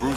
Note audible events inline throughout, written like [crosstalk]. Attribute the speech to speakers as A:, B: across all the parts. A: News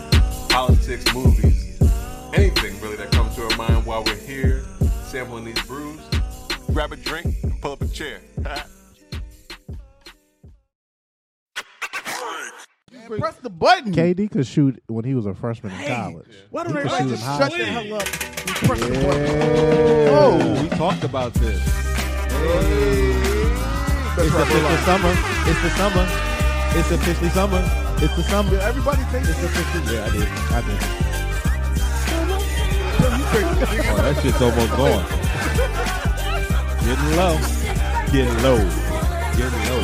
A: politics, movies, anything really that comes to our mind while we're here sampling these brews. Grab a drink and pull up a chair. [laughs]
B: Press the button.
C: KD could shoot when he was a freshman in college.
B: Why
C: He
B: don't
C: could
B: everybody
C: shoot
B: just
C: in high
B: shut the
C: school.
B: hell up? We press the button.
C: Yeah.
D: Oh, We talked about this.
B: That's
D: It's
B: right,
D: official
B: relax.
D: summer. It's the summer. It's officially summer. It's the summer.
B: Everybody thinks
D: It's officially. Yeah, I did. I did. Oh, that shit's almost gone. Getting low. Getting low. Getting low.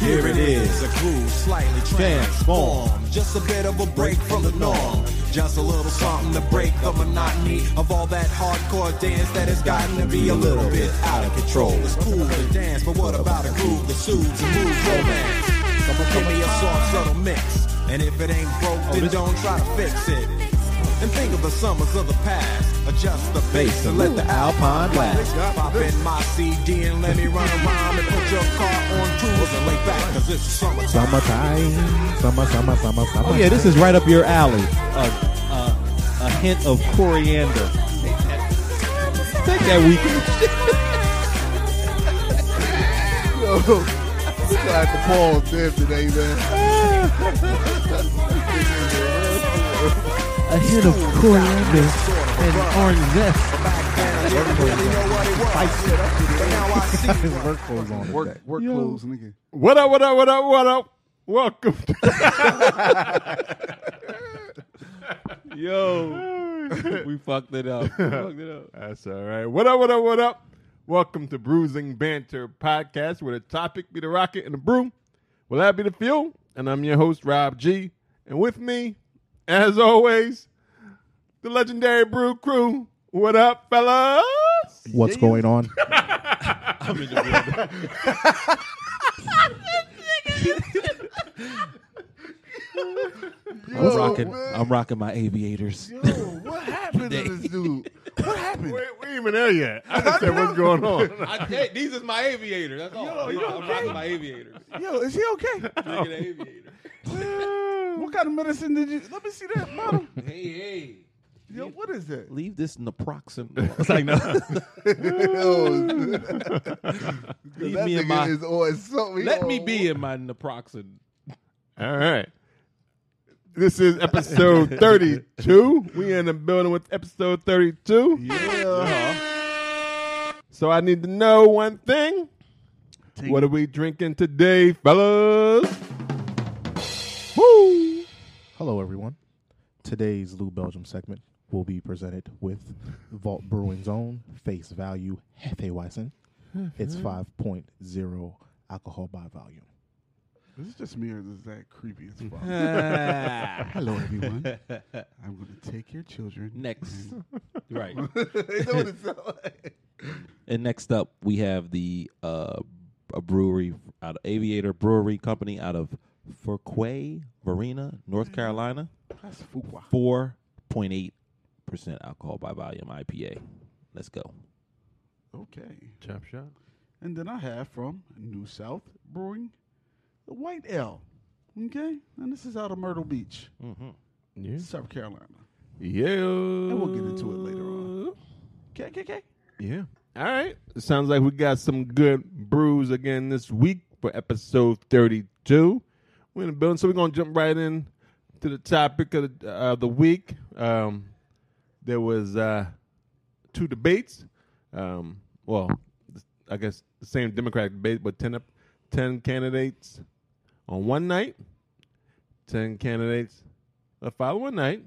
D: Here it is.
E: The groove slightly transformed. Just a bit of a break from the norm. Just a little something to break the monotony of all that hardcore dance that has gotten to be a little bit out of control. It's cool to dance, but what about a groove that soothes and moves romance? Someone give me a soft, subtle mix. And if it ain't broke, then don't try to fix it. And think of the summers of the past. Adjust the bass and let the alpine blast. Pop in my CD and let me run around and put your car on cruise and lay back, cause it's summertime.
C: Summertime. Summer, summer, summer, summer.
D: Oh yeah, this is right up your alley. A, a, a hint of coriander. Take that weekend.
F: I had to pause them today, man.
D: A hint of coriander and orange zest.
C: His work clothes on work, today.
F: Work clothes, nigga.
A: What up, what up, what up, what up? Welcome to [laughs]
D: Yo, we fucked it up. We fucked it up.
A: That's all right. What up, what up, what up? Welcome to Bruising Banter Podcast, where the topic be the rocket and the brew. Well, that be the fuel, and I'm your host, Rob G. And with me, as always, the legendary Brew Crew. What up, fellas?
C: What's going on?
D: I'm rocking. I'm rocking my aviators.
F: What happened to this dude? What
A: We,
F: happened?
A: we ain't even there yet. I just said what's going on.
D: I, hey, these is my aviator. That's all.
B: Oh,
D: I'm, I'm rocking my aviators.
B: Yo, is he okay?
D: Drinking an aviator.
B: what kind of medicine did you? Let me see that model.
D: Hey, hey.
B: Yo, what is that?
D: Leave this
F: [laughs]
D: naproxen. alone. It's like no.
F: Yo,
D: Leave
F: that
D: me in
F: nigga
D: my.
F: is on something.
D: Let me be in my naproxen.
A: All right. This is
F: [laughs]
A: episode 32. We in the building with episode 32. So I need to know one thing. What are we drinking today, fellas? Woo!
C: Hello, everyone. Today's Lou Belgium segment will be presented with Vault Brewing's own face value Hefeweizen. It's 5.0 alcohol by volume.
F: This is just me or is that creepy as fuck?
D: Ah.
F: Hello, everyone. I'm going to take your children.
D: [laughs] next, right.
F: [laughs] They know what it sound like.
D: And next up, we have the uh, a brewery out of Aviator Brewery Company out of Furquay, Marina, North Carolina.
F: That's Fuqua.
D: Four point eight percent alcohol by volume IPA. Let's go.
F: Okay.
A: Chop shop.
F: And then I have from New South Brewing, the White L. Okay? And this is out of Myrtle Beach,
G: Mm-hmm.
A: Yeah.
F: South Carolina.
A: Yeah.
F: And we'll get into it later on. Okay, okay, okay.
A: Yeah. All right. It sounds like we got some good brews again this week for episode 32. We're in the building, so we're going to jump right in to the topic of the, uh, the week. Um, there was uh, two debates. Um, well, I guess the same Democratic debate, but 10, up- 10 candidates on one night, 10 candidates the following night.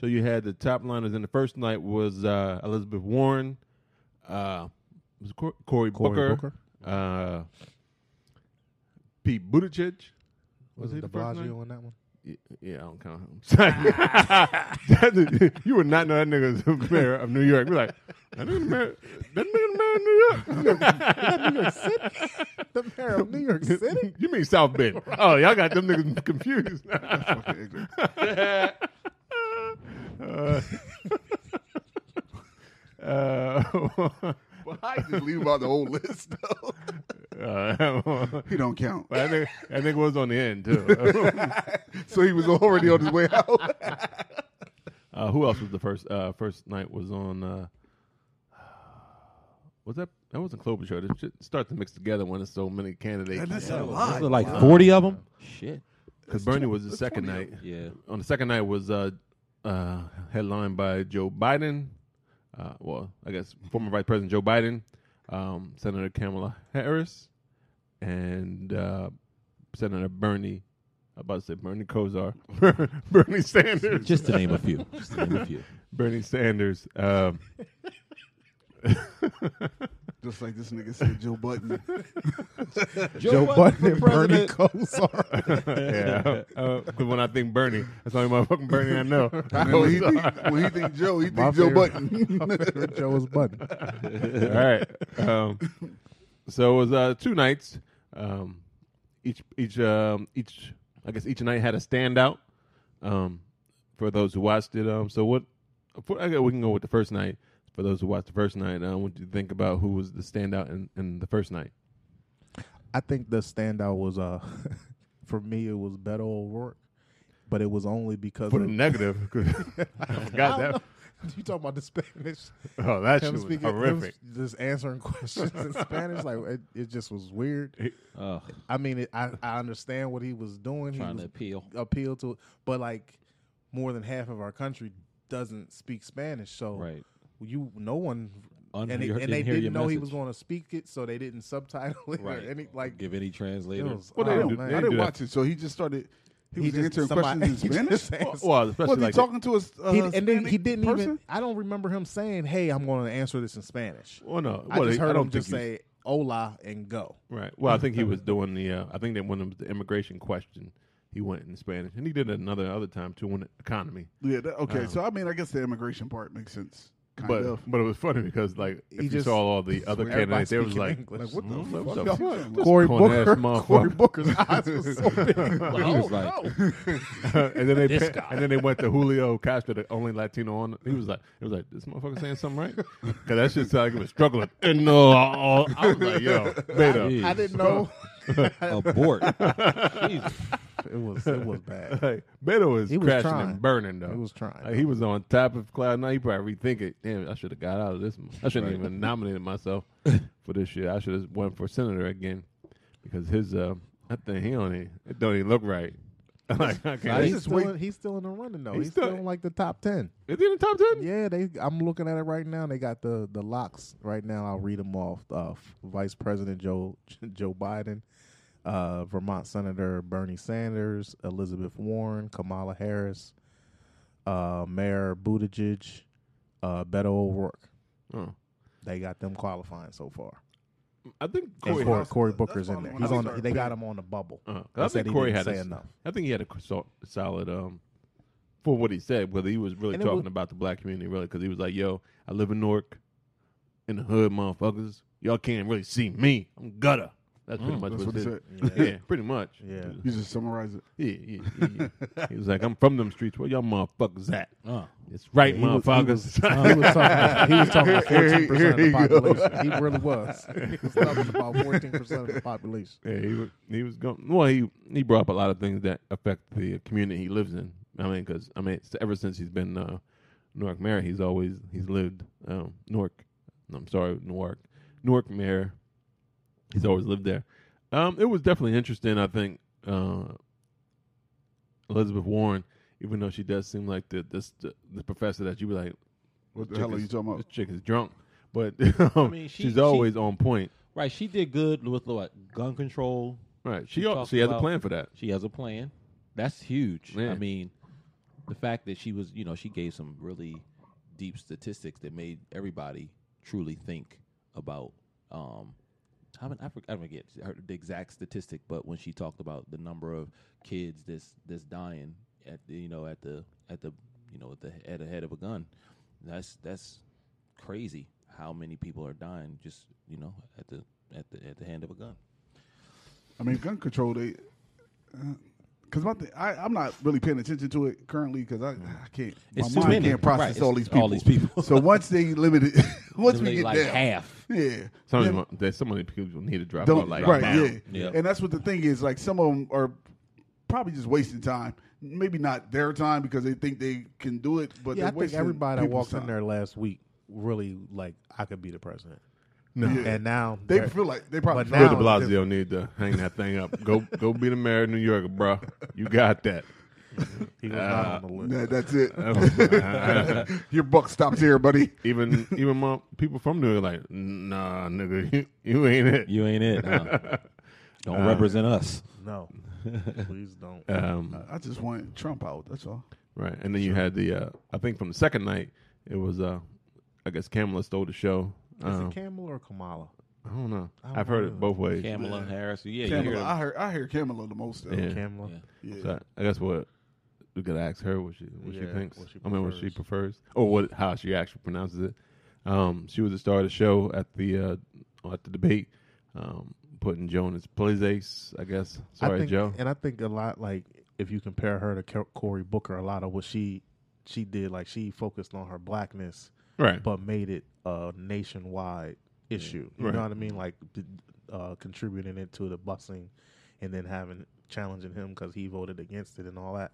A: So you had the top liners, and the first night was uh, Elizabeth Warren, uh, was it Cor- Cory,
C: Cory
A: Booker,
C: Booker.
A: Uh, Pete Buttigieg. Was,
C: Was
A: he
C: it
A: the first night?
C: DeBlasio on that one?
G: Y- Yeah, I don't count him. [laughs] Sorry. you would not know that nigga was the mayor of New York. We're like, that nigga the mayor, that nigga the mayor of New York. [laughs]
C: The [laughs] mayor of New York City.
G: You mean South Bend? Oh, y'all got them niggas [laughs] confused. Uh, [laughs] uh, [laughs]
F: I just leave out the whole list though.
G: uh,
F: He don't count.
G: I think I think it was on the end too.
F: [laughs] so he was already on his way out.
G: [laughs] uh, who else was the first uh, first night was on? Uh, [sighs] was that that wasn't Clover Show? This shit starts to mix together when there's so many candidates.
F: a
D: Those are like forty of them. Shit.
G: Because Bernie was the second night.
D: Yeah.
G: [laughs] On the second night was uh, uh, headlined by Joe Biden. Uh, well, I guess former Vice President Joe Biden, um, Senator Kamala Harris, and uh, Senator Bernie. I about to say Bernie Kosar, Bernie Sanders.
D: Just to name a few. Just to name a few.
G: Bernie Sanders. Um,
F: Just like this nigga said, Joe [laughs] Button.
C: Joe Button and Bernie Kosar.
G: [laughs] yeah, because when I think Bernie, that's the only motherfucking Bernie I know.
F: And when,
C: [laughs]
F: he think, when he think Joe, he
C: My
F: think Joe
C: favorite. [laughs]
F: Button.
C: Joe is Button.
G: [laughs] All right. Um, so it was uh, two nights. Um, each each um, each I guess each night had a standout um, for those who watched it. Um, so what? For, I guess we can go with the first night. For those who watched the first night, I want you to think about who was the standout in, in the first night.
C: I think the standout was uh [laughs] for me it was Beto O'Rourke, but it was only because [laughs]
G: Put a
C: of,
G: negative. [laughs] 'cause I
C: I
G: forgot
C: don't
G: that.
C: know. You talking about the Spanish? [laughs]
G: Oh, [laughs] that shit
C: Him
G: was
C: speaking, him
G: horrific.
C: just answering [laughs] questions in Spanish, like it, it just was weird.
D: Ugh,
C: I mean, it, I I understand what he was doing.
D: trying
C: he
D: to
C: was
D: appeal.
C: appeal to it, but like more than half of our country doesn't speak Spanish, so
D: Right.
C: you no one.
D: Un-
C: and, they-
D: you-
C: and
D: didn't
C: they
D: hear
C: didn't
D: your
C: know he
D: message.
C: was going to speak it, so they didn't subtitle it.
D: Right.
C: Or any, like,
D: Give any
C: it
D: translator.
C: was,
G: Well, they
C: oh,
G: didn't do-
C: man.
G: they
F: I
G: do
F: didn't
G: that.
F: watch it, so he just started. He,
C: He
F: was
C: just-
F: answering
C: somebody-
F: questions in
C: he [laughs] just
F: Spanish.
C: asked-
G: Well, especially
F: Was he
G: like
F: talking to us? Uh,
C: he, and then he
F: Hispanic
C: didn't
F: person?
C: even. I don't remember him saying, "Hey, I'm going to answer this in Spanish."
G: Well, no,
C: I
G: well,
C: just
G: he- I
C: heard
G: don't
C: him just
G: think
C: say "Hola" and go.
G: Right. Well, I think he
C: [laughs]
G: was doing the. Uh, I think that when it was the immigration question, he went in Spanish, and he did another other time too on the economy.
F: Yeah. That,
C: Uh-huh.
F: okay. so I mean, I guess the immigration part makes sense. Kind
G: But
F: of.
G: but it was funny because like if
C: He
G: you
C: just-
G: saw all the other
C: Everybody
G: candidates, they was
C: speaking
G: like,
C: English.
G: like,
C: Like, what the
G: "Mm, [laughs]
C: [laughs]
F: fuck
G: what
F: [laughs]
G: the
F: y'all
G: fuck?
F: doing?"
C: Cory
G: Corn-ass
C: Booker. [laughs]
G: motherfucker.
C: Cory Booker's eyes [laughs] were so big. [laughs] Like,
D: He was
C: oh,
D: [laughs] like-
C: no. [laughs]
G: and then they [laughs] and then they went to Julio Castro, the only Latino on. He was like, it was like this motherfucker saying something
C: [laughs]
G: right because that shit sounded like it was struggling. And no, uh, uh, I was like, yo, beta.
C: [laughs]
D: Jeez.
C: I didn't know. [laughs]
D: Abort. Jesus.
C: It was it was
G: [laughs]
C: bad.
G: Like, Beto was,
C: He was
G: crashing
C: trying.
G: and burning though.
C: He was trying,
G: Like, he was on top of cloud nine. He probably rethink it. Damn, I should have got out of this. I shouldn't even
C: [laughs]
G: nominated myself for this shit. I should have went for senator again because his uh, I think he only it don't even look right. [laughs] like I can't.
C: He's
G: Is
C: still, in, he's still in the running though. He's, still,
G: still-
C: in like the top ten.
G: he in the top ten?
C: Yeah, they. I'm looking at it right now. They got the the locks right now. I'll read them off. Uh, Vice President Joe [laughs] Joe Biden, uh, Vermont Senator Bernie Sanders, Elizabeth Warren, Kamala Harris, uh, Mayor Buttigieg, uh, Beto O'Rourke.
G: Oh.
C: They got them qualifying so far.
G: I think
C: And
G: Corey.
C: Corey,
G: Has,
C: Cory
F: that's
C: Booker's in
F: probably
C: there.
F: when
C: He's
F: I
C: on.
F: started
C: they got
F: paying-
C: him on the bubble.
G: uh, 'cause
C: They
G: I
C: said
G: think
C: he
G: Corey
C: didn't
G: had a,
C: say enough.
G: I think he had a sol- solid um for what he said. Whether he was really
C: And it
G: talking
C: was-
G: about the black community, really, because he was like, "Yo, I live in Newark, in the hood, motherfuckers. Y'all can't really see me. I'm gutter." That's
C: Mm.
G: pretty much
F: That's what he
G: it-
C: [laughs]
F: said.
G: yeah, pretty much.
C: Yeah. [laughs]
F: You just summarize it.
G: Yeah, yeah, yeah, yeah. he was like, I'm from them streets. Where y'all motherfuckers at?
D: Uh,
G: It's right,
C: He was-
G: motherfuckers.
C: He was talking. He was talking about
F: Here
C: fourteen
F: he-
C: percent of the
F: here he go.
C: population. He really was. He was talking about fourteen percent of the population.
G: yeah, he was, he was going. Well, he he brought up a lot of things that affect the community he lives in. I mean, because I mean, it's- ever since he's been uh, Newark mayor, he's always he's lived um, Newark. no, I'm sorry, Newark, Newark mayor. He's always lived there. Um, it was definitely interesting. I think uh, Elizabeth Warren, even though she does seem like the this the, the professor that you were like,
F: What the
G: chick
F: hell are
G: is-
F: you talking
G: This
F: about?
G: chick is drunk, but [laughs]
D: mean, she-
G: she's
D: she-
G: always on point.
D: right. She did good with what gun control.
G: Right. She
D: She
G: al-
D: talked
G: she has a
D: about-
G: plan for that.
D: She has a plan. That's huge.
G: Yeah.
D: I mean, the fact that she was, you know, she gave some really deep statistics that made everybody truly think about um, how many, I forget, I forget her, the exact statistic, but when she talked about the number of kids that's that's dying at the, you know at the at the you know at the at the head of a gun, that's that's crazy how many people are dying just you know at the at the at the hand of a gun.
F: I mean, gun control. They, because my thing, I, I'm not really paying attention to it currently because
G: Mm-hmm.
F: I, I can't. My
D: It's too
F: mind
D: many.
F: can't process
D: Right,
F: all these
D: it's
F: people.
D: all these people.
F: so once they limit it, [laughs] once
D: Literally,
F: we get
D: like
F: down,
D: half.
F: yeah,
G: Some of
F: then
G: them, there's so many people need to drop out
F: don't
G: like
F: right,
G: now.
F: yeah.
D: Yeah.
F: And that's what the thing is. Like some of them are probably just wasting time. Maybe not their time because they think they can do it, but
C: Yeah,
F: they're
C: I think
F: wasting
C: everybody that
F: people's
C: walked
F: time.
C: in there last week really like I could be the president.
G: No.
C: And now
F: They
C: they're-
F: feel like they probably
C: But
F: feel
C: now-
G: Bill
F: like-
G: De Blasio need to hang that thing up. Go go be the mayor of New York, bro. You got that.
C: he was not on the list.
F: Nah, that's
G: [laughs]
F: it.
G: Uh,
F: Your buck stops here, buddy.
G: even even my people from New York like, nah, nigga, you, you ain't it.
D: You ain't it. huh? Don't represent us.
C: No, please don't.
G: [laughs] Um,
F: I just want Trump out. That's all.
G: right, and then you had the uh, I think from the second night it was uh, I guess Kamala stole the show.
C: Is
G: Um,
C: it Kamala or Kamala?
G: I don't know.
C: don't
G: I've heard
C: know.
G: it both ways.
D: Kamala Harris. Yeah, you hear
F: Kamala,
D: them.
F: I hear I hear Kamala the most. Though.
G: Yeah.
C: Kamala.
D: Yeah.
F: Yeah.
G: So I guess what we gotta ask her what she what she
C: Yeah,
G: thinks.
C: what she
G: I mean, what she
C: prefers.
G: prefers, or what how she actually pronounces it. Um, she was the star of the show at the uh, at the debate, um, putting Jonas Plazace. I guess.
C: I
G: Sorry,
C: think,
G: Joe.
C: And I think a lot like if you compare her to Cor- Cory Booker, a lot of what she she did, like she focused on her blackness,
G: Right. Mm.
C: but made it a nationwide issue. You
G: Right.
C: know what I mean? Like d- uh, contributing it to the busing, and then having challenging him because he voted against it and all that.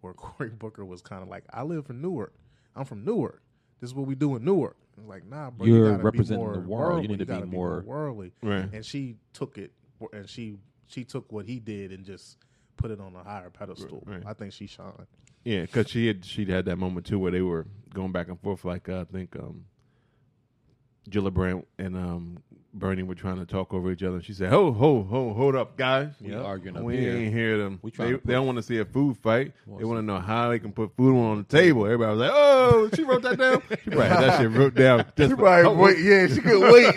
C: Where [laughs] Cory Booker was kind of like, I live in Newark. I'm from Newark. This is what we do in Newark. It's like, nah, bro.
D: You're
C: gotta be
D: representing
C: more
D: the world. You need to be
C: gotta
D: more-
C: worldly.
G: Right.
C: And she took it, and she she took what he did and just put it on a higher pedestal.
G: Right, right.
C: I think she shined.
G: Yeah, because she had she had that moment too where they were going back and forth. Like uh, I think um, Gillibrand and um, Bernie were trying to talk over each other. And she said, "Ho, ho, ho, hold up, guys.
D: We arguing up
G: we
D: here.
G: ain't hear them.
D: We
G: they,
D: trying to
G: they don't want to see a food fight.
D: Want
G: They want to know how they can put food on the table." Everybody was like, "Oh, she wrote
D: [laughs]
G: that down. she probably had that shit wrote down." Just
F: She probably
G: oh,
F: wait. Yeah, she couldn't [laughs] wait.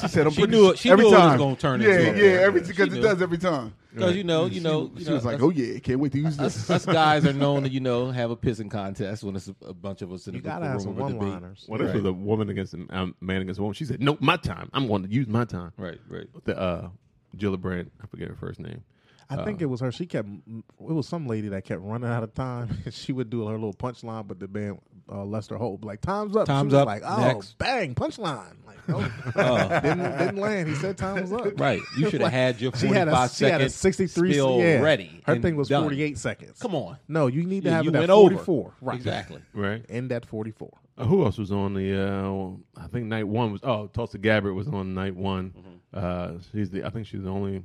F: she said, "I'm
D: She
F: pretty
D: knew it-
F: su-
D: she
F: every
D: knew it was
F: time.
D: gonna turn
F: yeah,
D: into a-
F: yeah, every
D: She
F: because it
D: knew.
F: does every time."
D: Because you know, you know, you
F: She
D: know,
F: was like,
D: us-
F: "Oh yeah, can't wait to use
D: us,
F: this."
D: us guys are known to you know have a pissing contest when it's a, a bunch of us in
C: You
D: a big
C: gotta have
D: room
C: some
D: over a
C: one
D: debate.
C: liners.
G: Well, this was a woman against a um, man against a woman. She said, "Nope, my time. I'm going to use my time."
D: Right,
F: [laughs]
D: right.
G: The uh, Gillibrand, I forget her first name.
C: I
D: Oh.
C: think it was her. She kept. It was some lady that kept running out of time. [laughs] she would do her little punchline, but the band uh, Lester Hope like time's up. She
D: Time's
C: was
D: up.
C: Like oh
D: Next.
C: bang punchline. Like oh, didn't, didn't land. He said time was up.
D: Uh, [laughs] Right. You should have had your
C: She
D: 45
C: had a she had a
D: second
C: sixty three
D: spill
C: yeah.
D: ready.
C: Her
D: and
C: thing was
D: done.
C: forty eight seconds.
D: Come on.
C: No, you need to
D: Yeah,
C: have
D: you
C: it at
D: went over.
C: forty four. Right.
D: Exactly.
G: Right.
C: End at forty four.
G: Uh, who else was on the? Uh, I think night one was. Oh, Tulsa Gabbard was on night one.
C: Mm-hmm.
G: Uh, she's the. I think she's the only.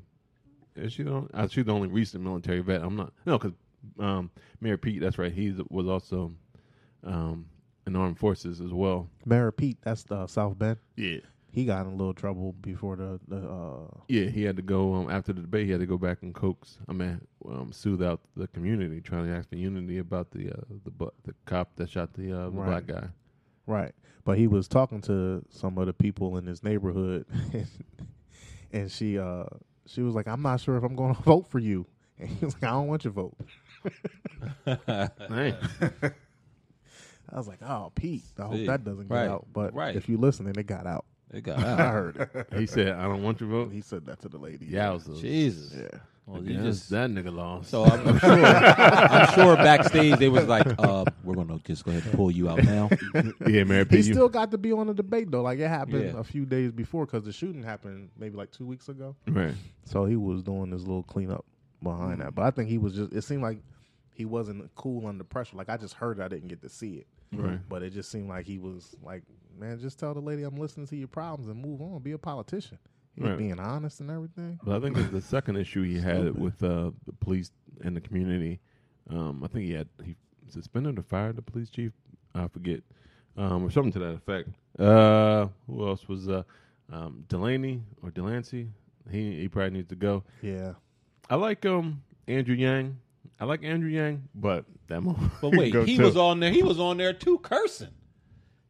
G: Is she the? Only, uh, she's the only recent military vet. I'm not. No, because um, Mayor Pete. That's right. He was also um, in armed forces as well.
C: Mayor Pete, that's the South Bend.
G: Yeah.
C: He got in a little trouble before the, the uh,
G: Yeah, he had to go um, after the debate. He had to go back and coax, I mean, um, soothe out the community, trying to ask for unity about the uh, the bu- the cop that shot the, uh, the
C: Right. [laughs]
G: black guy.
C: Right. But he was talking to some of the people in his neighborhood [laughs] and she uh she was like, I'm not sure if I'm gonna [laughs] vote for you and he was like, I don't want your vote.
G: Dang.
C: I was like, Oh Pete, I hope
D: See.
C: that doesn't get
D: Right.
C: out. But
D: Right.
C: if you listening, it got out. [laughs]
D: It got out.
C: I heard
D: [laughs]
C: it.
G: he said, "I don't want your vote."
C: He said that to the lady.
G: Yowzers.
D: Jesus.
C: Yeah.
D: Well, you
G: Yeah,
D: just-
G: that nigga lost.
D: so I'm, I'm sure. I'm sure backstage they was like, uh, "We're gonna just go ahead and pull you out now." [laughs]
G: yeah, Mary P.
C: He
G: you-
C: still got to be on the debate though. Like it happened
D: Yeah.
C: a few days before because the shooting happened maybe like two weeks ago.
G: right.
C: So he was doing his little cleanup behind
G: Mm-hmm.
C: that. But I think he was just it seemed like he wasn't cool under pressure. Like I just heard it, I didn't get to see it.
G: Right.
C: But it just seemed like he was like, Man, just tell the lady I'm listening to your problems and move on. Be a politician. He was
G: Right.
C: being honest and everything.
G: But I think that the second issue he had with uh, the police and the community, um, I think he had he suspended or fired the police chief. I forget, um, or something to that effect. Uh, who else was uh, um, Delaney or Delancey? He he probably needs to go.
C: Yeah.
G: I like um Andrew Yang. I like Andrew Yang, but that [laughs] mo-
C: [laughs]
D: But wait,
G: go
D: he
G: [laughs] too.
D: was on there. He was on there too, cursing.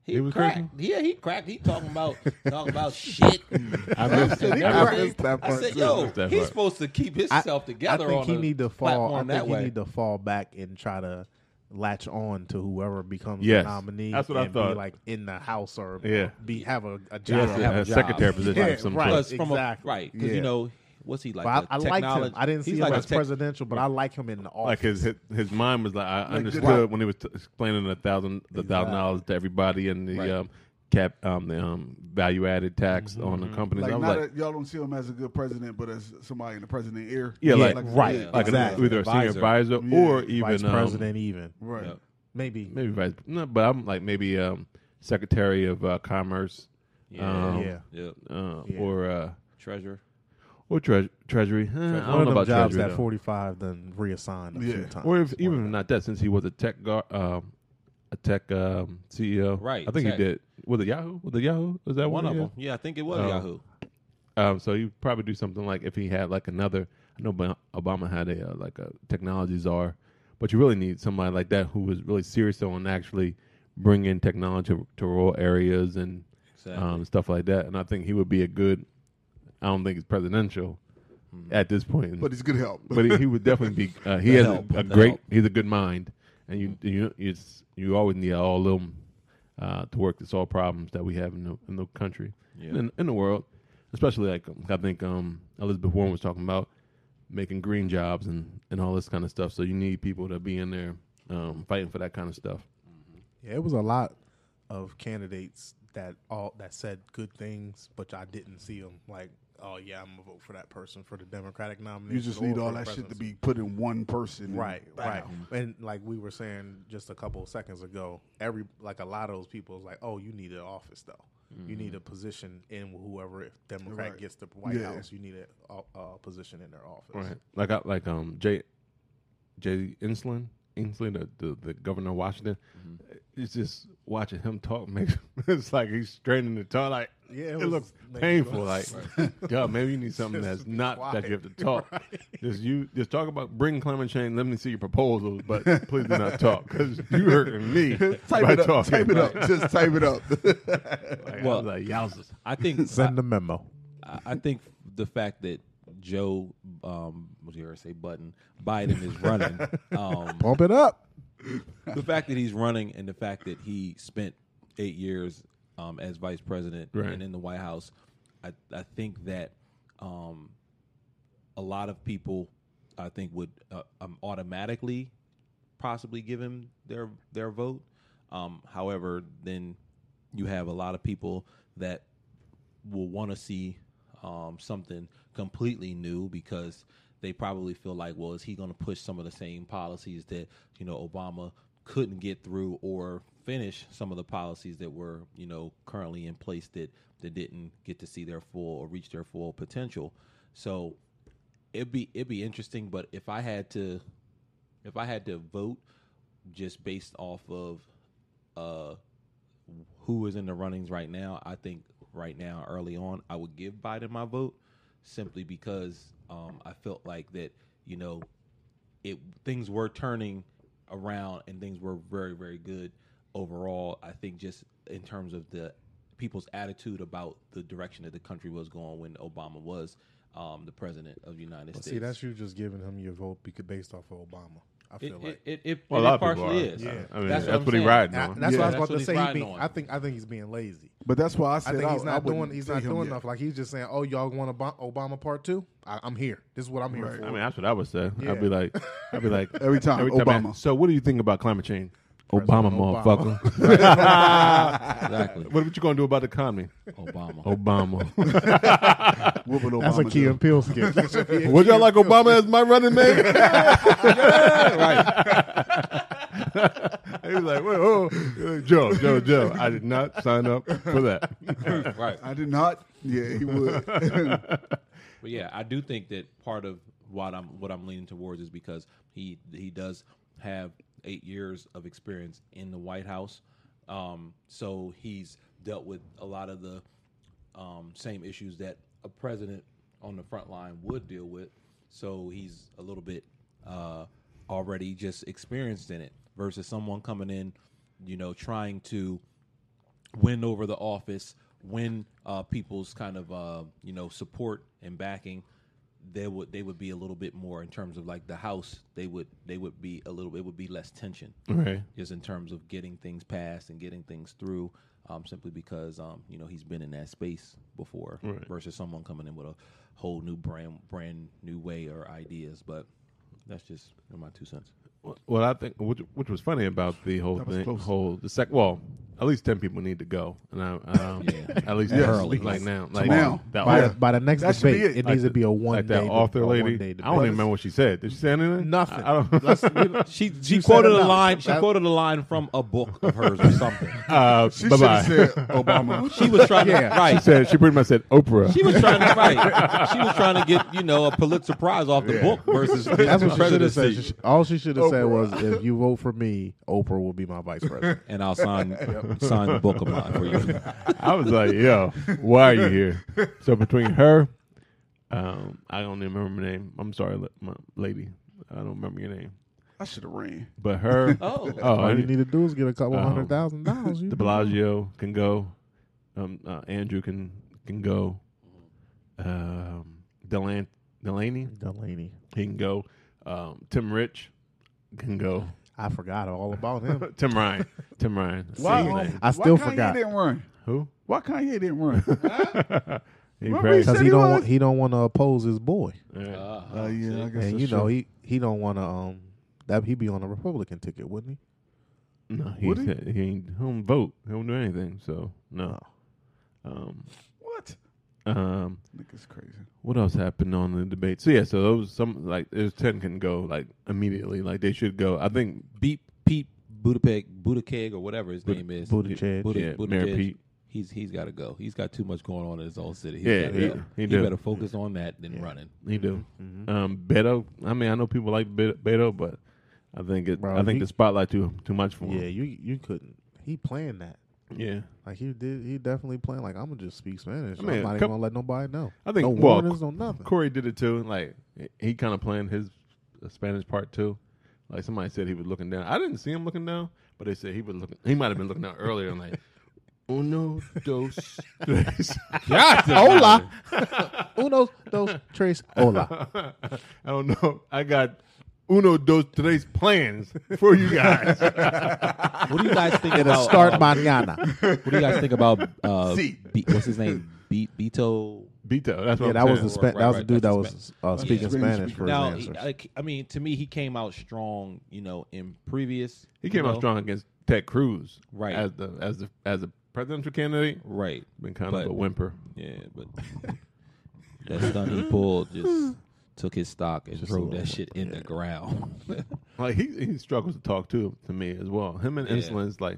D: He,
G: He was
D: cracked.
G: cursing?
D: Yeah, he cracked. He talking
C: [laughs]
D: about talking about shit. and-
G: I [laughs] missed,
D: and
G: I
D: everything.
G: missed that
D: I
G: part.
D: said,
G: too.
D: yo,
G: Missed that
D: he's
G: part.
D: supposed to keep
C: I-
D: himself together.
C: I think
D: on
C: he
D: the
C: need to fall. I
D: platform
C: think
D: that
C: he
D: way.
C: need to fall back and try to latch on to whoever becomes
G: Yes.
C: the nominee.
G: That's what I
C: and
G: thought.
C: Be like in the house or
G: Yeah.
C: be have a, a
G: He
C: job.
G: has
D: I
G: a,
D: have
G: a
D: a job.
G: secretary position
C: Yeah,
G: of some
C: right.
G: sort.
D: Because from a,
C: exactly.
D: right, because
C: Yeah.
D: you know, what's he like?
C: But I,
D: a
C: I liked him.
D: technolog-
C: I didn't see
D: he's
C: him
D: like a
C: as
D: tech-
C: presidential, but I like him in the office.
G: like his, his his mind was like I understood
F: right.
G: when he was t- explaining the thousand the thousand dollars to everybody and the
D: Right.
G: um, cap um, the um, value added tax on the companies.
F: Like,
G: I was
F: not
G: like,
F: that y'all don't see him as a good president, but as somebody in the president ear.
G: yeah, like
C: right,
F: yeah.
G: like
C: exactly.
G: a, either a senior advisor or even
C: vice
G: um,
C: president, even
F: Right.
D: Yep.
C: maybe.
G: maybe vice. No, but I'm like maybe um, secretary of uh, commerce.
D: Yeah.
G: um,
C: yeah,
D: Yep.
G: uh,
C: Yeah.
G: or uh,
D: Treasure.
G: or tre- treasury. Eh, I
C: one
G: don't know
C: of them
G: about
C: jobs
G: treasury.
C: at
G: though.
C: forty five then reassigned a few
F: Yeah.
C: times.
G: or if even not that, since he was a tech guard, um, a tech um, CEO.
D: Right,
G: I think
D: tech.
G: he did. Was it Yahoo? Was it Yahoo? Was that
D: One
G: one,
D: of
G: he
D: them.
G: did?
D: Yeah, I think it was
G: Oh.
D: Yahoo.
G: Um, so he would probably do something like if he had like another. I know Ba- Obama had a uh, like a technology czar, but you really need somebody like that who was really serious on actually bringing technology to, to rural areas and
D: Exactly.
G: um, stuff like that. And I think he would be a good. I don't think he's presidential at this point,
F: But he's good help.
G: but he, he would definitely be. Uh, he has a,
D: help, the
G: a great.
D: help.
G: He's a good mind, and you you you, s- you always need all of them uh, to work to solve problems that we have in the in the country,
D: Yeah.
G: and in, in the world, especially like um, I think um, Elizabeth Warren was talking about making green jobs and and all this kind of stuff. So you need people to be in there um, fighting for that kind of stuff.
C: Yeah, it was a lot of candidates that all that said good things, but I didn't see them like, oh yeah, I'm gonna vote for that person for the Democratic nomination.
F: You just
C: or
F: need
C: for
F: all
C: the
F: that shit to
C: presidency.
F: be put in one person. and [laughs]
G: [laughs]
C: right,
F: bam.
C: right. And like we were saying just a couple of seconds ago, every like a lot of those people is like, oh, you need an office though. You
G: Mm-hmm.
C: need a position in whoever if Democrat
F: Right.
C: gets the White
F: Yeah.
C: House, you need a, a, a position in their office.
G: Right. Like I like um Jay Jay Insland, Insland, the, the the governor of Washington.
F: Mm-hmm.
G: It's just watching him talk makes [laughs] it's like he's straining the tongue. Like
C: Yeah,
G: yeah,
C: it
G: it,
C: was-
G: looks
C: makes
G: painful. Like,
C: sense.
G: [laughs] yo, maybe you
F: [laughs]
G: need something that's not that you have to talk. Just you just talk about bring climate change. Let me see your proposals, but please do not talk because you hurting me
F: [laughs] Type
G: by
F: it up.
G: talking.
F: Type it up. Just type it up. [laughs]
G: Like,
D: Well-
G: well, like, yowzers.
D: I
G: [laughs]
D: think
C: Send a memo.
D: I, I think the fact that Joe, um, was you gonna say Button Biden is running, um,
C: Pump it up.
D: the fact that he's running and the fact that he spent eight years um, as vice president
G: Right.
D: and in the White House, I, I think that um, a lot of people, I think, would uh, um, automatically possibly give him their their vote. Um, however, then you have a lot of people that will want to see um, something completely new because they probably feel like, well, is he going to push some of the same policies that you know Obama couldn't get through or finish some of the policies that were you know currently in place that that didn't get to see their full or reach their full potential. So it'd be it'd be interesting, but if I had to if I had to vote just based off of uh who is in the runnings right now, I think right now early on I would give Biden my vote simply because um, I felt like that you know it things were turning around and things were very very good overall. I think just in terms of the people's attitude about the direction that the country was going when Obama was um, the president of the United States.
C: See, that's you just giving him your vote because based off of Obama. I
D: It,
C: feel like.
D: it, it, it,
G: Well, a
D: it
G: lot of people
D: partially
G: are.
D: is.
G: Yeah. I
D: I
G: mean,
D: mean,
G: that's
D: what, I'm
G: what he
D: saying.
G: riding
C: And I-
G: on.
C: that's what I was
D: that's
C: about
D: what
C: to
D: he's
C: say. He
D: riding
C: being,
D: on.
C: I think I think he's being lazy.
F: But that's why I
C: I
F: said
C: think he's
F: I-
C: not
F: I wouldn't
C: doing. He's
F: see
C: not
F: him
C: doing
F: yet.
C: enough. Like he's just saying, "Oh, y'all want Obama, Obama part two? I, I'm here. This is what I'm here
F: Right.
C: for."
G: I mean, that's what I would say. I'd be
C: Yeah.
G: like, I'd be like
F: [laughs] Every time,
G: I-
F: Obama.
G: so, what do you think about climate change?
C: President
G: Obama,
C: Obama.
F: [laughs]
G: motherfucker.
D: [laughs] Exactly.
G: what, what you gonna do about the economy?
D: Obama.
G: [laughs] Obama.
F: What would
C: that's
F: Obama
C: a Key
F: do?
C: and Peele skit. That should be a
G: Would
C: Key
G: y'all
C: and
G: like
C: Peele
G: Obama as my running [laughs] mate? right. [laughs] He was like, wait, oh, Joe, Joe, Joe. I did not sign up for that.
D: [laughs] right.
F: I did not. Yeah, he [laughs] would.
D: But yeah, I do think that part of what I'm what I'm leaning towards is because he he does have eight years of experience in the White House, um, so he's dealt with a lot of the um, same issues that a president on the front line would deal with. So he's a little bit uh, already just experienced in it versus someone coming in, you know, trying to win over the office, win uh, people's kind of uh, you know support and backing, they would they would be a little bit more in terms of like the house. They would they would be a little. It would be less tension,
G: [laughs] Right.
D: Just in terms of getting things passed and getting things through, um, simply because um, you know he's been in that space before,
G: Right.
D: versus someone coming in with a whole new brand brand new way or ideas. But that's just my two cents.
G: Well, I think which, which was funny about the whole
F: was
G: thing,
F: close.
G: whole the sec. Well, at least ten people need to go, and I [laughs] um,
D: Yeah.
G: at least
F: Yes.
G: early, like now, like
F: Now.
C: [laughs]
G: that
C: By,
G: author-
C: the, by the next
F: That should
C: debate,
F: be
C: it,
F: it.
G: like
C: needs to
G: the-
C: be a one
G: like
C: day
G: that author
C: a
G: lady.
C: one day debate.
G: I don't even remember what she said. Did she say anything?
C: Nothing.
G: I, I
C: [laughs]
G: don't. [laughs]
C: Let's- we don't-
D: She
C: you
D: she
C: said
D: quoted a
C: enough.
D: line. She
C: That-
D: quoted a line from a book of hers or something.
G: Uh,
F: She
G: bye
F: should have
G: bye.
F: said [laughs] Obama.
D: She was trying
C: Yeah.
D: to right.
G: She said she pretty much said Oprah.
D: She was trying to fight. She was trying to get you know a Pulitzer Prize off the book
C: [laughs]
D: versus
C: That's what she should have said.
D: presidency.
C: She sh- All she should have said was,
F: Oprah.
C: "If you vote for me, Oprah will be my vice president." [laughs]
D: And I'll sign sign the book of mine for you.
G: I was like, yo, why are you here? So between her, um, I don't even remember her name. I'm sorry, la- my lady. I don't remember your name.
F: I should have ran.
G: But her,
D: Oh,
G: oh,
C: All
G: and
C: you Oh. need to do is get a couple
G: Um,
C: hundred thousand [laughs] dollars. you
G: the
C: know.
G: Bellagio can go. Um, uh, Andrew can can go. Um, Delan- Delaney,
C: Delaney.
G: he can go. Um, Tim Rich can go. [laughs]
C: I forgot all about him.
G: Tim Ryan, Tim Ryan.
F: Why,
G: Same name.
F: um,
C: I
F: why
C: still
F: Kanye
C: forgot.
F: didn't run?
G: Who?
F: Why Kanye didn't [laughs] run?
G: He
F: Remember
G: praised-
C: because
F: said
C: he
F: he
C: don't
F: was.
C: want he don't want to oppose his boy,
G: All right.
D: Uh,
F: yeah, I guess
C: and you know he he don't want to um that he'd be on a Republican ticket, wouldn't he?
G: No, he
F: Would he?
G: said he ain't he don't vote. He don't do anything. So no.
C: Oh.
G: Um,
F: what?
G: um,
F: Nigga's crazy.
G: what else happened on the debate? So yeah, so those some like there's ten can go like immediately. Like they should go. I think
D: Beep Pete Budapeg Budakeg or whatever his name is.
C: Buttigieg.
D: Buda-
G: Yeah, Mayor
D: Buttigieg.
G: Pete.
D: He's he's got to go. He's got too much going on in his own city. He's
G: Yeah,
D: gotta
G: he-
D: go.
G: he do.
D: better focus on that than running.
G: he do.
C: Mm-hmm,
G: Um, Beto. I mean, I know people like Be- Beto, but I think it.
C: Bro,
G: I think
C: he-
G: the spotlight too too much for
C: Yeah,
G: him.
C: you you couldn't. He playing that
G: Yeah.
C: like he did. He definitely playing like I'm gonna just speak Spanish. I
G: I mean,
C: am not even
G: come-
C: gonna let nobody know.
G: I think
C: no
G: well,
C: warnings, no
G: [laughs]
C: nothing.
G: Corey did it too. and, Like he kind of playing his uh, Spanish part too. Like somebody said he was looking down. I didn't see him looking down, but they said he was looking. He might have been looking down earlier. And like uno dos [laughs] tres. [laughs]
C: Hola, [laughs] uno dos tres. Hola.
G: I don't know. I got uno dos tres plans for you [laughs] guys.
D: What do you guys think
C: It'll
D: about
C: start
D: um,
C: mañana.
D: [laughs] What do you guys think about uh,
F: See.
D: Be- what's his name? Be- Beto.
G: Beto. That's
C: Yeah,
G: what I'm
C: that was
G: saying.
C: the spe- that
D: Right,
C: was the
D: right,
C: dude that
D: that's the
C: was uh, speaking
F: Yeah.
C: Spanish for
D: Now,
C: his
D: he-
C: answers.
D: I, I mean, to me, he came out strong. You know, in previous,
G: he
D: you
G: came out
D: know,
G: strong against Ted Cruz,
D: Right.
G: As the as the as a presidential candidate,
D: Right.
G: been kind of
D: But-
G: a whimper.
D: Yeah, but [laughs] that stunt he pulled just took his stock and
C: a
D: drove
C: little
D: that shit in the ground. [laughs]
G: Like he, he struggles to talk to to me as well. Him and
D: Yeah.
G: Insulin's like,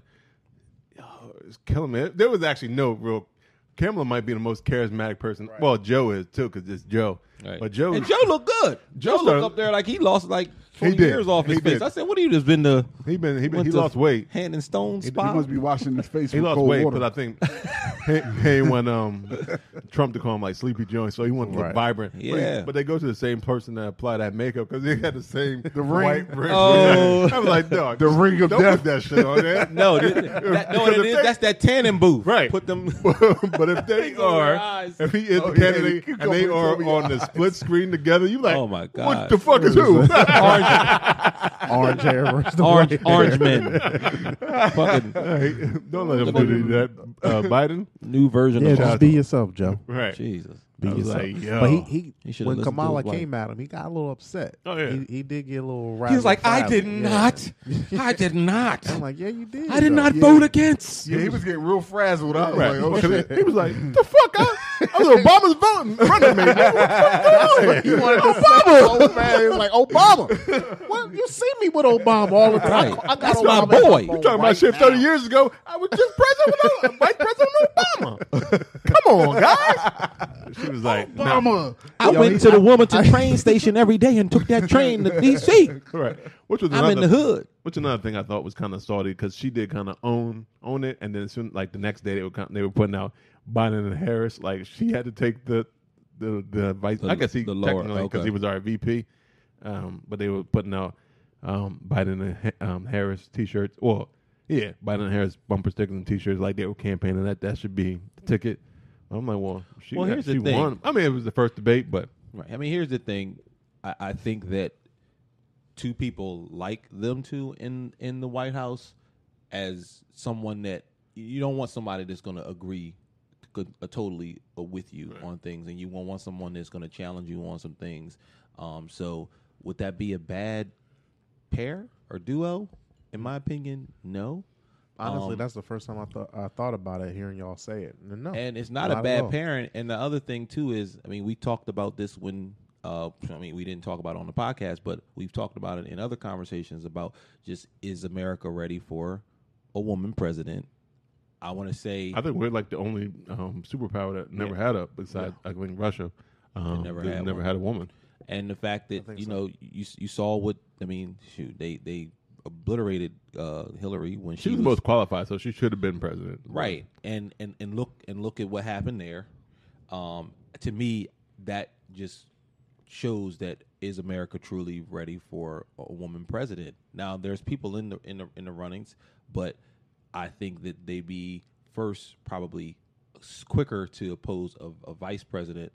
G: oh, it's killing me. There was actually no real. Kamala might be the most charismatic person. Well, Joe is too because it's Joe.
D: Right.
G: But Joe,
D: and Joe looked good. Joe,
G: started-
D: looked up there like he lost like twenty
G: did.
D: years off his
G: He
D: face.
G: did.
D: I said, "What have you just been to?
G: he been he been,
D: went
G: he
D: to
G: lost weight.
D: hand and stone
F: He
D: spot."
F: must be washing his [laughs] face
G: He
F: with
G: lost
F: cold
G: weight,
F: water.
G: but
F: [laughs]
G: I think he, he ain't want um Trump to call him like sleepy Joe, so he wanted to
C: Right.
G: look vibrant.
D: Yeah.
G: but, they go to the same person that applied that makeup because they had the same the
F: ring.
G: White ring. [laughs]
D: Oh.
G: I was like, dog,
F: the ring of
G: don't
F: death.
G: put that shit on there.
D: no, th- that, no,
G: Because
D: it
G: the
D: is.
G: thing-
D: That's that tanning booth.
G: Right.
D: Put
G: [laughs]
D: them.
G: [laughs] but if
D: [laughs]
G: they
D: Things over your
G: are,
D: eyes.
G: if he is
F: Oh,
G: the
F: yeah,
G: candidate
F: you
G: and they
F: go over
G: are
F: top of your
G: on the split screen together, you like,
D: Oh my god.
G: what the fuck is who? [laughs]
C: orange hair versus the
D: orange
C: white hair.
D: orange men. Fucking
G: [laughs] Don't let him do that, uh, Biden.
D: new version
C: Yeah,
D: of
C: just be yourself, Joe.
G: Right.
D: Jesus.
C: Be
G: I was
C: yourself.
G: like, yo.
C: But he, he,
D: He should've
C: when
D: listened to
C: Kamala
D: his wife.
C: came at him, he got a little upset.
G: Oh, yeah.
C: he, he did get a little.
D: He was like, I
C: razzle-frazzle."
D: did
C: Yeah.
D: not. I did not.
C: I'm like, yeah, you did.
D: [laughs] I did
C: though."
D: not
C: Yeah.
D: vote against.
F: Yeah, he was getting real frazzled. I was
G: Right.
F: like, oh, shit.
G: he was like, the fuck? I, I was Obama's voting in front of me.
D: [laughs]
C: He wanted to Obama. So bad. He was like, Obama. Well, you see me with Obama all the time.
D: Right.
C: I got
D: That's
C: Obama
D: my
C: in
D: boy.
C: phone
D: You
G: Talking
C: right
G: about shit
C: now.
G: 30 years ago, I was just president, Vice President
C: [laughs]
G: Obama. Come on, guys. She was like, nah.
F: Obama.
D: I
C: Yo,
D: went
C: he-
D: to the Wilmington train station every day and took that train to DC.
G: [laughs] Right. Which was
D: I'm in
G: another-
D: the hood.
G: Which another thing I thought was kind of salty because she did kind of own own it, and then soon like the next day they were kind they were putting out Biden and Harris. Like she had to take the the the vice.
D: The-
G: I guess he
D: the
G: technically
D: lower,
G: 'cause technically because
D: okay.
G: he was our VP, um, but they were putting out um, Biden and Ha- um, Harris T-shirts. Well, yeah, Biden and Harris bumper stickers and T-shirts like they were campaigning that that should be the ticket. I'm like, well, she,
D: Well, here's the
G: she
D: thing.
G: won. I mean, it was the first debate, but
D: Right. I mean, here's the thing. I, I think that two people like them two in in the White House as someone that you don't want somebody that's going to agree co- uh, totally uh, with you on things, and you won't want someone that's going to challenge you on some things. Um, so would that be a bad pair or duo? In my opinion, no.
C: Honestly,
D: Um,
C: that's the first time I thought I thought about it. Hearing y'all say it, no, no.
D: and it's not,
C: at
D: a bad
C: all.
D: parent. And the other thing too is, I mean, we talked about this when, uh, I mean, we didn't talk about it on the podcast, but we've talked about it in other conversations about just is America ready for a woman president? I want to say
G: I think we're like the only um, superpower that never had a besides I think Russia. Um,
D: never
G: they
D: had
G: never
D: one.
G: had a woman.
D: and the fact that you know you you saw what I mean. Shoot, they they obliterated uh, Hillary when she,
G: She was the
D: was
G: most qualified, so she should have been president.
D: right and and and look and look at what happened there um to me that just shows that is america truly ready for a woman president now there's people in the in the in the runnings but i think that they be first probably s- quicker to oppose a, a vice president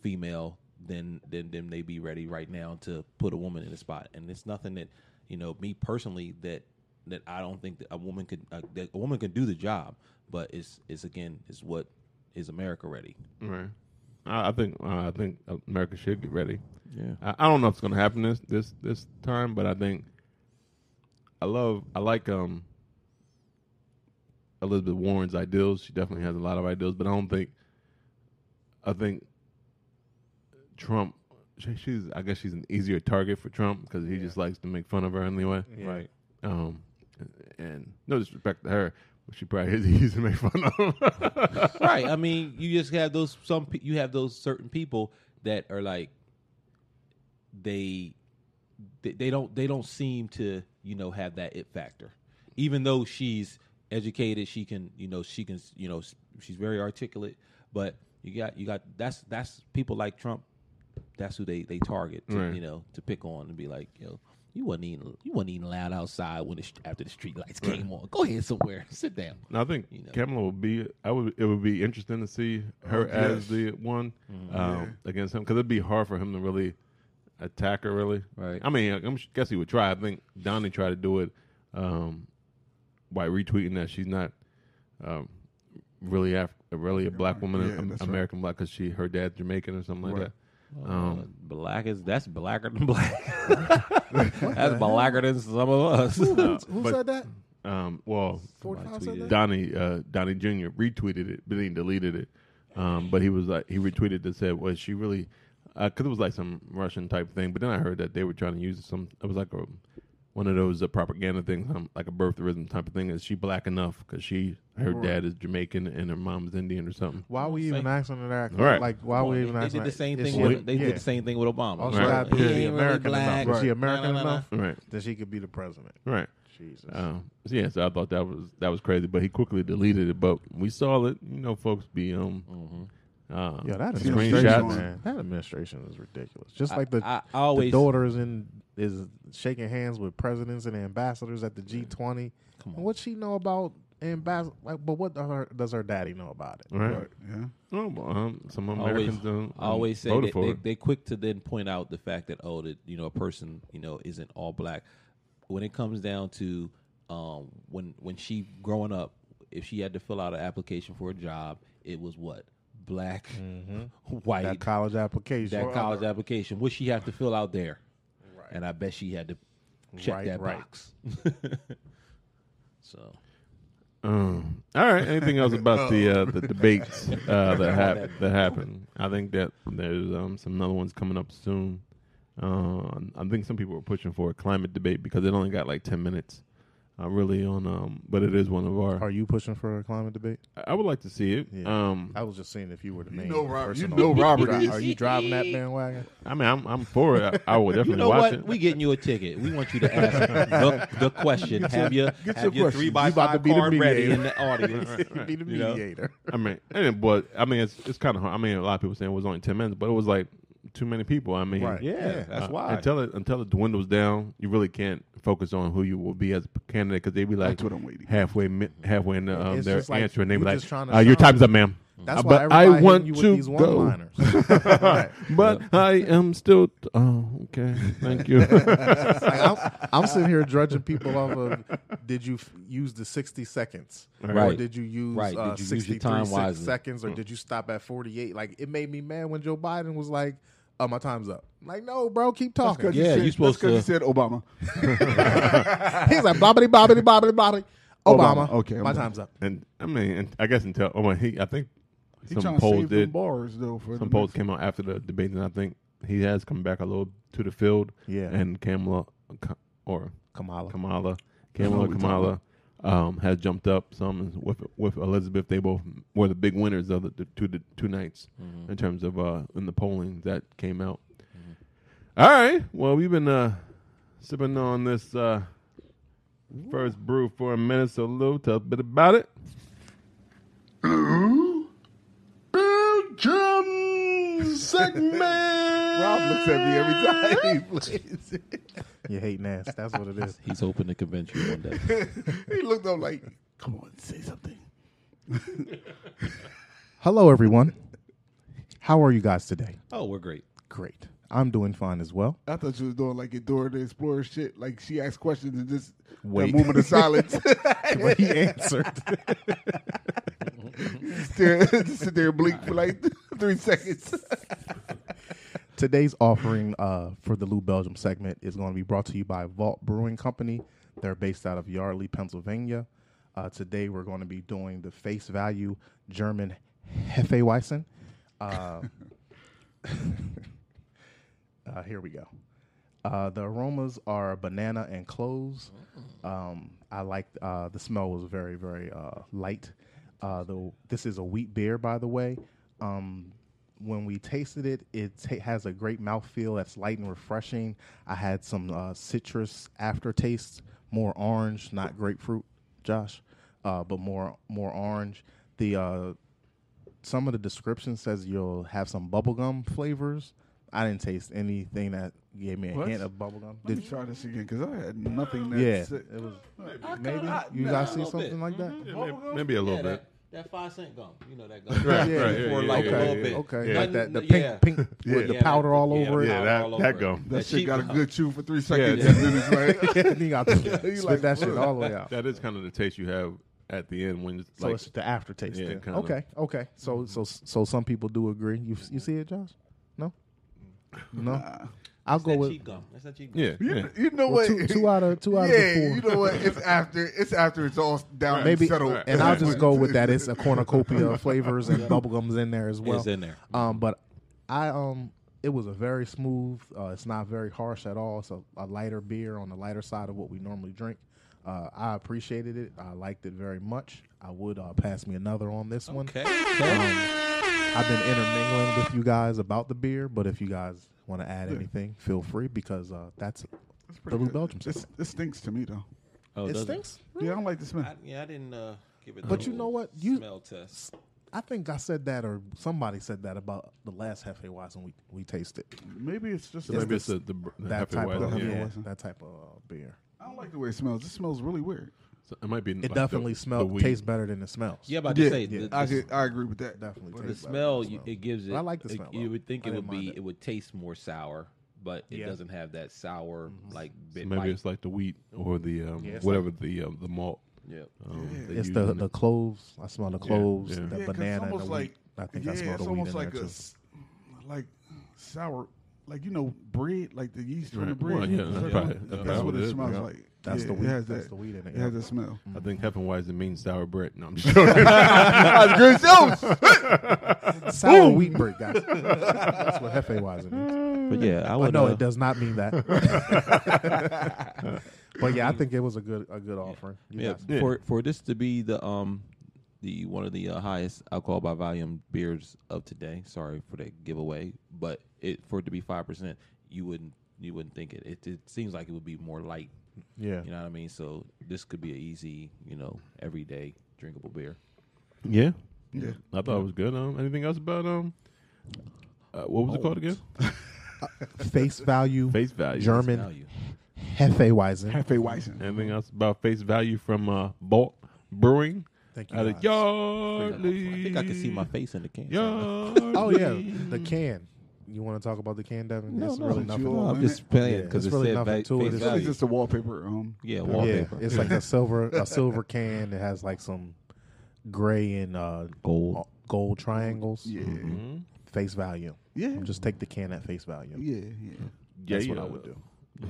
D: female than than than they be ready right now to put a woman in the spot and it's nothing that you know me personally that that I don't think that a woman could uh, that a woman can do the job, but it's it's again is what is America ready?
G: Right. I, I think uh, I think America should get ready.
D: Yeah.
G: I, I don't know if it's going to happen this this this time, but I think I love I like um Elizabeth Warren's ideals. She definitely has a lot of ideals, but I don't think I think Trump. She, she's I guess she's an easier target for Trump because he just likes to make fun of her anyway.
D: Right.
G: Um, and no disrespect to her, but she probably is [laughs] easy to make fun of. [laughs]
D: right. I mean, you just have those some pe- you have those certain people that are like they they, they don't they don't seem to you know have that it factor, even though she's educated. She can you know she can you know s- she's very articulate, but you got you got that's that's people like Trump. That's who they they target to,
G: Right.
D: you know to pick on and be like yo. You wasn't even you wasn't even allowed outside when the, sh- after the street lights came on. Go ahead somewhere, [laughs] sit down.
G: No, I think
D: You know. Oh,
G: Kamala would be. I would. It would be interesting to see her as
F: yes.
G: the one
D: Mm-hmm.
G: um, against him because it'd be hard for him to really attack her. Really,
D: Right.
G: I mean, I am guess he would try. I think Donnie tried to do it um, by retweeting that she's not um, really Af- really a black woman,
F: Yeah,
G: an
F: that's right.
G: American black, because she her dad's Jamaican or something like that. Um,
D: Oh, black is that's blacker
C: [laughs]
D: than [laughs] black. that's blacker than some of us.
C: Who
G: but-
C: said that?
G: um, well,
C: Forty-five said that.
G: Donnie uh, Donnie Jr. retweeted it, but he deleted it. Um, but he was like he retweeted that said, "Was she really?" Because it was like some Russian type thing. But then I heard that they were trying to use some. It was like a one of those uh, propaganda things, um, like a birtherism type of thing. Is she black enough? Because she her dad is Jamaican and her mom's Indian or something.
C: Why are we even
D: Same.
C: asking her that?
G: All right.
C: Like, why
D: [laughs]
C: are we even
D: they
C: asking?
D: did the
C: her-
D: same
C: is
D: thing.
C: she-
D: With, they
C: yeah.
D: did the same thing with Obama.
C: Also,
G: Right.
C: gotta be
G: Yeah.
C: American enough. Is she American
D: Nah, nah, nah,
C: enough?
G: Right,
C: Then she could be the president.
G: right.
C: Jesus.
G: Um, so yeah, so I thought that was that was crazy, but he quickly deleted it. But we saw it, you know, folks be um, uh,
C: yeah, that administration,
G: screenshots.
C: man, that administration is ridiculous. Just like the,
D: I- I always-
C: the daughter is in is shaking hands with presidents and ambassadors at the G twenty.
D: Come on.
C: What she know about ambassador? Like, but what does her, does her daddy know about it?
G: Right.
F: Right, yeah.
G: Oh, well, um, some
D: Always,
G: Americans don't um,
D: I always say
G: voted
D: that
G: for
D: they,
G: it.
D: they quick to then point out the fact that oh that you know a person you know isn't all black. When it comes down to um, when when she growing up, if she had to fill out an application for a job, it was what black, [laughs] white,
C: Mm-hmm. That college application.
D: that college application, what she have to fill out there. And I bet she had to check
C: Right,
D: that
C: right.
D: box. so
G: Um, all right. Anything else about the
C: [laughs]
G: uh, the debates
D: [laughs]
G: uh, that hap- that happened? I think that there's um, some other ones coming up soon. Uh, I think some people are pushing for a climate debate because it only got like ten minutes. Uh, really on, um, but it is one of our.
C: Are you pushing for a climate debate?
G: I would like to see it.
C: Yeah.
G: Um,
C: I was just seeing if you were the main.
F: know Rob-
C: person
F: you
C: on
F: know
C: it.
F: Robert
C: Dri-
F: is.
C: Are you driving that bandwagon?
G: I mean, I'm I'm for it. I, I
C: [laughs]
G: would definitely
D: you know
G: watch
D: what?
G: it.
D: We getting you a ticket. We want you to ask the, the question. have your, have
F: your
D: your three
F: questions.
D: by
C: You about to
D: five
C: be the
D: card ready
C: mediator.
D: in the audience.
C: Be the
D: You know?
C: mediator.
G: I mean, and it was. I mean, it's it's kind of hard. I mean, a lot of people saying it was only ten minutes, but it was like too many people. I mean,
F: Right.
C: Yeah,
D: Yeah.
C: that's
G: uh,
C: why.
G: Until it until it dwindles down, you really can't focus on who you will be as a candidate because they be like
F: That's what I'm waiting.
G: halfway mi- halfway in the, um,
C: It's
G: their
C: just like
G: answer, and they be
C: you
G: like,
C: just trying to
G: uh, "Your
C: shine.
G: time's up, ma'am."
C: That's
G: Uh,
C: why
G: but I
C: everybody hitting
G: want
C: you with
G: to
C: these
G: go.
C: one-liners. [laughs]
G: but I am still. Oh, okay.
C: [laughs]
G: Thank you. [laughs]
C: Like, I'm, I'm sitting here drudging people off of did you f- use the 60 seconds or
D: Right.
C: did you use
D: Right.
C: uh,
D: Did you use your
C: 63
D: time
C: sec-
D: wisely?
C: seconds or did you stop at 48 like it made me mad when joe biden was like oh my time's up I'm like no bro keep
F: Oh,
C: talking
D: Yeah, you supposed
F: because you
D: to-
F: said Obama.
C: [laughs] he's like bobbity bobbity bobbity bobbity obama,
F: Obama. Okay, I'm
C: my
F: done.
C: time's up
G: and I mean, and I guess until oh, well, he, I think
F: He
G: some
F: trying to
G: polls
F: save the
G: did.
F: bars though for
G: Some
F: the
G: polls came out after the debate, and I think he has come back a little to the field.
C: Yeah.
G: and Kamala or
C: kamala
G: Kamala, Kamala, Kamala um, has jumped up some with with Elizabeth. They both were the big winners of the, the two the two nights in terms of uh, in the polling that came out. All right, well we've been uh, sipping on this uh, first brew for a minute, so Lou, tell us a bit about it.
F: Mm, [laughs] Rob looks at me every time. he plays it.
C: you hating ass that's what it is
D: He's hoping to convince you one day.
F: [laughs] he looked up like, "Come on, say something."
C: hello everyone how are you guys today
D: [laughs] oh, we're great.
C: great i'm doing fine as well [laughs]
F: I thought she was doing like Dora the Explorer shit. Like she asked questions and just
C: Wait.
F: that moment of [laughs] silence.
C: But he answered
F: Stare- [laughs] just sit there and blink for like [laughs] three seconds.
C: [laughs] Today's offering uh, for the Lou Belgium segment is going to be brought to you by Vault Brewing Company. They're based out of Yardley, Pennsylvania. Uh, today we're going to be doing the face value German Hefeweizen. Uh, [laughs] uh, here we go. Uh, the aromas are banana and cloves. Um, I like uh, the smell was very very uh, light. Uh, the, this is a wheat beer, by the way. Um, when we tasted it, it ta- has a great mouthfeel that's light and refreshing. I had some uh, citrus aftertaste, more orange, not grapefruit, Josh, uh, but more more orange. The uh, some of the description says you'll have some bubblegum flavors. I didn't taste anything that gave me a
F: What?
C: hint of bubblegum.
F: Let me try this again because I had nothing. That
C: Yeah,
F: said-
C: it was maybe you guys see something like that.
G: Maybe a little bit.
D: that, that five cent gum. You know that gum.
G: Right,
C: Yeah,
G: right,
C: you
G: yeah,
D: pour
G: yeah,
D: like
G: yeah,
D: a
G: yeah,
D: little
G: yeah.
D: bit.
C: Okay,
D: Yeah.
C: like that the
D: Yeah.
C: pink pink
F: Yeah.
C: with the
D: Yeah,
C: powder
D: that-
C: all
D: yeah,
C: over [laughs]
D: the
G: Yeah,
C: it.
D: powder
G: that-
D: all
G: that
D: over it.
G: gum.
F: that shit
D: cheap
F: got a
D: gum.
F: good chew for three seconds.
G: yeah.
F: And then it's
C: [laughs]
F: like,
C: Yeah, you got to spit
F: like,
C: that shit all the way
G: [laughs]
C: out.
G: That is kind of the taste you have at the end when it's
C: So
G: like
C: it's the aftertaste.
G: Yeah,
C: then.
G: kinda.
C: Okay, okay. So so so some people do agree. You you see it, Josh? No, no. I'll go
D: That
C: with
D: cheap gum. That's that cheap gum.
G: yeah,
F: you,
G: yeah.
F: you know
C: well,
F: what?
C: two, two out of two out
F: yeah,
C: of the four.
F: you know what? It's after. It's after it's all down and
C: Maybe,
F: settled.
C: and I'll just go with that.
F: [laughs]
C: It's a cornucopia of flavors and bubblegums in there as well.
D: It's in there.
C: Um, but I um, it was a very smooth. Uh, it's not very harsh at all. It's a, a lighter beer on the lighter side of what we normally drink. Uh, I appreciated it. I liked it very much. I would uh, pass me another on this one.
D: Okay.
C: I've been intermingling with you guys about the beer, but if you guys want to add anything, feel free because uh, that's the Blue Belgium.
F: This,
C: system.
F: this stinks to me though.
D: Oh,
C: It
D: does
C: stinks.
F: Yeah, I don't like the smell.
D: I, yeah, I didn't uh, give it.
C: But
D: the
C: you know
D: whole
C: what? You-
D: smell test.
C: I think I said that, or somebody said that about the last Hefe Watson we we tasted.
F: Maybe it's just.
C: It's
G: Maybe
C: the-
G: it's the, the, the
C: That
G: happy
C: type,
G: wife,
C: of,
G: yeah.
C: yeah,
F: Weizen.
C: that type of uh, beer.
F: I don't like the way it smells. It smells really weird.
G: So it might be.
C: It definitely smells tastes better than it smells.
D: Yeah, but I
F: Yeah,
D: say
F: yeah.
D: the,
F: I,
D: the,
F: could, I agree with that.
C: definitely.
D: the
C: tastes better than
D: smell
C: it
D: you,
C: smells.
D: it gives it.
C: But I like the smell.
D: It, you
C: though.
D: would think
C: I
D: it
C: didn't
D: would
C: mind
D: be
C: it.
D: it. would taste more sour, but it
C: Yeah. Mm-hmm.
D: doesn't have that sour like bit
G: maybe
D: bite.
G: it's like the wheat or the um,
C: Yeah, it's
G: whatever the um, the malt.
D: yeah.
G: Um, they
C: It's
G: use
C: the
G: in
C: the
G: it.
C: cloves. I smell the cloves,
G: yeah.
C: the
F: Yeah, 'cause
C: banana, and the wheat. I think
F: yeah,
C: I smell
F: it's
C: the wheat
F: almost
C: in
F: like
C: there
F: a
C: too.
F: s- like sour, like you know, bread, like the yeast from the
G: Right.
F: bread.
G: Well, yeah, that's
F: That's what-
G: probably- that's
F: that's
G: probably
F: what
G: what it
F: it
G: is,
F: smells
G: yeah.
F: like.
C: That's
F: Yeah,
C: the
F: it
C: wheat-
F: has
C: that's
F: that-
C: the wheat in it,
F: It
C: yeah.
F: has that smell.
G: I think Heffenweizen means sour bread. No, I'm just [laughs] joking.
C: Sour wheat bread, guys.
F: [laughs]
C: That's what Hefe Weizen means.
D: [laughs] But yeah, I
C: Oh,
D: would.
C: no,
D: uh,
C: it does not mean that. [laughs] but yeah, I think it was a good a good offering. You
D: Yeah,
C: guys-
D: for for this to be the um the one of the uh, highest alcohol by volume beers of today. Sorry for that giveaway, but it for it to be five percent, you wouldn't you wouldn't think it. it. It seems like it would be more light.
C: yeah.
D: You know what I mean? So this could be an easy, you know, everyday drinkable beer.
G: yeah,
F: Yeah.
G: I thought it was good. Um, anything else about um Uh, what was it called again?
C: Face value,
G: Face value.
C: German
D: value.
C: Hefeweizen.
F: Cafe Weissen.
G: Anything else about face value from uh, Bolt Brewing?
C: Thank you.
G: Out of
C: guys.
D: I
G: Yardley.
D: think I can see my face in the can.
G: Yardley.
C: [laughs] Oh yeah, the can. You want to talk about the can, Devin?
D: No,
C: it's
D: no,
C: really
F: it's
C: nothing.
F: your-
D: No, I'm just playing
C: Yeah,
D: because
C: it's
D: it
C: really
D: said
C: nothing
D: va-
C: to it.
D: face
C: It's
F: It's really
D: value.
F: just a wallpaper. Um,
D: Yeah,
C: Yeah,
D: wallpaper.
C: it's like a silver a silver can that has like some gray and uh,
D: Gold.
C: gold triangles.
F: yeah,
C: Face value.
F: Yeah.
C: Just take the can at face value.
F: yeah, yeah.
G: Yeah,
C: That's
G: yeah.
C: what I would do.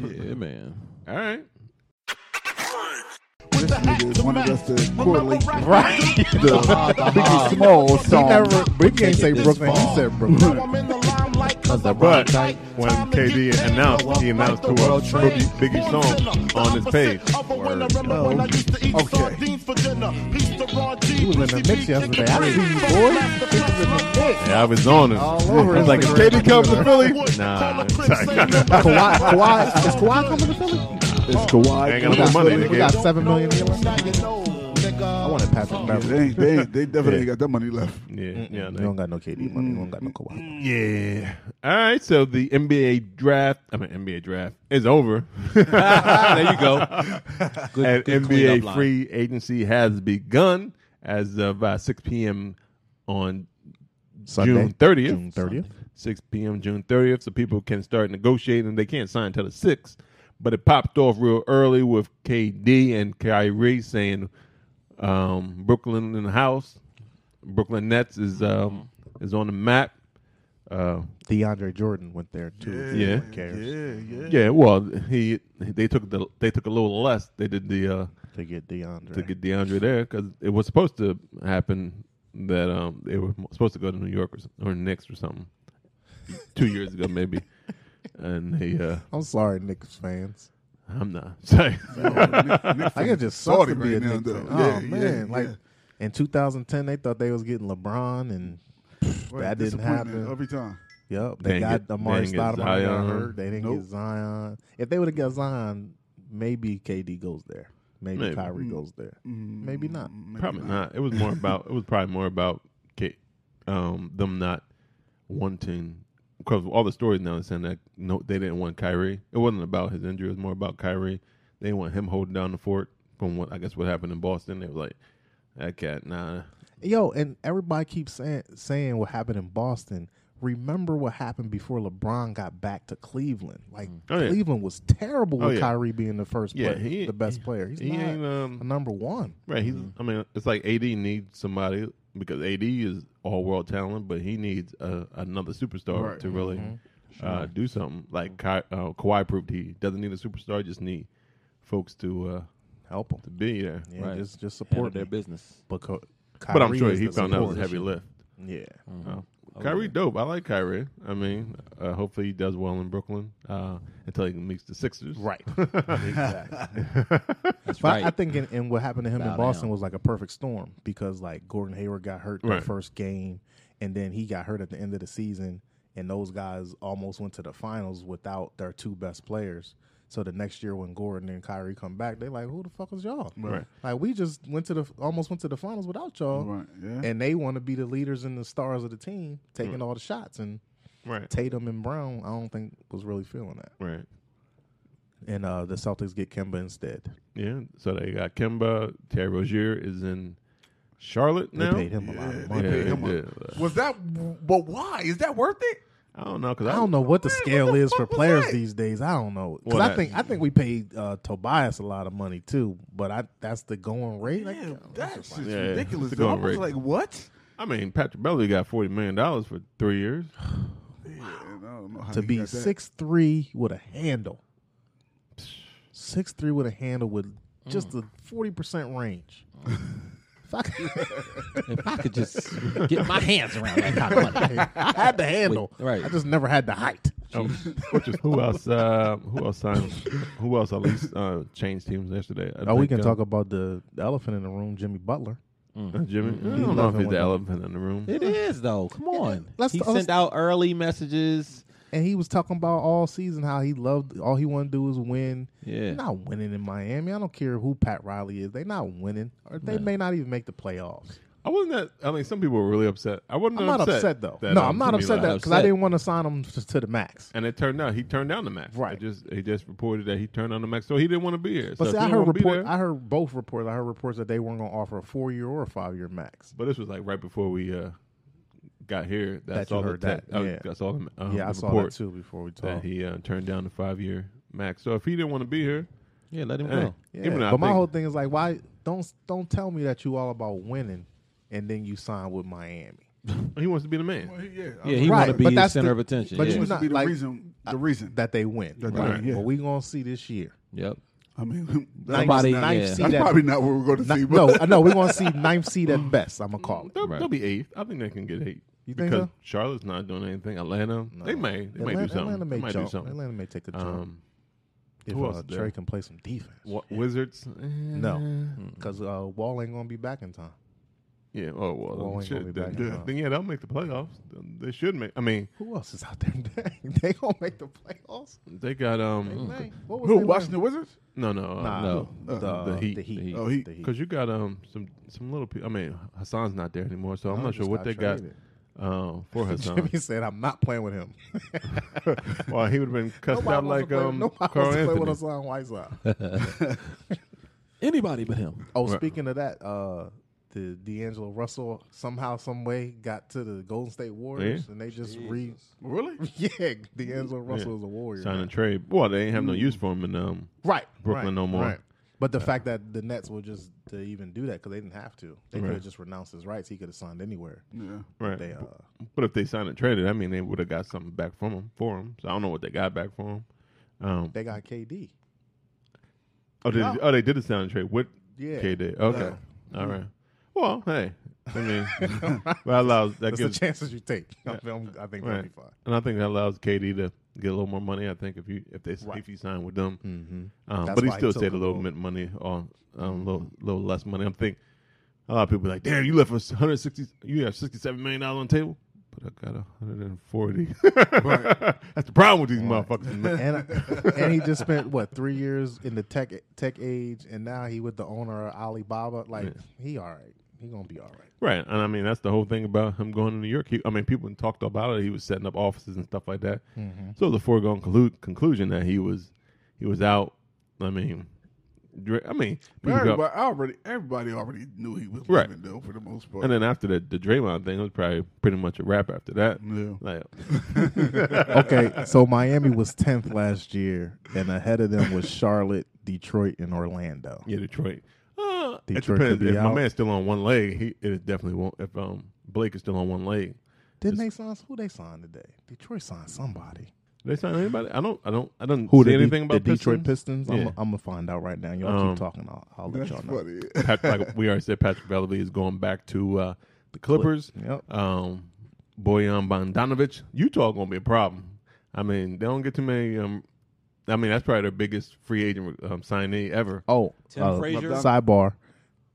D: Yeah, man.
C: [laughs]
G: All right.
F: This nigga wanted us to
C: [laughs]
F: correlate
C: Right.
F: the Biggie Small song.
C: he can't say Brooklyn. He said Brooklyn.
G: But when KD announced, he announced two of Boogie, Biggie songs on his page.
F: okay.
C: He was in the mix yesterday. I see you, boy.
G: Yeah, I was on it.
C: All over
G: I was like, if
C: Instagram.
G: KD comes to Philly, [laughs] nah,
C: Kawhi, Kawhi, is Kawhi coming to Philly?
F: It's Kawhi.
G: I ain't got no more money.
C: We got
G: Nigga.
C: seven million. I wanted Patrick
F: Yeah,
C: Beverly.
F: they, ain't- they, ain't- they definitely
G: Yeah.
F: got that
C: [laughs]
F: money left.
G: Yeah, yeah,
C: We
G: nigga.
C: don't got no KD money. We don't got no Kawhi.
G: Yeah. All right. So the NBA draft, I mean NBA draft is over. [laughs] there you go. and
D: good cleanup
G: NBA
D: line.
G: free agency has begun as of uh, 6 p.m. on June 30th.
C: June 30th.
G: 6 p.m. June 30th, so people can start negotiating. They can't sign until the 6th, but it popped off real early with KD and Kyrie saying um, Brooklyn in the house. Brooklyn Nets is um, is on the map. Uh,
C: DeAndre Jordan went there too.
G: Yeah.
C: Who cares?
F: yeah.
G: yeah, well, he they took the they took a little less. They did the uh,
C: To get DeAndre.
G: to get DeAndre there because it was supposed to happen that um, they were supposed to go to New York or, s- or Knicks or something two years ago maybe, and he. Uh,
C: I'm sorry, Knicks
G: [laughs]
C: fans.
G: I'm not. Sorry.
C: I guess just sucks
F: salty
C: to be a
F: right now,
C: Knicks
F: though.
C: fan.
F: Yeah,
C: Oh
F: yeah,
C: man, like
F: yeah.
C: in 2010, they thought they was getting LeBron, and that didn't
F: Disappointment
C: happen.
F: Every time.
C: Yep, they
G: They didn't
C: got
G: get-
C: Amari
G: they didn't get
C: Stoudemire got
G: Zion.
C: hurt. They didn't
F: Nope.
C: get Zion. If they would have got Zion, maybe KD goes there. Maybe,
G: Maybe. Mm.
C: Kyrie goes there. Mm,
F: Mm,
C: Maybe not.
G: probably not. It was more about. It was probably more about K, um, them not wanting because all the stories now are saying that no, they didn't want Kyrie. It wasn't about his injury. It was more about Kyrie. They didn't want him holding down the fort. From what I guess what happened in Boston, they were like, "That cat, nah."
C: Yo, and everybody keeps saying saying what happened in Boston. Remember what happened before LeBron got back to Cleveland? Like
G: Oh, yeah.
C: Cleveland was terrible
G: Oh,
C: with
G: yeah.
C: Kyrie being the first
G: Yeah,
C: player,
G: he-
C: the best player. He's
G: he
C: not
G: ain't, um,
C: a number one.
G: Right? He's.
C: Mm-hmm.
G: I mean, it's like AD needs somebody because AD is all world talent, but he needs a, another superstar
F: Right.
G: to really uh, do something. Like Ka- uh, Kawhi proved, he doesn't need a superstar; just need folks to uh,
C: Help him.
G: to be there.
C: Yeah,
D: Right.
C: just just
D: Handle
C: support
D: their
C: their business.
D: business.
C: But, Ka-
G: But I'm
C: Kyrie
G: sure
C: is
G: he
C: the
G: found that was a
C: support. Mm-hmm.
G: heavy lift.
C: Yeah,
G: Oh. Kyrie,
D: yeah.
G: dope. I like Kyrie. I mean, uh, hopefully he does well in Brooklyn uh, until he meets the Sixers.
C: right.
G: [laughs]
C: exactly.
D: That's
C: But
D: right.
C: I think in, in what happened to him
D: Bow
C: in Boston
D: down.
C: was like a perfect storm because like Gordon Hayward got hurt in
G: Right.
C: the first game, and then he got hurt at the end of the season, and those guys almost went to the finals without their two best players. So the next year when Gordon and Kyrie come back, they like, who the fuck is y'all?
G: Right.
C: Like we just went to the almost went to the finals without y'all,
F: Right, yeah.
C: Oh. and they want to be the leaders and the stars of the team, taking all the shots. And
G: Right.
C: Tatum and Brown, I don't think was really feeling that.
G: Right.
C: And uh, the Celtics get Kemba instead.
G: Yeah. So they got Kimba. Terry Rozier is in Charlotte
C: They
G: now.
C: paid him a lot of money.
G: Yeah,
F: Hey, come on.
G: yeah.
F: Was that? But why is that worth it?
G: I don't know because
C: I don't know what the
F: What the
C: scale is
F: fuck
C: for
F: was
C: players
F: that?
C: these days. I don't know. 'Cause
G: Well,
C: I
G: that-
C: think I think we paid uh, Tobias a lot of money too, but I that's the going rate. Like,
F: Damn, that's just
G: Yeah,
F: ridiculous.
G: it's a going
F: I was
G: rate.
F: like, what?
G: I mean, Patrick Beverly got forty million dollars for
C: [sighs]
G: three years.
C: to be six three with a handle, six three with a handle with just
F: Mm.
C: the forty percent
F: [laughs]
C: range. if I, could,
D: if I could just get my hands around that kind of money.
C: I had the handle,
D: right.
C: I just never had the height.
G: Um, which is- who else? Uh, who else signed? Who else at least uh, changed teams yesterday? I
C: Oh, we can
G: think,
C: talk about the, the elephant in the room, Jimmy Butler.
G: uh, Jimmy. I
C: Mm-hmm. He's
G: don't know if
C: loving
G: he's
C: with
G: the
C: him.
G: elephant in the room.
D: It is though. Come on.
C: Let's-
D: he
C: let's-
D: sent out early messages.
C: And he was talking about all season how he loved all he wanted to do was win.
D: Yeah.
C: They're not winning in Miami. I don't care who Pat Riley is. They're not winning. Or they may not even make the playoffs.
G: I wasn't that. I mean, some people were really upset. I wasn't.
C: I'm not upset, though. No, I'm not upset that because I
D: upset.
C: didn't want to sign him to, to the max.
G: And it turned out he turned down the max.
C: Right.
G: It just he just reported that he turned down the max, so he didn't want to be here.
C: But
G: so
C: see,
G: if
C: I
G: he
C: heard
G: won't be
C: report.
G: there-
C: I heard both reports. I heard reports that they weren't going to offer a four year or a five year max.
G: but this was like right before we uh, got here. That's
C: That you
G: all the
C: heard that,
G: te- uh,
C: yeah.
G: That's all the, um,
C: yeah, I
G: the
C: saw
G: report
C: that too Oh. before we
G: that
C: talked.
G: he uh, turned down the five year max. So if he didn't want to be here,
D: Yeah, let him
G: hey,
D: go.
C: Oh, Yeah,
G: even though I
C: but my
G: think-
C: whole thing is like, why don't don't tell me that you all about winning, and then you sign with Miami.
G: he wants to be the man.
F: Well, yeah,
D: Yeah, he
C: Right,
D: want to be
C: but
D: the
C: that's
D: center
C: the-
D: of attention.
C: but
D: yeah.
F: He
C: you
F: wants to
C: not
F: be the
C: like-
F: reason. The reason.
C: That they win.
F: That they
C: Right.
F: win, yeah.
C: But we gonna see this year.
D: yep.
F: I mean, [laughs] that's,
D: Nobody-
C: Ninth- ninth
D: yeah.
C: seed
F: that's
C: at-
F: probably not what we're going to
C: Ni-
F: see.
C: no,
F: But
C: I know we're gonna see ninth seed at best. I'm gonna call it.
G: They'll,
D: Right.
G: they'll be eighth. I think they can get eighth.
C: You think
G: because
C: so?
G: Charlotte's not doing anything. Atlanta, they may, they may
C: Atlanta-
G: do something.
C: Atlanta may
G: they might
C: jump.
G: do something.
C: Atlanta may take a jump
G: Um,
C: if
G: who else
C: uh,
G: is there?
C: Trey can play some defense.
G: wa- Wizards, eh,
C: No, because uh, Wall ain't gonna be back in time.
G: yeah. Oh well,
C: Wall ain't gonna
G: shit,
C: be
G: then,
C: back
G: then-
C: now.
G: then, yeah, they'll make the playoffs. Then They should make. I mean,
C: Who else is out there? [laughs] they gonna make the playoffs.
G: they got um.
C: Dang, What was
F: who?
C: they
F: Washington Wizards?
G: No, no, uh,
C: Nah,
D: No.
C: The,
G: The Heat.
C: The Heat.
D: The Heat.
F: Oh, he-
C: The Heat.
G: Because you got um some some little people. I mean, Hassan's not there anymore, so I'm
C: No,
G: not
C: he
G: sure
C: just
G: what
C: got
G: they got
C: traded.
G: um, for
C: [laughs]
G: Hassan.
C: Jimmy said, "I'm not playing with him."
G: well, he would have been cussed
C: wants
G: out
C: to
G: like
C: play-
G: um
C: nobody
G: Carl
C: wants to play with
G: Anthony.
C: us on Whiteside.
D: Anybody but him.
C: oh,
G: Right.
C: speaking of that, uh, the D'Angelo Russell somehow, some way, got to the Golden State Warriors,
G: Yeah.
C: and they just re
F: Really?
C: [laughs] yeah, D'Angelo Russell is a Warrior,
G: Sign
C: man.
G: and trade. Well, they ain't have no
C: Hmm.
G: use for him in um
C: right?
G: Brooklyn
C: right,
G: no more.
C: Right. But the fact that the Nets will just to even do that because they didn't have to, they could
G: Right.
C: have just renounced his rights. He could have signed anywhere.
F: [laughs] Yeah.
G: right.
C: They uh,
G: But if they signed and traded, I mean, they would have got something back from him for him. So I don't know what they got back from him. Um,
C: they got KD.
G: oh, they, oh, they did a sign and trade with
C: Yeah. Hmm.
G: KD. Okay, all right. Well, hey, I mean,
C: [laughs]
G: that allows that
C: That's
G: gives,
C: the [laughs] chances you take. I'm- i think that'll be
G: right.
C: fine.
G: and I think that allows KD to get a little more money. I think if you if they
C: Right.
G: if you sign with them,
C: Mm-hmm.
G: um,
C: That's
G: but he
C: why he
G: still
C: took
G: saved a
C: a
G: little
C: little- Mm-hmm.
G: bit money or a um, little little less money. I'm thinking a lot of people are like, damn, you left us 160. You have 67 million dollars on the table. But I got 140. [laughs] That's the problem with these motherfuckers. man.
C: and and he just spent what three years in the tech tech age, and now he with the owner of Alibaba. Like he all right, he gonna be all right.
G: Right, and I mean that's the whole thing about him going to New York. He, I mean, people talked about it. He was setting up offices and stuff like that.
C: Mm-hmm.
G: So it was a foregone collu- conclusion that he was he was out. I mean, dra- I mean, people go-
F: Everybody already, everybody already knew he was
G: Right.
F: leaving though, for the most part.
G: and then after the the Draymond thing, it was probably pretty much a wrap after that.
C: Mm-hmm.
F: Yeah.
G: Like,
C: [laughs] Okay, so Miami was tenth last year, and ahead of them was Charlotte, Detroit, and Orlando.
G: yeah, Detroit. Uh, it
C: Detroit could
G: depends.
C: be
G: If my
C: out.
G: man's still on one leg, he it definitely won't. If um Blake is still on one leg,
C: Didn't they sign who they signed today? Detroit signed somebody.
G: Did they sign anybody? I don't. I don't. I don't
C: Who
G: see
C: the,
G: anything
C: De-
G: about
C: the Detroit Pistons?
G: Pistons. Yeah.
C: I'm, I'm gonna find out right now. Y'all
G: Um,
C: keep talking. I'll, I'll let
F: That's
C: y'all know.
F: funny.
G: Pat, like we already said, Patrick Beverly is going back to uh, the Clippers.
C: Yep.
G: Um, Boyan Bondanovich, Utah gonna be a problem. I mean, they don't get too many. Um, I mean, that's probably their biggest free agent um, signee ever.
C: Oh,
D: Tim Frazier?
C: Sidebar: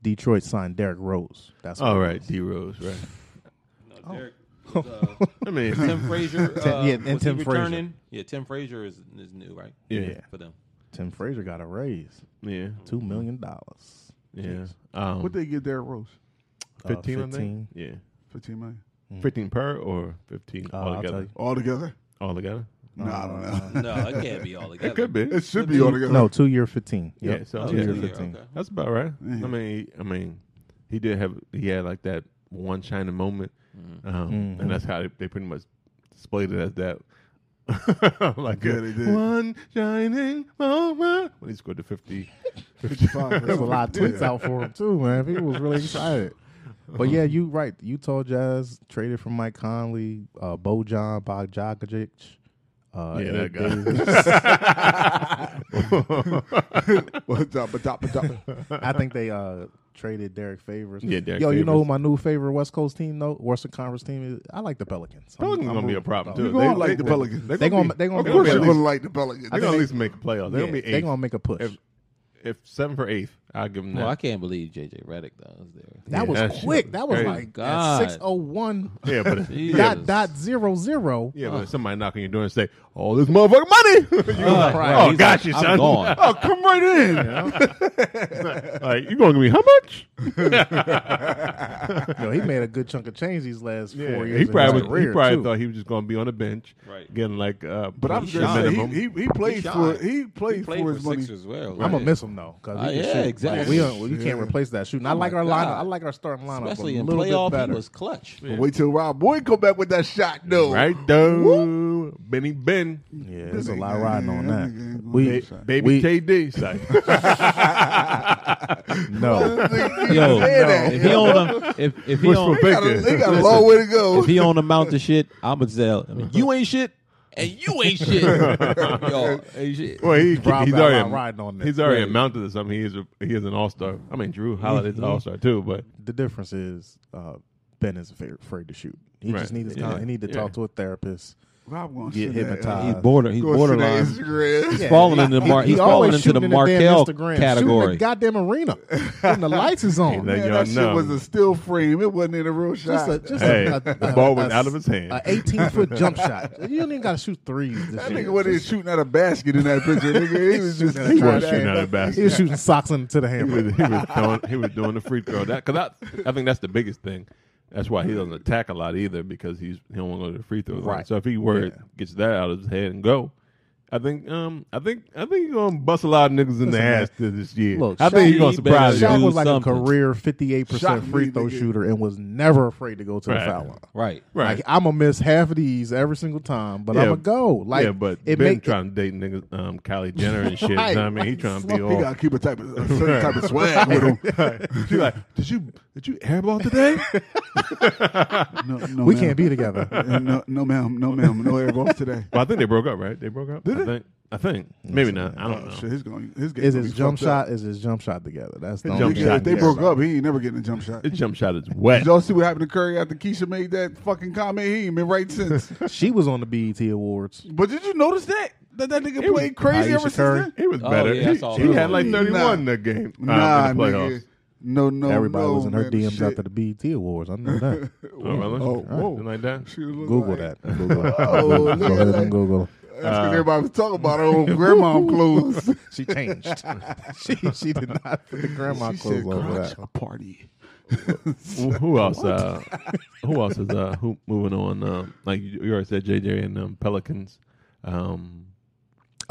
C: Detroit signed Derrick Rose. That's
G: All right, D Rose, right?
D: No, Derek.
C: [laughs]
D: was, uh, [laughs]
G: I mean,
D: Tim Frazier.
C: Oh. Tim-
D: Uh,
C: yeah, and
D: was he
C: Tim Frazier.
D: returning? Yeah, Tim Frazier is, is new, right?
G: yeah,
C: Yeah.
D: For them.
C: Tim Frazier got a raise,
G: yeah,
C: two million dollars.
G: yeah. Um,
F: What they get Derrick Rose?
C: Uh,
G: fifteen, I think. Yeah,
F: Fifteen million
G: fifteen per or fifteen
C: Uh,
G: all
C: I'll tell
G: together.
C: you.
F: all together?
G: All together.
F: No, I
G: Uh,
C: [laughs]
F: don't know.
D: No, it can't be all together.
G: It could be.
F: It should be all together.
C: No, two year fifteen.
G: Yeah,
C: Yep.
G: so
D: Oh,
G: two
D: yeah,
G: year
D: yeah,
C: fifteen.
D: okay.
G: That's about right.
F: Yeah.
G: I mean, I mean, he did have he had like that one shining moment,
F: Mm-hmm.
G: um,
C: Mhm.
G: and that's how they, they pretty much displayed it as that. [laughs] like
F: Yeah,
G: a
F: they did.
G: one shining moment when he scored
F: [laughs]
G: the fifty.
C: [laughs]
F: Fifty-five.
C: There's a lot of tweets out for him too, man. People was [laughs] really excited. But yeah, you right. Utah Jazz traded from Mike Conley, uh, Bojan Bogdanovic. Uh,
G: Yeah,
C: Eric
G: that guy.
C: Davis. [laughs]
F: What's up? What's up? What's up?
C: I think they uh, traded Derek Favors.
G: Yeah, Derek
C: Yo, you know
G: Favors.
C: who my new favorite West Coast team though, Western Conference team is. I like the Pelicans. I'm-
G: Pelicans
C: I'm
G: gonna be a
C: rooting-
G: problem
C: I'm
G: too.
F: gonna like the Pelicans.
G: They're
C: They
G: gonna,
C: gonna-
G: be-
C: they gonna
G: they're
F: Of course,
G: be
F: you're
G: at
F: gonna
G: least-
F: like the Pelicans.
G: they're
C: I
G: gonna at
C: think
G: least make a playoff. They're
C: Yeah,
G: gonna be
C: they
G: eighth.
C: gonna make a push.
G: If- If seven for eighth, I give them that.
D: Well, I can't believe JJ Redick though was there.
C: that
G: Yeah,
C: was
G: that shit
C: quick.
G: was
C: That was
G: crazy.
C: like
D: God.
C: six oh one
G: yeah, but
D: Jesus.
C: dot dot zero zero.
G: yeah, but if somebody knocking your door and say, "Oh, all this motherfucking money. [laughs] You gonna cry.
D: right.
G: Oh,
D: He's
G: got you,
D: like,
G: son.
D: "I'm gone."
G: Oh, come right in. like, you going to give me how much?
C: You know, he made a good chunk of change these last four years.
G: he
C: in his
G: probably, was, he
C: career,
G: probably
C: too.
G: thought he was just going to be on the bench,
B: Right.
G: getting like, uh,
F: But I'm
G: the
F: just saying,
G: minimum.
F: he, he, he plays
B: shot.
F: for he plays
B: He played
F: for
B: for,
F: his money.
B: six as well.
C: I'm
B: right?
C: gonna miss him though. 'cause he
D: Uh,
C: can
D: yeah,
C: shoot. Like,
D: exactly. Oh
C: we don't, you can't replace that shooting. I like
D: my
C: our lineup.
D: God.
C: I like our starting lineup,
D: Especially
C: a
D: in
C: little bit
D: playoff,
C: better.
D: he was clutch.
F: Wait till Rob Boyd come back with that shot, though.
G: right, though. Benny Ben. eh,
C: yeah, there's a
F: Big
C: lot
F: guy,
C: riding on
F: yeah,
C: that.
F: big guy,
C: We,
F: big
G: Baby
C: we, [laughs]
G: KD. Sorry.
C: no,
G: [laughs]
D: Yo,
F: that.
D: if he on a, if if he
G: What's
D: on
G: for
F: They got, a,
G: Baker?
F: they got a long way to go.
D: if he on a mount of shit, I'm a Zell. I mean, you ain't shit, and you ain't shit. Yo, ain't shit.
G: Well, he, he's
C: Rob got a
G: already
C: lot riding on that.
G: He's already amounted to something. He is a, he is an all star. I mean, Drew Holiday's
C: Mm-hmm.
G: an all star too, but
C: the difference is uh, Ben is afraid, afraid to shoot. He
G: Right.
C: just needs
G: Yeah.
C: he need to
G: Yeah.
C: talk to a therapist.
F: Rob gonna
C: Get
F: send that,
C: hypnotized.
D: He's border. He's
F: go send that
D: borderline.
C: [laughs]
F: Instagram.
D: He's falling into the mar-
C: He- he
D: he's
C: always
D: falling into the
C: shooting in damn
D: Markel
C: Instagram, shooting
D: category.
C: the goddamn arena, and the lights is on.
G: [laughs] Hey,
F: Man,
G: y'all
F: that shit
G: know.
F: was a still frame. It wasn't in a real
C: Just
F: shot.
C: a, just
G: Hey,
C: a, a,
G: the
C: a-
G: ball was
C: a-
G: out of his hand.
C: A 18
G: [laughs]
C: foot jump shot. You don't even got to shoot threes. This
F: that
C: year.
F: nigga wasn't even shooting at a basket in that picture. Nigga, he was
C: [laughs]
F: just
C: He
G: he
C: Right.
G: was shooting out of the
C: He was
G: basket.
C: shooting socks into the
G: He
C: hammer.
G: was, he was throwing, he was doing the free throw. That because I, I think that's the biggest thing. That's why he doesn't attack a lot either because he's he don't want to go to the free throw line.
C: Right.
G: So if he were gets that out of his head and go, I think um I think I think he's gonna bust a lot of niggas in the
C: man.
G: ass this- this year.
C: Look,
G: I think he's
C: Shaq-
G: gonna
D: he better
G: surprise
D: do
C: Shaq
G: you.
C: was like
D: something.
C: a career 58%
F: Shot
C: free
F: me,
C: throw
F: nigga.
C: shooter and was never afraid to go to the
G: Right.
C: foul line.
D: Right.
G: Right.
C: Like, I'm going to miss half of these every single time, but
G: Yeah.
C: I'm going to go. Like,
G: yeah, but
C: it
G: Ben
C: make-
G: trying to date niggas, um, Kylie Jenner and shit. you know what I mean, he
C: right.
G: trying to be
F: He
G: all.
F: gotta keep a type of a certain type
C: [laughs]
F: of swag with him.
G: [laughs] She like, did you did you
C: [laughs]
G: airball today?
F: No, no,
C: we
F: ma'am.
C: can't be
G: [laughs]
C: together.
F: Uh, [laughs] no, no, ma'am. No, ma'am. No airballs today.
G: Well, I think they broke up, right? They broke up. Did I think. I think. Maybe not. I don't
F: Oh,
G: know.
F: shit, his going. His game
C: Is
F: gonna
C: his
F: be
C: jump
F: fucked up.
C: shot? Is his jump shot together? That's the
G: His
C: only
G: jump shot
F: If they
G: together.
F: broke up, he ain't never getting a jump shot.
G: His
F: Did
G: jump shot is wet.
F: y'all see what happened to Curry after Keisha made that fucking comment? He ain't been right
G: [laughs]
F: since.
C: She was on the BET Awards.
F: but did you notice that that that nigga
G: It was
F: played crazy
C: Aisha
F: ever since
C: Curry.
F: then?
G: He was
D: Oh,
G: better.
D: yeah, I
G: he,
D: saw
G: he
D: that.
G: had like
F: Nah.
G: 31 in the game. um,
F: Nah,
G: in the playoffs.
F: nigga. No, no.
C: Everybody
F: no,
C: was in her
F: man,
C: DMs
F: shit.
C: after the BET Awards. I know
F: [laughs]
C: that.
G: Oh, really?
F: Oh, whoa.
G: Something like
F: [laughs]
G: that.
F: She looked
C: Google
F: like-
C: that. Google it.
F: Oh,
C: Go ahead
F: look
C: and
F: at [laughs]
C: Google.
F: That's
G: Uh,
F: because everybody was talking about her own
G: [laughs]
F: grandma clothes.
C: She
F: [laughs]
C: changed. she she did not put the grandma
F: she
C: clothes
F: said,
C: over
F: "Crotch
C: that.
F: a party."
G: Who- Who else? Uh, who else is uh, who moving on? Uh, like you you already said, JJ and um, Pelicans. Um,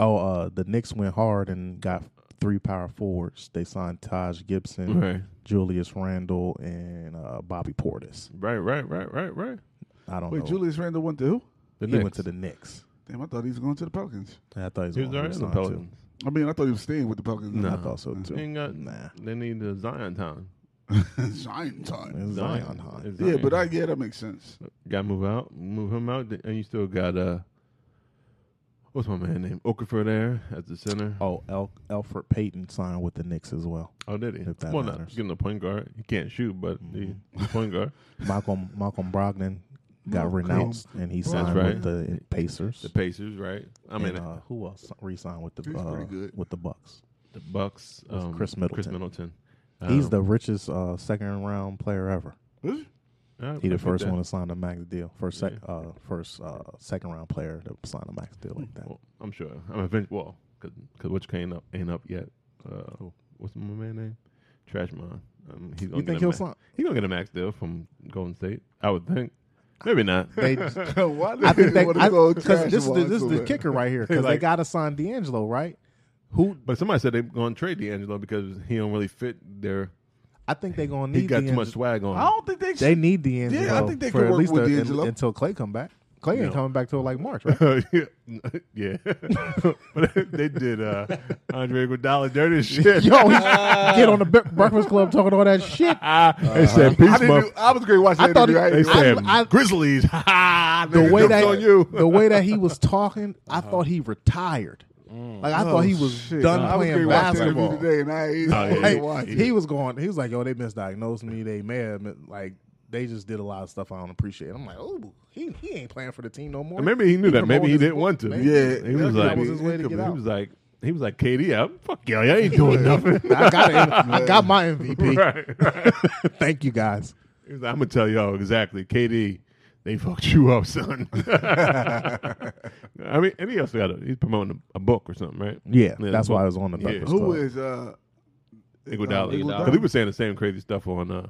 C: Oh, uh, the Knicks went hard and got three power forwards. They signed Taj Gibson,
G: right,
C: Julius Randle, and uh, Bobby Portis.
G: right, right, right, right, right.
C: I don't
F: Wait,
C: know.
F: Julius Randle went to who?
G: The
C: he
G: Knicks.
C: went to the Knicks.
F: Damn, I thought he was going to the Pelicans.
C: And I thought he was,
G: He was
C: gonna
G: already in the
C: resign, too.
G: Pelicans.
F: I mean, I thought he was staying with the Pelicans.
G: No.
C: I thought
F: [laughs]
C: so
G: They
C: too.
G: ain't got.
C: Nah.
G: They need the Zion time.
F: Zion time.
C: It's Zion, huh?
G: It's
F: Yeah,
G: Zion.
F: but I yeah, that makes sense.
G: Got to move out, move him out, and you still got uh, what's my man name? Okafor there at the center. Oh,
C: Oh, El- Alfred Payton signed with the Knicks as well.
G: did he?
C: if that
G: well, not
C: matters. Mm-hmm.
G: getting a point guard. He can't shoot, but he- he's a point guard.
C: Malcolm Malcolm Brogdon got renounced, and he signed
G: right.
C: with the Pacers. [laughs]
G: The Pacers, right? I mean,
C: and, uh, who else re-signed with
F: He's
C: the
F: pretty
C: uh,
F: good.
C: with the Bucks?
G: the Bucks.
C: was
G: Um,
C: Chris Middleton.
G: Chris Middleton.
C: He's
G: Um,
C: the richest uh, second round player ever.
G: I-
C: He
G: I
C: the
G: think
C: first
G: that-
C: one to sign a max deal. First sec- uh, first uh, second round player to sign a max deal like that.
G: Well, I'm sure. I'm eventually. Well, because which came up ain't up yet. Uh, what's my man name? Trashmon. Um, he's gonna
C: you
G: get
C: think
G: a
C: he'll
G: max-
C: sign?
G: He gonna get a max deal from Golden State. I would think. Maybe not.
C: They,
F: Why
C: I think they
F: wanna go
C: because
F: trash
C: this is the,
F: Juan
C: this
F: so
C: is the
F: bad?
C: kicker right here because they
G: like-
C: got to sign D'Angelo right. Who
G: But somebody said they're going to trade D'Angelo because he don't really fit their.
C: I think they're gonna need.
G: He got too
C: D'Angelo- Oh.
G: much swag on.
F: I
G: him.
F: don't think they.
C: They need D'Angelo.
F: Yeah, I think they
C: for
F: could
C: at
F: work
C: least
F: with
C: the-
F: D'Angelo.
C: until Clay come back. Clay ain't
G: No.
C: coming back till like March, right?
G: [laughs] yeah, [laughs] but they did uh, Andre Iguodala dirty as
C: [laughs]
G: shit.
C: Yo, he get on the Bre- Breakfast Club talking all that shit.
G: Uh-huh. They said peace,
F: I, didn't do,
G: mother-
F: I was great watching
C: I
F: that
C: thought
F: interview. I
G: They
F: didn't do-
G: said
C: I- [laughs]
G: Grizzlies. [laughs] Ha ha.
C: The way that
G: on you.
C: [laughs] the way that he was talking, I thought he retired. Like I thought he was
F: Shit,
C: done
F: I was
C: playing
F: great watching that
C: basketball.
F: interview today, and I ain't
G: Oh, yeah,
F: I
C: Hey,
F: ain't watching.
C: he was going. He was like, "Yo, they misdiagnosed me. They may have been- like they just did a lot of stuff I don't appreciate." I'm like, "Oh, he he ain't playing for the team no more."
G: And maybe he knew that. Maybe
C: promoted
G: he
C: his
G: didn't
C: book,
G: want to.
C: man.
F: Yeah,
G: he was
C: that
G: like,
C: was his way to
G: he
C: get out.
G: was like, he was like, KD, out. fuck y'all, y'all ain't doing nothing.
C: [laughs] [laughs] I got
G: [laughs]
C: it. I got my MVP.
G: right.
C: [laughs] Thank you guys.
G: He was like, I'm gonna tell y'all exactly, KD. they fucked you up, son. [laughs] I mean, and he also got a, he's promoting a, a book or something, right?
C: Yeah,
G: Yeah,
C: that's
G: well,
C: why I was on the
G: yeah.
C: Breakfast
F: Who
C: Club.
F: is uh?
C: Uh,
G: Iguodala.
D: Iguodala.
G: Because he was saying the same crazy stuff on uh,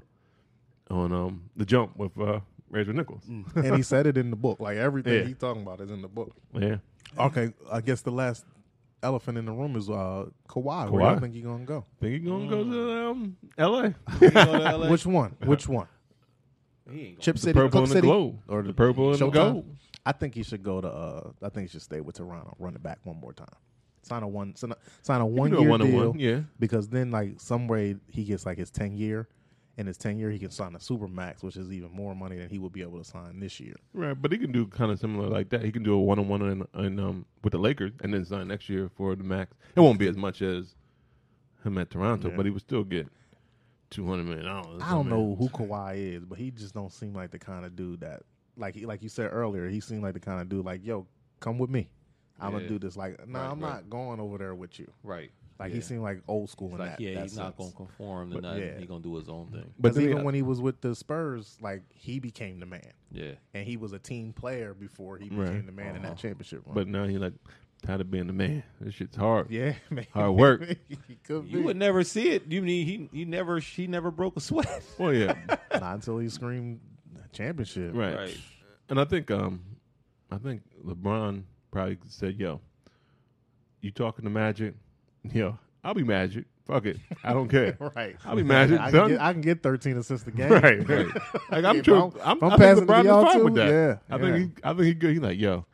G: on um the jump with uh, Rachel Nichols.
C: and he said it in the book. Like everything
G: [laughs] Yeah.
C: he's talking about is in the book.
G: Yeah,
C: Okay, I guess the last elephant in the room is uh, Kawhi. Where
G: Kawhi?
C: do you think he's gonna go?
G: think he gonna go
C: Mm.
G: to um L.A.
C: Which one? Which one?
D: He ain't
C: Chip City,
G: purple
C: Cook
G: and the
C: City,
G: gold.
C: or the,
G: The purple and the
C: Showtime?
G: gold.
C: I think he should go to. Uh, I think he should stay with Toronto. Run it back one more time. Sign a one. Sign a, sign a one
G: do a
C: year deal.
G: one-on-one, yeah.
C: Because then, like some way, he gets like his ten year. In his ten year, he can sign a super max, which is even more money than he would be able to sign this year.
G: Right, but he can do kind of similar like that. He can do a one on one and and um with the Lakers, and then sign next year for the max. It won't be as much as him at Toronto, but he would still get two hundred million dollars.
C: I don't know who Kawhi is, but he just don't seem like the kind of dude that like he like you said earlier, he seemed like the kind of dude like, yo, come with me. I'm gonna
D: Yeah.
C: do this. Like, no,
D: Right,
C: I'm
D: right.
C: not going over there with you.
D: right.
C: Like
D: yeah.
C: he seemed like old school
D: It's
C: in
D: like,
C: that.
D: yeah,
C: that
D: he's not gonna
C: sense.
D: conform to
C: But,
D: nothing.
C: yeah.
D: He gonna do his own thing.
G: But
C: 'Cause
G: then
C: even
G: he-
C: when he was with the Spurs, like he became the man,
D: Yeah,
C: and he was a team player before he became
G: Right.
C: the man in
D: Uh-huh.
C: that championship run.
G: But now he's like tired of being the man. This shit's
C: [laughs]
G: hard.
C: yeah, man,
G: Hard work.
C: [laughs] he could
D: you
C: be.
D: would never see it. You mean he? He never. She never broke a sweat.
C: [laughs]
G: Well, yeah,
C: not until he screamed championship.
G: right.
D: Right.
G: And I think um, I think LeBron probably said, "Yo, you talking to Magic? [laughs] Yo, I'll be Magic. Fuck it, I don't care.
C: [laughs] [laughs] right.
G: I'll be Magic,
C: I can,
G: son.
C: get, I can get 13 assists
D: [laughs]
C: a game.
G: Right, right. Like I'm
C: If
G: true.
C: I'm-
G: I'm,
C: if I'm
G: I
C: passing
G: think
C: to
G: LeBron
C: y'all
G: is fine
C: too,
G: with that.
C: yeah,
G: I think
C: yeah.
G: he, I think he good. He's like, yo,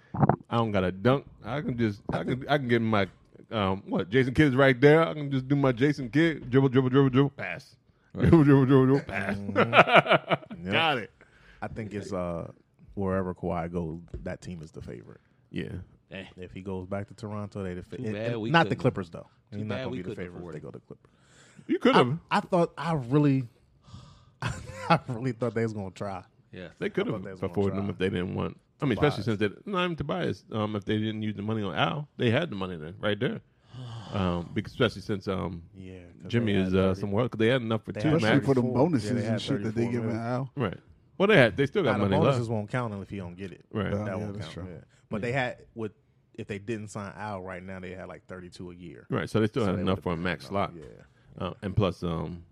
G: I don't got to dunk. I can just, I, can, I can get my, um, what? Jason Kidd's right there. I can just do my Jason Kidd dribble, dribble, dribble, dribble, pass, dribble, dribble, dribble, dribble, pass.
C: Mm. Yep.
G: got it.
C: I think it's uh wherever Kawhi goes, that team is the favorite.
G: Yeah.
D: Eh,
C: If he goes back to Toronto, they the fa- and-
D: bad
C: and
D: we
C: not the
D: couldn't.
C: Clippers though. He's
D: bad
C: not gonna
D: we
C: be the
D: couldn't
C: favorite if
D: afford
C: they
D: it.
C: go to Clippers.
G: You could have.
C: I thought I really, [laughs] I really thought they was gonna try.
D: yeah.
G: They could
C: they
G: have
C: was gonna
G: afforded
C: try.
G: them if they didn't want. I mean, especially since they not even Tobias. Um, if they didn't use the money on Al, they had the money then right
C: [sighs]
G: there. Um, because especially since um,
C: Yeah, 'cause
G: Jimmy
C: they had
G: is uh,
C: 30.
G: somewhere because they had enough for
C: They
G: two
C: had
G: max.
F: Especially for the
C: 34.
F: bonuses
C: Yeah, they had
F: and shit that they
C: 34
F: giving
C: million.
F: out.
G: Right. Well, they had. They still got
C: Now, the
G: money
C: bonuses
G: left.
C: won't count if he don't get it.
G: Right.
C: That
F: Yeah,
C: won't
F: that's
C: count.
F: true.
C: yeah. But they had with if they didn't sign Al right now, they had like thirty two a year.
G: Right. So they still
C: So
G: had
C: they
G: enough
C: would've
G: for a max slot.
C: Yeah.
G: Uh, and plus, um,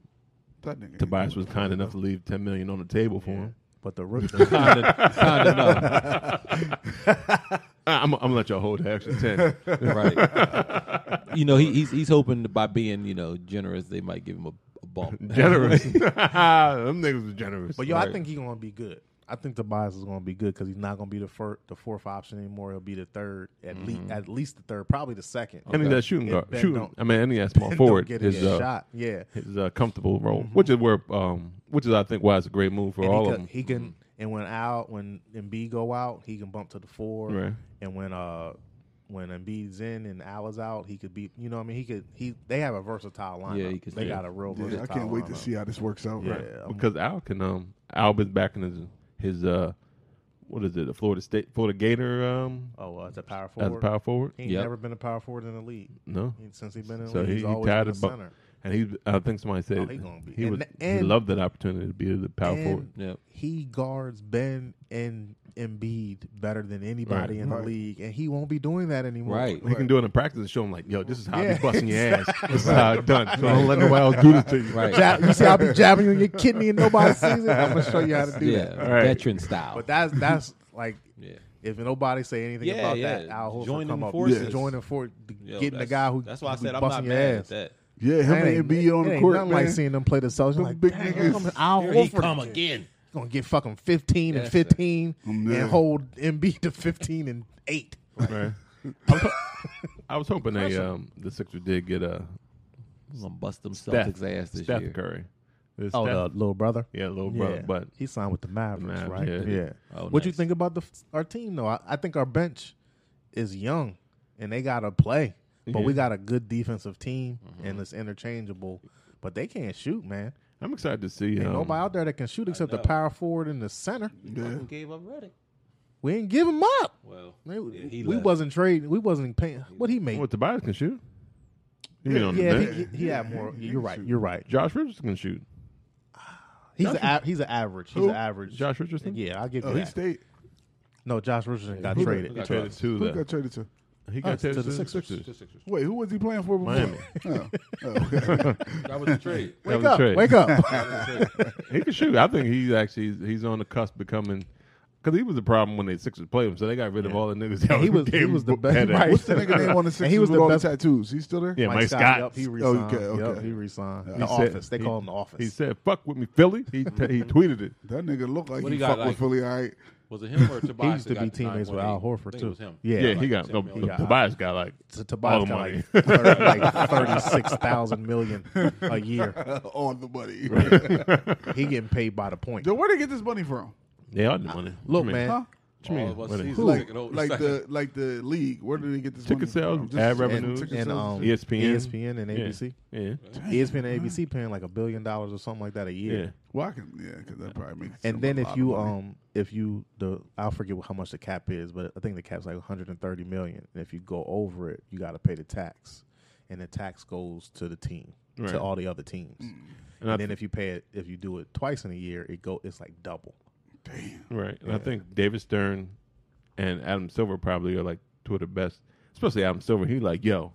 F: That nigga.
G: Tobias was kind enough to leave ten million on the table for him.
C: But the
G: [laughs]
C: rookie,
G: I- I'm, I'm gonna let y'all hold the extra ten.
C: [laughs]
D: right. you know, he, he's he's hoping by being you know generous, they might give him a, a bump.
C: [laughs]
G: generous. Them niggas was generous.
C: But yo, I think he's gonna be good. I think Tobias is gonna be good because he's not gonna be the first, the fourth option anymore. He'll be the third, at
G: Mm-hmm.
C: least, at least the third, probably the second. [laughs]
G: any of that shooting
C: If
G: guard,
C: Ben
G: shooting.
C: don't-
G: I mean, any of that
C: [laughs]
G: small
C: Don't
G: forward
C: get
G: is
C: his
G: uh,
C: shot. Yeah,
G: his uh, comfortable role, which is where, um, which is I think why it's a great move for
C: and
G: all
C: he can,
G: of them. Mm-hmm.
C: he can. And when out, when Embiid go out, he can bump to the four.
G: Right.
C: And when uh, when Embiid's in and Al is out, he could be. You know, what I mean, he could. He they have a versatile lineup.
D: Yeah, he could-
C: they
D: yeah.
C: got a real
F: Yeah,
C: versatile.
F: I can't wait to
C: lineup.
F: see how this works out.
C: Yeah,
F: Right.
C: I'm-
G: because Al can um Al been back in his his uh what is it the Florida State Florida Gator um
C: oh, uh, it's a power
G: as a
C: forward.
G: power forward
C: He ain't
D: Yep.
C: never been a power forward in the league
G: no
C: He- since he's been in the
G: so
C: league.
G: he,
C: he's
G: he
C: always
G: tied
C: been
G: it
C: a
G: bu-
C: center.
G: and he I think somebody said
C: Oh, he gonna be-
G: he
C: and
G: was
C: th-
G: he
C: and-
G: loved that opportunity to be the power forward
C: and
D: Yep.
C: he guards Ben and Embiid better than anybody
G: Right.
C: in the league, and he won't be doing that anymore.
D: Right.
G: he can do it in practice and show him like yo this is how I
C: Yeah. [laughs]
G: be busting your ass this is how it's done so don't let nobody else do this to you
D: Right.
C: Jab, you see, I'll
F: [laughs]
C: be jabbing you in your kidney and nobody sees it. I'm gonna show you how to do
D: yeah.
C: that.
G: right.
D: Veteran style.
C: But that's that's like
D: yeah.
C: if nobody say anything
D: Yeah,
C: about
D: yeah.
C: that, Al Horford
D: Joining
C: come up.
D: forces.
C: Yeah, joining for
D: Yo,
C: getting the
D: that's-
C: guy who
D: That's why I
C: who be
D: said I'm not
C: busting your
D: mad
C: ass.
D: at that.
F: Yeah, him
C: That ain't-
F: and Embiid on
C: it
F: the
C: ain't
F: court,
C: nothing
F: man.
C: like seeing them play the Celtics.
F: Them
C: Like,
F: big
C: damn,
F: niggas.
C: come- Al
D: Here he
C: Horford
D: come
C: again.
D: again.
C: gonna get fucking 15 and
D: Yes, sir.
C: 15
F: man.
C: and hold MB to 15 and 8.
G: Right. I was ho- I was hoping they um the Sixers did get a
D: I'm gonna bust them
G: Steph,
D: Celtics ass this
G: Steph
D: year.
G: Curry
C: Oh,
G: Steph-
C: the little brother.
G: yeah little brother
C: Yeah.
G: but
C: he signed with the Mavericks,
G: Mavs,
C: right?
G: yeah.
D: Oh,
C: what you
D: nice.
C: think about the f- our team though? I, I think our bench is young and they got to play, but we
G: Yeah. Mm-hmm.
C: got a good defensive team and it's interchangeable. But they can't shoot, man.
G: I'm excited to see
C: Ain't
G: um,
C: nobody out there that can shoot except the
D: know.
C: power forward and the center.
D: Fucking gave up Reddick.
C: We ain't give him up.
D: Well,
C: They-
D: yeah, he
C: we
D: left.
C: wasn't trading. We wasn't paying. What he made?
G: what Tobias can shoot he been on the
C: yeah,
G: bench.
C: he, he, he had more. You're right. You're right.
G: Josh Richardson can shoot
C: He's a, av- he's an average. He's
G: Who?
C: an average.
G: Josh Richardson?
C: Yeah, I'll give you
F: Oh, he
C: that.
F: stayed.
C: no, Josh Richardson got
G: Who
C: traded.
G: He got traded to
F: Who got
G: the.
F: traded to?
G: He got
C: Us, to
G: traded
C: the Sixers.
F: Wait, who was he playing for? Before?
G: Miami.
F: Oh. Oh, okay.
B: That was a trade.
G: That was
C: Wake
G: a
C: up!
G: trade.
C: Wake up! [laughs]
G: He can shoot. I think he's actually he's on the cusp of becoming because he was the problem when the Sixers played him, so they got rid of all the niggas. That
C: he was- he
G: gave
C: was the
G: him
C: best-
G: headache.
C: right.
F: What's the nigga name on the
C: And he
F: Sixers
C: was
F: with
C: the
F: all
C: best-
F: the tattoos? He's still there?
G: Yeah, Mike, Scott.
C: Yep, he
G: he
C: resigned.
F: okay, okay.
C: Yep, Oh, he resigned. the
G: said-
C: office. They
G: he-
C: call him the office.
G: he said, "Fuck with me, Philly."
C: [laughs]
G: He he tweeted it.
F: That nigga look like
B: What
F: he,
B: he got,
F: fucked with
B: like-
F: Philly. All right.
B: Was it him or Tobias?
C: he used to
B: that
C: be
B: got the
C: teammays with
B: 9.8?
C: Al
B: I
C: Horford
B: think
C: too.
B: It was him.
C: Yeah,
G: Yeah, he got no,
B: He
C: got-
G: Tobias got like
C: To
G: all
C: Tobias
G: the
C: got
G: money.
C: like, 30, like thirty-six thousand million a year.
F: [laughs] On the money.
C: He getting paid by the point.
F: [laughs] Then where they get this money from?
G: they all the money.
C: Look,
G: What you
C: man,
G: mean?
F: Huh?
G: What you
B: All
G: mean?
B: of us
G: What
B: seasons
G: is-
B: Who?
F: Like,
B: Taking over
F: like the
B: second.
F: like the league. Where do they get this?
G: Ticket
F: money
G: sales,
F: from?
G: ad
F: Just-
G: revenues,
F: ticket
C: and
F: sales
C: um,
G: E
F: shit?
G: ESPN.
C: ESPN, and
G: Yeah.
C: ABC.
G: Yeah,
C: ESPN and ABC paying like a billion dollars or something like that a year.
G: yeah.
F: Well, I can, yeah, because that probably makes.
C: And
F: some-
C: then
F: a
C: if
F: lot
C: you
F: of money.
C: um if you the I'll forget how much the cap is, but I think the cap's like 130 million. And if you go over it, you got to pay the tax, and the tax goes to the team
G: Right.
C: to all the other teams. And,
G: I
C: then if you pay it, if you do it twice in a year, it go it's like double.
G: Right. And I think David Stern and Adam Silver probably are like two of the best, especially Adam Silver. He like, yo,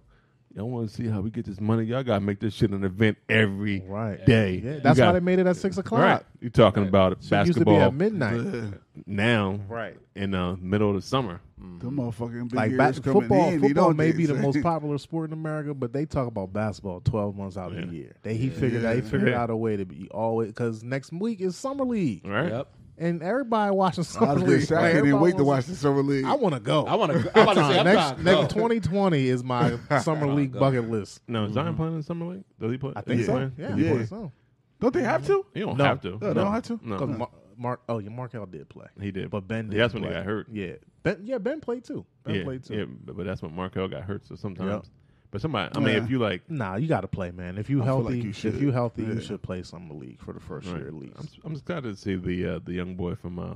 G: y'all want to see how we get this money? Y'all got to make this shit an event every day.
C: Right. Yeah,
G: You
C: that's why
G: gotta-
C: they made it at six o'clock.
G: Right. You're talking about it,
C: Should used to be
G: basketball
C: at midnight.
G: now
C: Right.
G: in the middle of the summer.
F: the motherfucking big
C: Like
F: ears
C: bas-
F: coming
C: football,
F: in, he
C: football
F: don't
C: may
F: they
C: be the
F: [laughs] say?
C: most popular sport in America, but they talk about basketball twelve months out of the year. They he figured out he figured
G: Yeah.
C: out a way to be always because next week is summer league,
G: Right?
D: Yep.
C: and everybody watching
F: I
C: summer
F: was
C: league.
F: gonna say,
C: Like,
F: I can't even
C: everybody
F: wait to watch
C: wants-
F: the summer league.
C: I want to go.
D: I want to. I want to say I'm
C: next
D: trying to
C: next
D: go.
C: 2020 is [laughs] my summer league bucket list.
G: No, is Zion playing in the summer league? Does he play?
C: Mm-hmm. I think
G: is
C: so.
G: he playing?
C: Yeah,
F: Yeah.
C: I think so.
F: don't they have to?
G: You don't
C: No.
G: have to.
F: they don't have to?
G: No.
C: 'Cause Mar- Mark, oh yeah, Markel did play.
G: He did.
C: but Ben.
G: Yeah,
C: Did
G: that's when he
C: play.
G: got hurt.
C: Yeah, Ben. Yeah, Ben played too. Ben
G: yeah,
C: played too.
G: yeah, but but that's when Markel got hurt. So sometimes, but somebody, I mean,
F: Yeah.
G: if you like,
C: Nah, you got to play, man. If you
F: I feel like
C: healthy,
F: you
C: if
F: should.
C: you healthy,
F: Yeah.
C: you should play summer league for the first year at least.
G: I'm, s- I'm just glad to see the uh, the young boy from uh,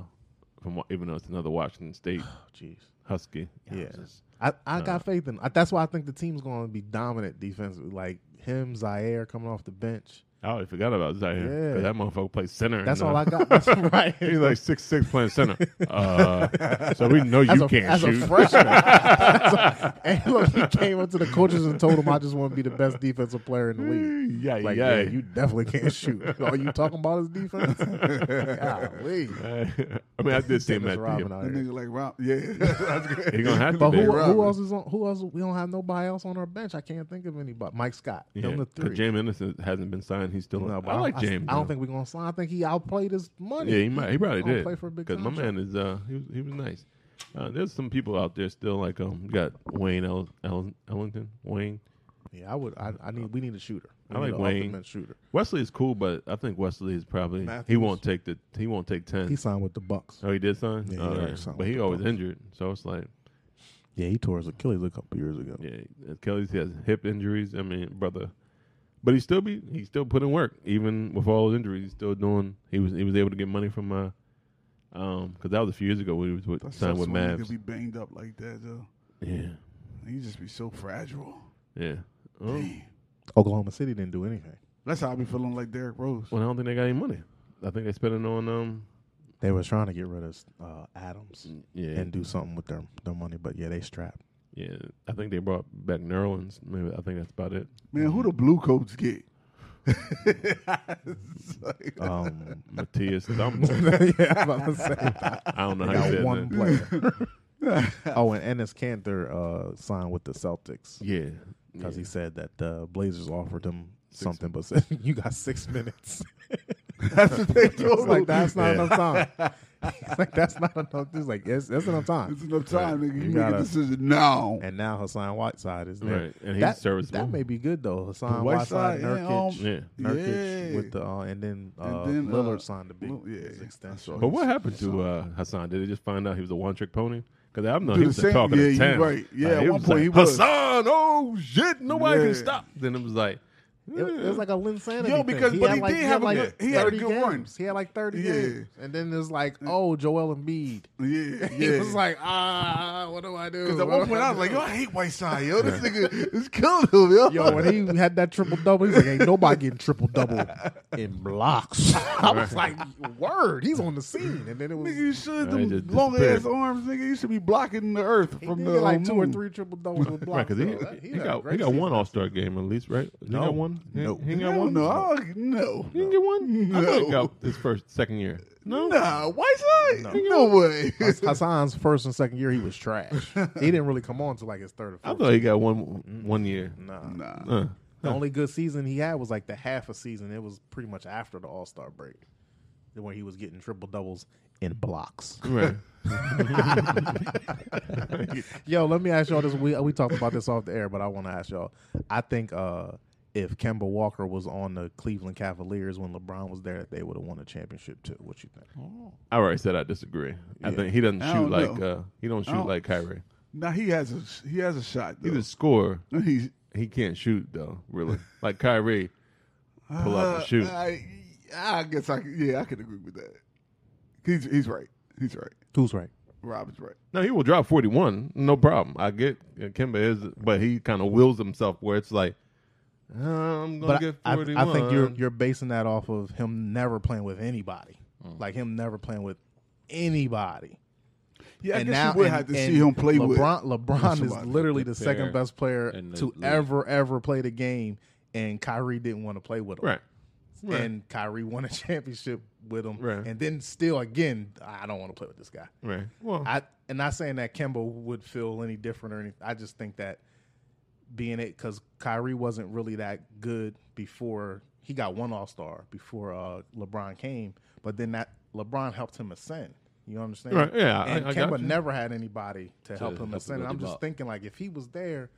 G: from Wa- even though it's another
C: [sighs]
G: Washington State
C: Jeez.
G: Husky.
C: Yeah, I, I got faith in. I, that's why I think the team's going to be dominant defensively. Like him, Zaire coming off the bench.
G: I already forgot about Zaire.
C: Yeah.
G: 'cause that motherfucker plays center.
C: That's
G: and,
C: all
G: uh,
C: I
G: [laughs]
C: got. That's right.
G: He's like six six
C: [laughs]
G: playing center. Uh, so we know
C: As
G: you
C: a,
G: can't
C: as
G: shoot.
C: a
G: [laughs]
C: freshman, [laughs] That's a- and look, he came up to the coaches and told them, "I just want to be the best defensive player in the league."
G: yeah,
C: Like,
G: yeah.
C: yeah, you
G: [laughs]
C: definitely can't shoot. All you talking about is defense. Golly.
G: I mean, I did see him
C: Dennis
G: at
C: Rodman
G: the.
C: out
F: [laughs] That
C: here.
F: nigga like Rob. Yeah, [laughs] that's good.
G: He's gonna have to.
C: But
G: be.
C: who,
F: Rodman.
C: who else is on? Who else? We don't have nobody else on our bench. I can't think of anybody. Mike Scott.
G: Yeah,
C: Them the
G: 'cause
C: three.
G: James Innocent hasn't been signed. He's still.
C: No, but
G: I like
C: don't-
G: James.
C: I, don't
G: though.
C: think we're gonna sign. I think he outplayed his money.
G: Yeah, he might. He probably
C: Gonna
G: did.
C: play for a big
G: my
C: contract.
G: man is uh, he was he was nice. Uh, there's some people out there still like um you got Wayne El- El- Ellington Wayne
C: Yeah, I would. I, I need. We need a shooter. We
G: I
C: need
G: like
C: an
G: Wayne.
C: ultimate shooter.
G: Wesley is cool, but I think Wesley is probably he
C: Matthews.
G: won't take the he won't take ten.
C: He signed with the Bucks.
G: oh, he did sign.
C: Yeah, he
G: Oh,
C: already
G: yeah.
C: signed
G: but
C: with
G: he
C: the
G: always
C: Bucks.
G: injured, so it's like
C: Yeah, he tore his Achilles a couple years ago.
G: yeah. Kelly's he has hip injuries. I mean, brother, but he still be he still put in work even with all his injuries. He's still doing. He was he was able to get money from uh um because that was a few years ago when he was with,
F: That's
G: signed with
F: Could be
G: Mavs.
F: banged up like that though.
G: Yeah,
F: You just be so fragile.
G: yeah. Oh.
C: Oklahoma City didn't do anything.
F: That's how I be feeling like Derrick Rose.
G: Well, I don't think they got any money. I think they spent it on um.
C: They was trying to get rid of uh, Adams
G: Yeah,
C: and do something with their their money, but yeah, they strapped.
G: yeah. I think they brought back Nerlens. Maybe I think that's
C: [laughs]
G: about it.
F: Man, who the blue coats get? [laughs]
C: Um,
G: Matthias Thumble.
C: [laughs] yeah, I'm about to [laughs] say that.
G: I don't know
C: They
G: how you
C: got
G: said
C: one
G: that.
C: player. [laughs] oh, and Ennis Cantor uh, signed with the Celtics
G: Yeah,
C: because
G: yeah.
C: he said that the Blazers offered him something, but said you got six minutes. [laughs]
F: That's what they do.
C: It's like that's not enough [laughs] time. It's like that's not enough. It's like yes, that's enough time.
F: It's enough time, nigga. You,
C: You
F: make
C: gotta-
F: a decision now.
C: And now Hassan Whiteside is there.
G: Right, and he's
C: that,
G: serviceable.
C: That may be good though. Hassan Whiteside,
F: Whiteside and,
C: Nurkic,
G: yeah. um,
C: Nurkic
F: Yeah.
C: with the uh, and then, uh,
F: then, uh,
C: Lillard signed the big
F: Lil- yeah.
C: his extension.
G: But what happened to uh, Hassan? Did they just find out he was a one trick pony? Because I know
F: Do
G: he
F: the
G: was
F: same-
G: talking
F: yeah,
G: to
F: you
G: town.
F: right. Yeah,
G: Like,
F: at
G: it
F: one
G: was
F: point
G: like,
F: he was.
G: Hassan. Oh shit! Nobody
F: Yeah.
G: can stop. Then it was like,
C: It, was- it was like a Linsanity.
F: Yo, because-
C: thing.
F: but
C: had
F: he
C: like,
F: did
C: had
F: have a
C: like
F: good- he had a
C: 30
F: good
C: games.
F: run.
C: He had like thirty
F: Yeah.
C: games, and then it was like, oh, Joel Embiid.
F: Yeah,
C: [laughs] He
F: yeah.
C: was like, ah, what do I do?
F: Because at
C: What
F: one
C: do
F: point I was
C: do?
F: like, yo, I hate Whiteside, yo. This nigga is killing him, yo.
C: [laughs] Yo, when he had that triple double, he's like, ain't nobody getting triple
F: [laughs]
C: double in blocks. [laughs] I was like, word, he's on the scene. And then it
F: nigga,
C: was
F: you should
G: Nah, he
F: them
G: just
F: long ass
G: disappeared.
F: arms, nigga. You should be blocking the earth
C: he
F: from
C: did
F: the
C: get like
F: uh,
C: two or
F: moon.
C: three triple doubles with
G: Right,
C: blocks.
G: because he,
C: though. That-
G: he,
C: had a
G: got, he
C: great
G: got
C: season.
G: one All Star game at least, right? He
C: No.
G: got one.
C: No.
G: he, he got
F: Hell
G: one.
F: no, I don't- no,
G: he didn't get one. I thought he
F: No.
G: got his first second year. No,
F: Nah, Whiteside? No, no way.
C: Hass- Hassan's first and second year, he was trash. he didn't really come on until like his
F: [laughs]
C: third or
G: I
C: fourth.
G: thought he got one one year.
C: nah.
F: nah.
G: Uh,
C: The only good season he had was like the half a season. It was pretty much after the All Star break, where he was getting triple doubles in blocks. [laughs]
G: right.
C: Yo, let me ask y'all this. We we talked about this off the air, but I want to ask y'all. I think uh, if Kemba Walker was on the Cleveland Cavaliers when LeBron was there, they would have won a championship too. What you think?
G: I already said I disagree. I think he doesn't
F: I
G: shoot
F: don't
G: like
F: know.
G: uh, he don't shoot
F: don't-
G: like Kyrie.
F: [laughs] Nah, he has a he has a shot. Though.
G: He's a scorer.
F: He's
G: He can't shoot though,
C: [laughs]
G: really. Like Kyrie, pull up
F: Uh,
G: and shoot.
F: I, I guess I could, yeah, I could agree with that. He's he's right. He's right.
C: Who's right?
F: Robin's right.
G: No, he will drop 41, no problem. I get uh, Kimba is, but he kind of wills himself where it's like, uh, I'm gonna
C: But I,
G: get
C: I,
G: 41.
C: I think you're you're basing that off of him never playing with anybody, like him never playing with anybody.
F: Yeah, I guess you would have to see him play with.
C: LeBron. LeBron is
F: somebody.
C: literally the
D: Fair.
C: second best player
D: In the
C: to
D: league.
C: ever ever play the game, and Kyrie didn't want to play with him.
G: right. Right.
C: and Kyrie won a [laughs] championship with him.
G: Right.
C: And then still again, I don't want to play with this guy.
G: Right. Well,
C: I and not saying that Kemba would feel any different or anything. I just think that being it because Kyrie wasn't really that good before he got one All Star before uh, LeBron came, but then that LeBron helped him ascend. You understand?
G: Right, yeah, I-
C: And
G: I got
C: Kemba
G: you.
C: never had anybody to help
D: help
C: him
D: him
C: ascend. And
D: build
C: I'm
D: him
C: just
D: up.
C: thinking like if he was there,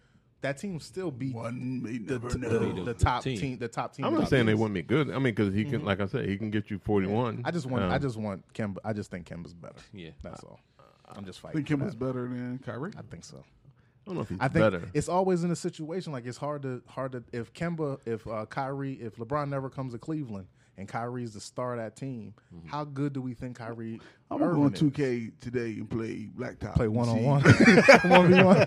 C: that team still be
F: One may
C: the,
F: never
C: the,
F: know.
C: the- the top team.
D: Team.
C: the top team.
G: I'm
C: in
G: not
C: the
G: saying they
C: East.
G: wouldn't be good. I mean, because he can, like I said, he can get you 41.
C: Mm-hmm. I just want.
G: Um,
C: I just want Kemba. I just think Kemba's better.
D: Yeah.
C: that's all. I'm just
F: I
C: fighting.
F: think Kim
C: for
F: was
C: that.
F: better than Kyrie.
C: I think so.
G: I don't know if he's
C: I think
G: better.
C: it's always in a situation like it's hard to hard to if Kemba, if uh, Kyrie, if LeBron never comes to Cleveland and Kyrie's the star of that team, how good do we think Kyrie?
F: I'm gonna go on
C: Irving is?
F: 2K today and play Blacktop.
C: Play
F: and
C: one on
F: see. [laughs]
C: one, [laughs] one
G: [laughs]
C: v one.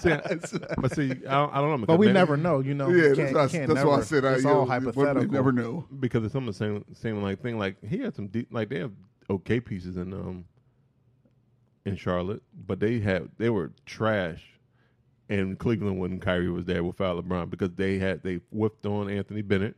C: [laughs]
G: see, I, but see, I, don't, I don't know.
C: But
G: because
C: we
G: they-
C: never know. You know,
F: Yeah,
C: You
F: that's,
C: can't-
F: why I,
C: you can't
F: that's why I
C: never-
F: said I,
C: it's
F: yo,
C: all
F: one may
C: hypothetical.
F: Never know.
G: because it's almost the same same like thing. Like he had some deep, like they have okay pieces in um in Charlotte, but they had they were trash in Cleveland when Kyrie was there without LeBron because they had they whiffed on Anthony Bennett.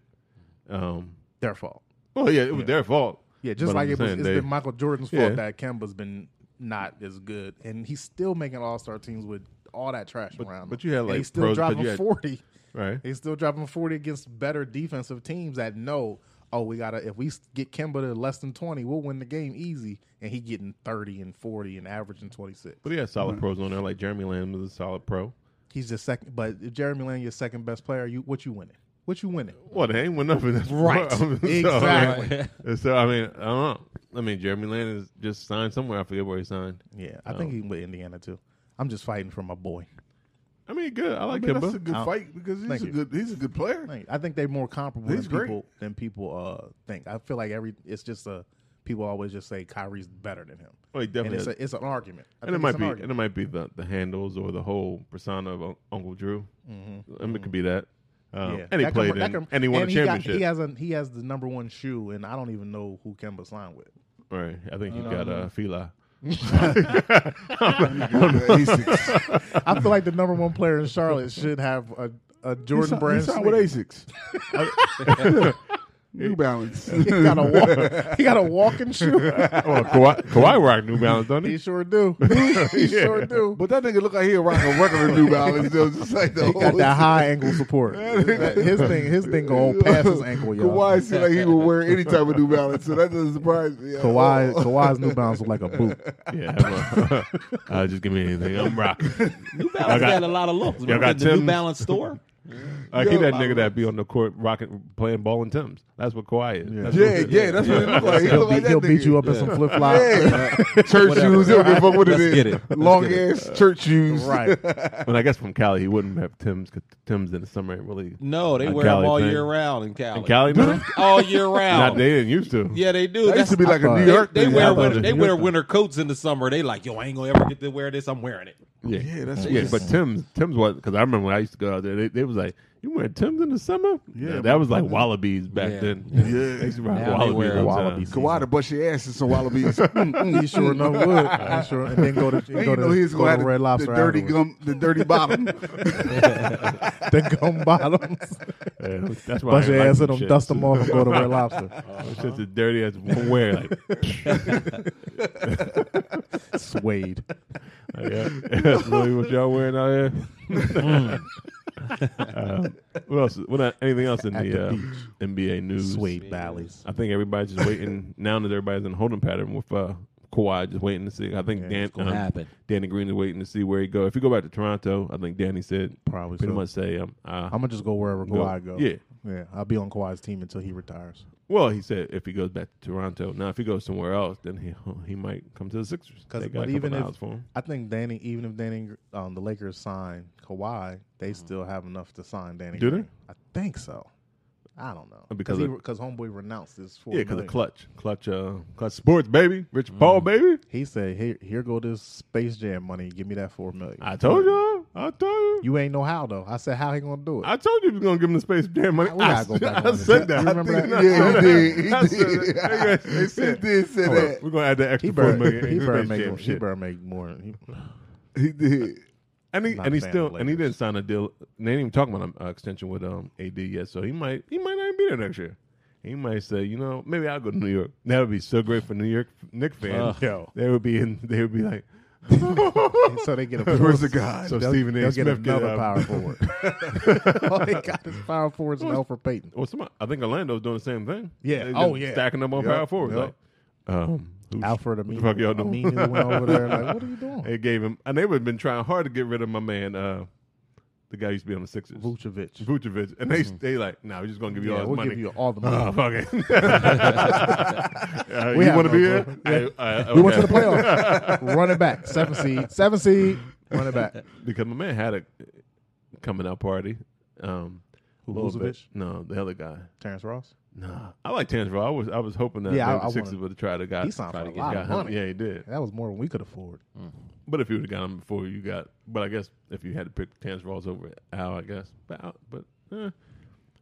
G: Um,
C: Their fault.
G: well, yeah, it was their fault.
C: Yeah, just
G: But
C: like it
G: I'm
C: was,
G: saying
C: it's
G: they-
C: been Michael Jordan's fault
G: Yeah.
C: that Kemba's been not as good, and he's still making All Star teams with all that trash around.
G: but
C: him.
G: you had,
C: And
G: like,
C: he's still
G: pros- but
C: dropping
G: you had-
C: forty.
G: right.
C: He's still dropping forty against better defensive teams that know. Oh, we gotta if we s- get Kemba to less than twenty, we'll win the game easy. And he getting thirty and forty and averaging twenty six.
G: But he had
C: Mm-hmm.
G: solid pros on there, like Jeremy Lamb was a solid pro.
C: He's the second, but if Jeremy Lin, your second best player. You what you winning? What you winning?
G: Well, they ain't win nothing. That's
C: Right.
G: [laughs] so, I mean, [laughs]
C: Exactly.
G: So I mean, I don't know. I mean, Jeremy Lamb is just signed somewhere. I forget where he signed.
C: Yeah, I think he
G: Oh.
C: with Indiana too. I'm just fighting for my boy.
G: I mean, good. I
F: I
G: like
F: mean,
G: him,
F: that's
G: but
F: a good
C: I'll-
F: fight because
C: Thank
F: he's a
C: you.
F: good he's a good player.
C: Right. I think they're more comparable
F: He's
C: than
F: great.
C: people than people uh, think. I feel like every it's just a people always just say Kyrie's better than him.
G: Well, he definitely
C: and it's,
G: is.
C: a, it's an argument. I think
G: and it
C: it's
G: might
C: an
G: be and
C: argument.
G: it might be the, the handles or the whole persona of Un- Uncle Drew. Um, It could be that. Um,
C: Mm-hmm. Yeah.
G: And he
C: That can-
G: played
C: that
G: in,
C: can-
G: and he won a
C: he got-
G: championship.
C: he has a, he has the number one shoe, and I don't even know who Kemba signed with.
G: right. I think he got
C: [laughs]
G: uh, Fila.
F: Asics.
C: I feel like the number one player in Charlotte should have a, a
F: He
C: Jordan
F: signed-
C: brand.
F: He signed with
C: sneaker.
F: Asics. New Balance.
C: [laughs] He got a walk, he got a walking
G: [laughs]
C: shoe.
G: well, Kawhi, Kawhi rocked New Balance, don't
C: He
G: he?
C: sure do. [laughs] He sure do.
F: [laughs] But that nigga look like he rock a regular
C: [laughs]
F: New Balance. Though, just like the
C: He got
F: whole-
C: that high ankle
F: [laughs]
C: support. his thing, his thing going past his ankle, y'all.
F: Kawhi seemed like he would wear any type of New Balance, so that doesn't surprise me. at
C: Kawhi,
F: all.
C: Kawhi's New Balance look like a boot.
G: yeah. I'm a-
C: [laughs]
G: [laughs] uh, just give me anything. I'm rocking.
D: New Balance
G: got-
D: got, a lot of looks. Remember
G: got
D: the New
G: Tim's?
D: Balance store?
G: I keep that nigga that be on the court rocking, playing ball in Tim's. That's what Kawhi is. That's
F: Yeah, [laughs]
G: what-
F: yeah, that's what it look like. He
C: He'll,
F: look like
C: beat,
F: that
C: he'll beat
F: nigga.
C: you up in some flip flops.
F: Yeah. church shoes. They don't give a fuck what it is.
D: get it. Let's
F: Long
D: get
F: ass church
C: [laughs]
F: shoes.
C: Right.
G: But I guess from Cali, he wouldn't have Tim's because Tim's in the summer ain't really.
D: No, they
G: A
D: wear them
G: Cali
D: all
G: thing.
D: year round in Cali.
G: In Cali, man?
D: all year round.
G: Not they didn't used to.
D: Yeah, they do.
F: That
D: That's-
F: used to be like a
C: I
F: New
C: thought-
F: York.
D: they
F: thing.
D: wear
G: thought
D: winter,
G: it
D: they
G: was
D: wear
G: Europe.
D: winter coats in the summer. They like, yo, I ain't gonna ever get to wear this. I'm wearing it.
G: Yeah,
F: Yeah, that's
G: yeah.
F: what-
G: But Tim's, Tim's was because I remember when I used to go out there. They, they was like, "You wearing Tim's in the summer?"
F: Yeah,
G: that was like Wallabies back
D: Yeah.
G: then.
F: Yeah.
G: they used to rock
D: Now they
G: Wallabies.
D: wear
G: all the time.
C: Wallabies.
F: Kawhi mm, to bust your ass in some wallabies.
C: he [laughs] sure enough would. He sure, and then go to,
F: They
C: go
F: know
C: to,
F: he's
C: go
F: gonna
C: to
F: have
C: Red
F: the,
C: Lobster.
F: the dirty
C: afterwards.
F: gum, the dirty bottom.
C: [laughs] the
F: [laughs]
C: gum bottoms.
G: Yeah, that's why
C: Bunch
G: I
C: of
G: like
C: ass in
G: them
C: them, dust them off, and go to
G: [laughs]
C: Red Lobster.
G: It's just as dirty as one wear. Like, [laughs]
C: Suede.
G: like, yeah, that's really what y'all wearing out here. [laughs] uh, what else? What uh, anything else in
C: At
G: the,
C: the
G: uh,
C: beach.
G: NBA news?
C: Suede Valleys.
G: I think everybody's just waiting now that everybody's in a holding pattern with uh, Kawhi, just waiting to see. I think
C: Yeah,
G: Dan
C: it's gonna
G: um,
D: happen.
G: Danny Green is waiting to see where he go. If he go back to Toronto, I think Danny said
C: Probably
G: pretty
C: so.
G: much say um uh,
C: I'm going to just go wherever
G: Go.
C: Kawhi go.
G: Yeah.
C: Yeah. I'll be on Kawhi's team until he retires.
G: well he said if he goes back to Toronto. Now if he goes somewhere else, then he [laughs] he might come to the Sixers.
C: Because
G: They got
C: but
G: a couple
C: even if
G: miles for him.
C: I think Danny, even if Danny, um, the Lakers sign Kawhi, they still have enough to sign Danny.
G: Mm-hmm. Do they?
C: Green. I think so. I don't know
G: Because
C: because
G: of-
C: because homeboy renounced his four.
G: Yeah, because of
C: million.
G: clutch, clutch, uh, Mm-hmm. clutch sports, baby. Rich Paul, baby.
C: he said, "Here, here go this Space Jam money. Give me that four million.
G: I told you, I told you,
C: You ain't know how though. I said, how he gonna do it?
G: I told you he was gonna give him the space damn money.
C: We
G: I,
C: gotta go back
G: I
C: on it.
G: said that.
C: You remember
G: I did
C: that?
F: Yeah,
G: not
F: he
G: say
F: did. He
G: that. I
F: did.
G: said that. They
F: He
G: said-
F: did say
G: Hold
F: that.
G: up, We're gonna add that
C: he
G: extra four
C: better,
G: million.
C: he
G: in
C: better
G: Space
C: make,
G: Jam
C: more, he
G: shit.
C: better make more. He-
G: [laughs]
F: He did.
G: And he
C: Not
G: and
C: a
G: he
C: fan
G: still
C: of the
G: and he
C: Lakers.
G: didn't sign a deal. They ain't even talking about an uh, extension with um AD yet. So he might he might not even be there next year. He might say, you know, maybe I'll go to New York. That would be so great for New York Knicks
D: Ugh.
G: fans.
C: [laughs]
G: [laughs]
C: Yo.
G: They would be in. They would be like,
C: so they get a
F: Where's the guy?
G: so
C: they'll,
G: Stephen
C: they'll
G: A.
C: get
G: Smith get
C: another
G: up. [laughs]
C: power forward. All they got is power forwards and Alfred
G: [laughs]
C: Payton.
G: Well, some, I think Orlando's doing the same thing.
C: Yeah.
G: They
C: Oh,
G: just
C: yeah.
G: Stacking them on
C: Yep.
G: power forwards.
C: Yep.
G: Like, um, who-
C: Alfred
G: what
C: Amin,
G: the fuck y'all doing?
C: Amin just went over there
G: [laughs]
C: like, what are you doing?
G: They gave him, and they would have been trying hard to get rid of my man, uh, the guy who used to be on the Sixers,
C: Vucevic. Mm-hmm.
G: Vucevic. And they they like, nah, we're just gonna give you all
C: Yeah,
G: his
C: we'll
G: money.
C: give you all the
G: Oh,
C: money.
G: fuck [laughs] it. Uh,
C: We
G: you
C: have
G: want
C: no
G: to be
C: clue.
G: here? Hey, uh,
F: Oh,
C: We went to the
G: okay.
C: playoffs.
F: [laughs]
C: run it back. Seven seed. Seven seed. Run it back.
G: Because my man had a coming out party. Um, a little bit.
C: Vucevic?
G: No, the other guy.
C: Terrence Ross.
G: Nah, I like Terrence Ross. I was I was hoping that
C: Yeah, I-
G: maybe
C: I
G: the Sixers
C: wanna-
G: would have tried to got
C: He signed for
D: try to
C: a
D: get
C: lot
G: got
C: of
G: him.
C: money.
G: Yeah, he did.
C: That was more than we could afford.
G: But if you would have got him before you got, but I guess if you had to pick Terrence Ross over Al, I guess. But Al- but eh.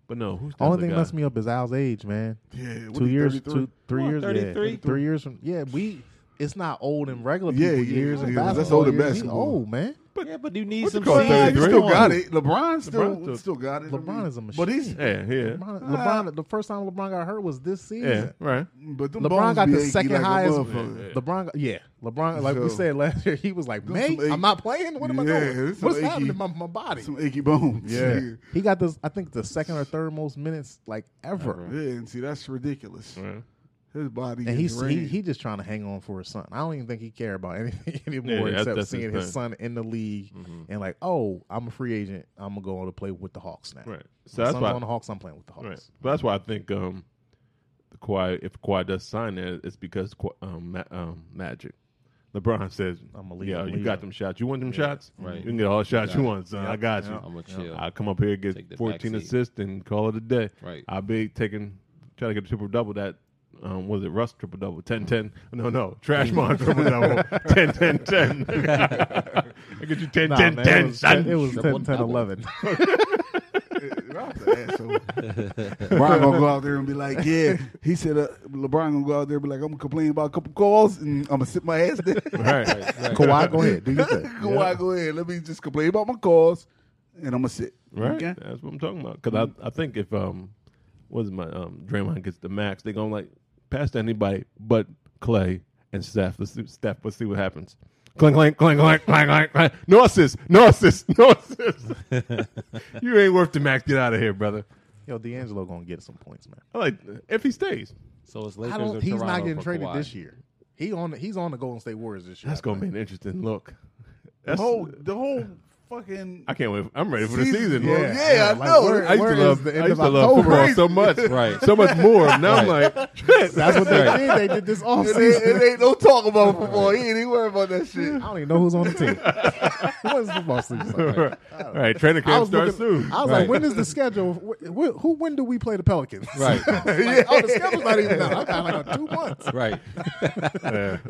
G: but no, who's the
C: Only
G: other
C: thing
G: guy?
C: messed me up is Al's age, man.
F: Yeah, what
C: two
F: he,
C: years,
F: 33?
C: two, three
D: Come on,
C: years, yeah,
D: 33.
C: three years from yeah. We it's not old in regular people
F: Yeah, yeah,
C: years and
F: yeah, that's
C: basketball
F: old in
C: years. He
F: basketball.
C: Old man.
D: yeah, but you need
G: What you
D: some
G: call
D: size.
F: Yeah, he
G: 33?
D: Come
F: still
D: on.
F: got it. LeBron still
G: LeBron still-
F: still got it.
C: LeBron is a machine.
F: But he's
G: Yeah, yeah,
C: [laughs] LeBron,
F: [laughs] Ah.
C: LeBron- the first time LeBron got hurt was this season.
G: yeah, right.
F: but them
C: LeBron
F: bones
C: got
F: be
C: the
F: achy
C: second
F: like a
C: highest.
F: motherfucker.
G: Yeah.
C: LeBron, got- yeah, LeBron. Like we
F: So-
C: said last year, he was like,
F: Them
C: "Man,
F: some
C: I'm
F: eight-
C: not playing. What am I
F: Yeah,
C: doing?
F: it's some
C: What's
F: achy-
C: happening to my, my body?"
F: Some achy bones.
C: yeah,
F: yeah.
C: he got this. I think the second or third most minutes like ever,
F: Yeah, and see that's ridiculous.
G: right.
F: His body
C: and
F: is
C: he's he,
F: ran. [laughs]
C: he just trying to hang on for his son. I don't even think he care about [laughs] anything anymore
G: that's-
C: except
G: that's his
C: seeing his,
G: thing. Mm-hmm.
C: son in the league and like, "Oh, I'm a free agent. I'm gonna go on to play with the Hawks now."
G: Right. So
C: So
G: that's
C: that's
G: why-
C: on the Hawks. I'm playing with the Hawks.
G: Right. But that's why I think um, the Kawhi, if Kawhi does sign there, it's because Ka- um, Ma- um, Magic. LeBron says,
C: I'ma leave
G: Yeah,
C: him,
G: you
C: leave
G: got
C: him."
G: them shots. You want them shots?
D: right.
G: You can get all the shots you want, son. I got you.
D: I'ma chill.
G: I'll come up here,
D: Take
G: get
D: the
G: 14
D: backseat.
G: assists, and call it a day.
D: Right.
G: I'll be taking, trying to get a triple double that. Um, was it Russ triple double 10 10? No, no, Trashmon triple double
D: [laughs]
G: 10 10 [laughs] 10. I get you 10
C: Nah,
G: 10
C: man,
G: 10,
C: it was,
G: son.
C: it was 10,
D: Double,
C: 10
D: double.
C: 11.
F: Ralph's an asshole. LeBron gonna go out there and be like, yeah. He said uh, LeBron gonna go out there and be like, I'm gonna complain about a couple calls and I'm gonna sit my ass down. [laughs]
G: right,
C: Kawhi,
G: [laughs]
C: go ahead. Do your thing.
F: Kawhi, go ahead. Let me just complain about my calls and I'm gonna sit.
G: Right.
F: Okay?
G: That's what I'm talking about. Because
C: Mm.
G: I, I think if um, what's my um, Draymond gets the max, they're gonna like pass to anybody but Clay and Steph. Let's see, Steph. Let's see what happens. Clink, clink, clink, clink, clink, clink, clink. No assists. No assists. No assists.
C: [laughs]
G: you ain't worth the max. Get out of here, brother.
C: Yo, D'Angelo gonna get some points, man.
G: I like if he stays.
D: So it's Lakers
C: I
D: or
C: don't. He's
D: Toronto
C: not getting
D: for
C: traded
D: Kawhi.
C: this year. He on. He's on the Golden State Warriors this year.
G: That's
C: I
G: gonna be
C: think.
G: an interesting look.
C: Oh.
F: The
G: That's
F: whole the whole fucking.
G: I can't wait. I'm ready for the season.
F: bro.
G: Yeah.
F: Yeah, I
C: like,
F: know.
C: where-
G: I used to
C: where
G: love,
C: is the
G: I
C: end
G: used
C: of
G: to love
C: October?
G: football so
D: [laughs]
G: much,
D: Right.
G: So much more. Now I'm like, shit.
C: That's what they
D: Right.
C: did. They did this off
F: It
C: season.
F: ain't, it ain't no talk about football. He ain't even worried about that shit.
C: I don't even know who's on the team. what is football season? Like,
G: All right, training
C: Oh. I
G: camp
C: was,
G: starts
C: looking-
G: soon.
C: I was like,
D: Right.
C: when is the schedule? Wh- wh- who? When do we play the Pelicans?
D: Right.
C: I was like, Oh, the schedule's not even out. I got like a two months. [laughs]
D: Right.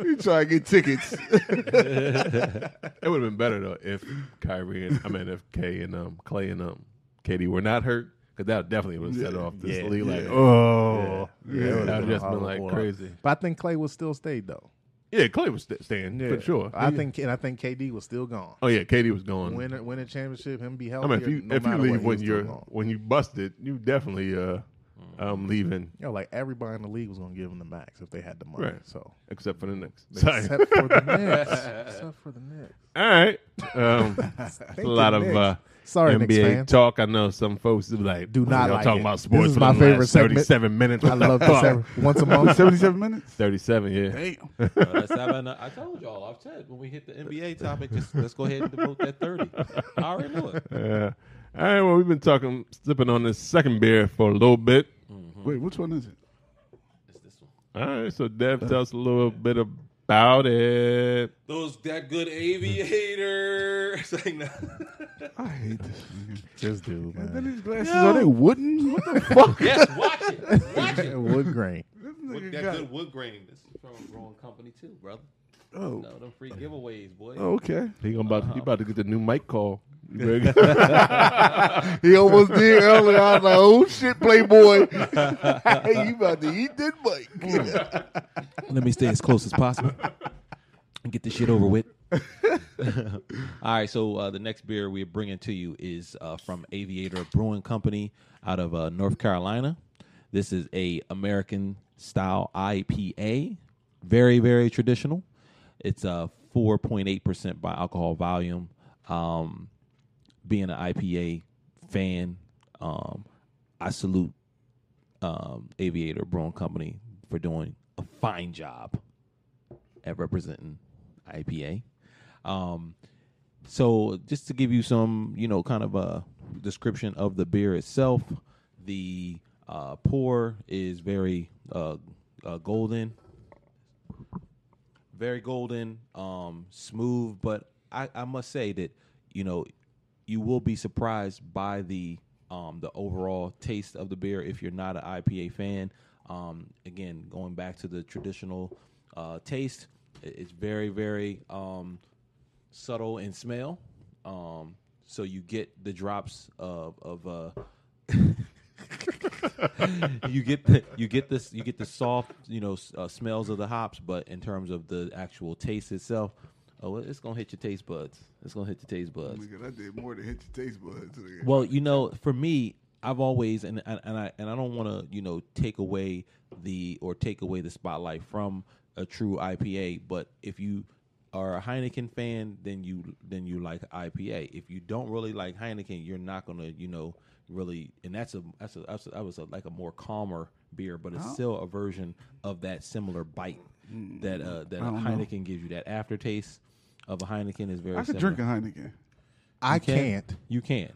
F: You try to get tickets.
G: [laughs] It would have been better though if Kyrie and I mean if K and um Clay and um Katie were not hurt because that definitely would have set off this
C: Yeah.
G: league. Like,
C: Yeah.
G: oh,
C: Yeah, it
G: yeah,
C: would've
G: that would
C: been a
G: just been
C: horrible
G: like
C: blowout.
G: crazy.
C: But I think Clay was still stayed though.
G: Yeah, Clay was st- staying for sure.
C: I think, and I think KD was still gone.
G: oh yeah, Katie was going.
C: Win, a- win a championship, him be
G: I
C: healthy.
G: mean, if you
C: no
G: if you
C: matter what,
G: leave
C: he
G: when
C: was still
G: you're
C: gone.
G: when you busted, you definitely uh um leaving
C: you know, like everybody in the league was gonna give him the max if they had the money.
G: Right.
C: So
G: except for the Knicks. Sorry.
C: except for the Knicks, except for the Knicks.
G: All
C: [laughs]
G: right, um,
C: Thank
G: a
C: you,
G: lot of
C: Knicks.
G: uh,
C: sorry, Knicks
G: NBA
C: fans.
G: talk. I know some folks will be like,
C: Do
G: "Oh,
C: not
G: y'all
C: like
G: talking
C: it.
G: about
C: This
G: sports.
C: is
G: for
C: my
G: the
C: favorite
G: last
C: segment.
G: Thirty-seven
C: [laughs]
G: minutes.
C: I
G: What the
C: love this
G: fuck?
C: every, once a [laughs] month.
F: Seventy-seven minutes.
G: Thirty-seven. Yeah.
F: Damn.
D: Uh, that's not about- I told y'all. I've said when we hit the NBA topic, just let's go ahead and devote that thirty. I already knew it.
G: Yeah. All right. Well, we've been talking, sipping on this second beer for a little bit.
F: [laughs] Wait, which one is it?
D: It's this one.
G: All right. So, Dev, tell us a little bit about it.
D: Those that good aviator. [laughs] It's like, no.
F: I hate this. nigga.
C: This dude,
F: Then
C: man.
F: these glasses are they wooden? What the fuck?
D: yes,
C: [laughs]
D: watch it. Watch it.
C: Wood grain.
F: This
D: Wood,
F: nigga
D: that
F: got-
D: good wood grain. This is from the wrong company too, brother.
F: Oh,
D: No, them free giveaways, boy.
F: oh, okay.
G: He gonna about, he about to get the new mic [laughs] call. You ready?
F: He almost did earlier. I was like, "Oh shit, Playboy, you about to eat this mic?"
D: Let me stay as close as possible and get this shit over with. All right, so uh, the next beer we're bringing to you is uh, from Aviator Brewing Company out of uh, North Carolina. This is a American style IPA, very very traditional. It's a four point eight percent by alcohol volume. Um, being an IPA fan, um, I salute um, Aviator Brewing Company for doing a fine job at representing IPA. Um, so just to give you some, you know, kind of a description of the beer itself, the uh, pour is very uh, uh, golden, very golden, um, smooth. But I, I must say that you know you will be surprised by the um, the overall taste of the beer if you're not an IPA fan. Um, again, going back to the traditional uh, taste, i- it's very very um, subtle in smell. Um, so you get the drops of of uh, [laughs] you get the you get this you get the soft you know s- uh, smells of the hops, but in terms of the actual taste itself, oh, it's gonna hit your taste buds. It's gonna hit your taste buds.
F: Nigga, [laughs] I did more than hit your taste [laughs] buds. nigga.
D: Well, you know, for me, I've always and and, and I and I don't want to you know take away the or take away the spotlight from a true IPA. But if you are a Heineken fan, then you then you like IPA. If you don't really like Heineken, you're not gonna you know really and that's a that's a that's a, that was a, like a more calmer beer, but
F: Oh.
D: it's still a version of that similar bite
F: Mm.
D: that uh, that a Heineken gives you. That aftertaste of a Heineken is very.
F: I could
D: similar.
F: drink a Heineken.
C: I
D: You can.
C: can't,
D: You can.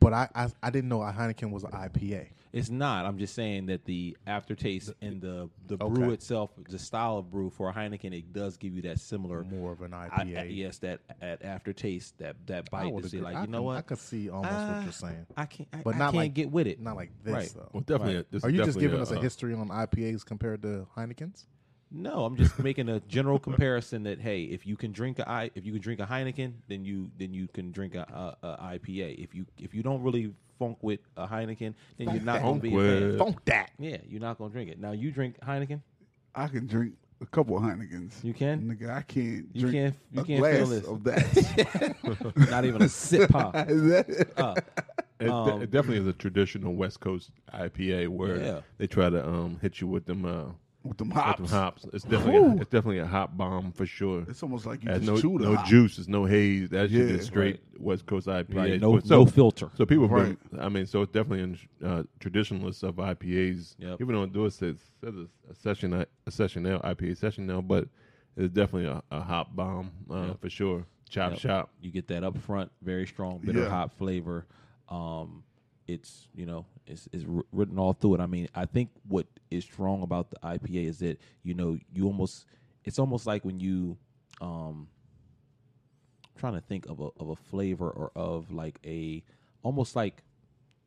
C: but I, I I didn't know a Heineken was an IPA.
D: It's not. I'm just saying that the aftertaste and the the brew
C: Okay.
D: itself, the style of brew for a Heineken, it does give you that similar
C: More of an
D: I-
C: IPA.
D: I- yes, that that aftertaste, that that
C: I
D: bite
C: would
D: to see
C: agree.
D: like
C: I
D: you know
C: can-
D: what
C: I could see almost
D: Ah,
C: what you're saying,
D: I can't, I,
C: but
D: I
C: not
D: can't
C: like
D: get with it.
C: not like this
D: Right.
C: though.
G: well, definitely. This
C: Are
G: is
C: you just
G: definitely
C: giving us a
G: uh,
C: history on IPAs compared to Heinekens?
D: No, I'm just making a general comparison that hey, if you can drink a I- if you can drink a Heineken, then you then you can drink a, a, a IPA. If you if you don't really funk with a Heineken, then you're not gonna
G: Funk
D: be a
G: with.
D: fan.
C: Funk that.
D: Yeah, you're not gonna drink it. Now you drink Heineken,
F: I can drink a couple of Heinekens.
D: You can?
F: nigga. I can't.
D: You
F: drink
D: can't- you
F: a
D: can't
F: glass
D: feel this.
F: of that. [laughs]
D: [laughs] not even a sip pop.
G: It, de- it definitely is a traditional West Coast IPA where
D: Yeah.
G: they try to um hit you with them uh
F: with them
G: with
F: hops.
G: them hops. It's definitely a, it's definitely a hop bomb for sure.
F: It's almost like you
G: There's
F: just
G: no
F: chew the
G: no
F: hop.
G: juice, there's no haze. That shit
F: Yeah.
G: is straight West Coast IPA.
D: Right, no-
G: But so,
D: no filter.
G: So people, have been, I mean, so it's definitely in uh, traditionalists of IPAs.
D: Yep.
G: Even though it does says says a, a session a session now IPA session now, but it's definitely a, a hop bomb uh, for sure. Chop
D: Yep.
G: shop.
D: You get that up front, very strong bitter
F: Yeah.
D: hop flavor. Um, it's you know it's it's wr- written all through it. I mean, I think what is strong about the IPA is that you know you almost it's almost like when you um I'm trying to think of a of a flavor or of like a almost like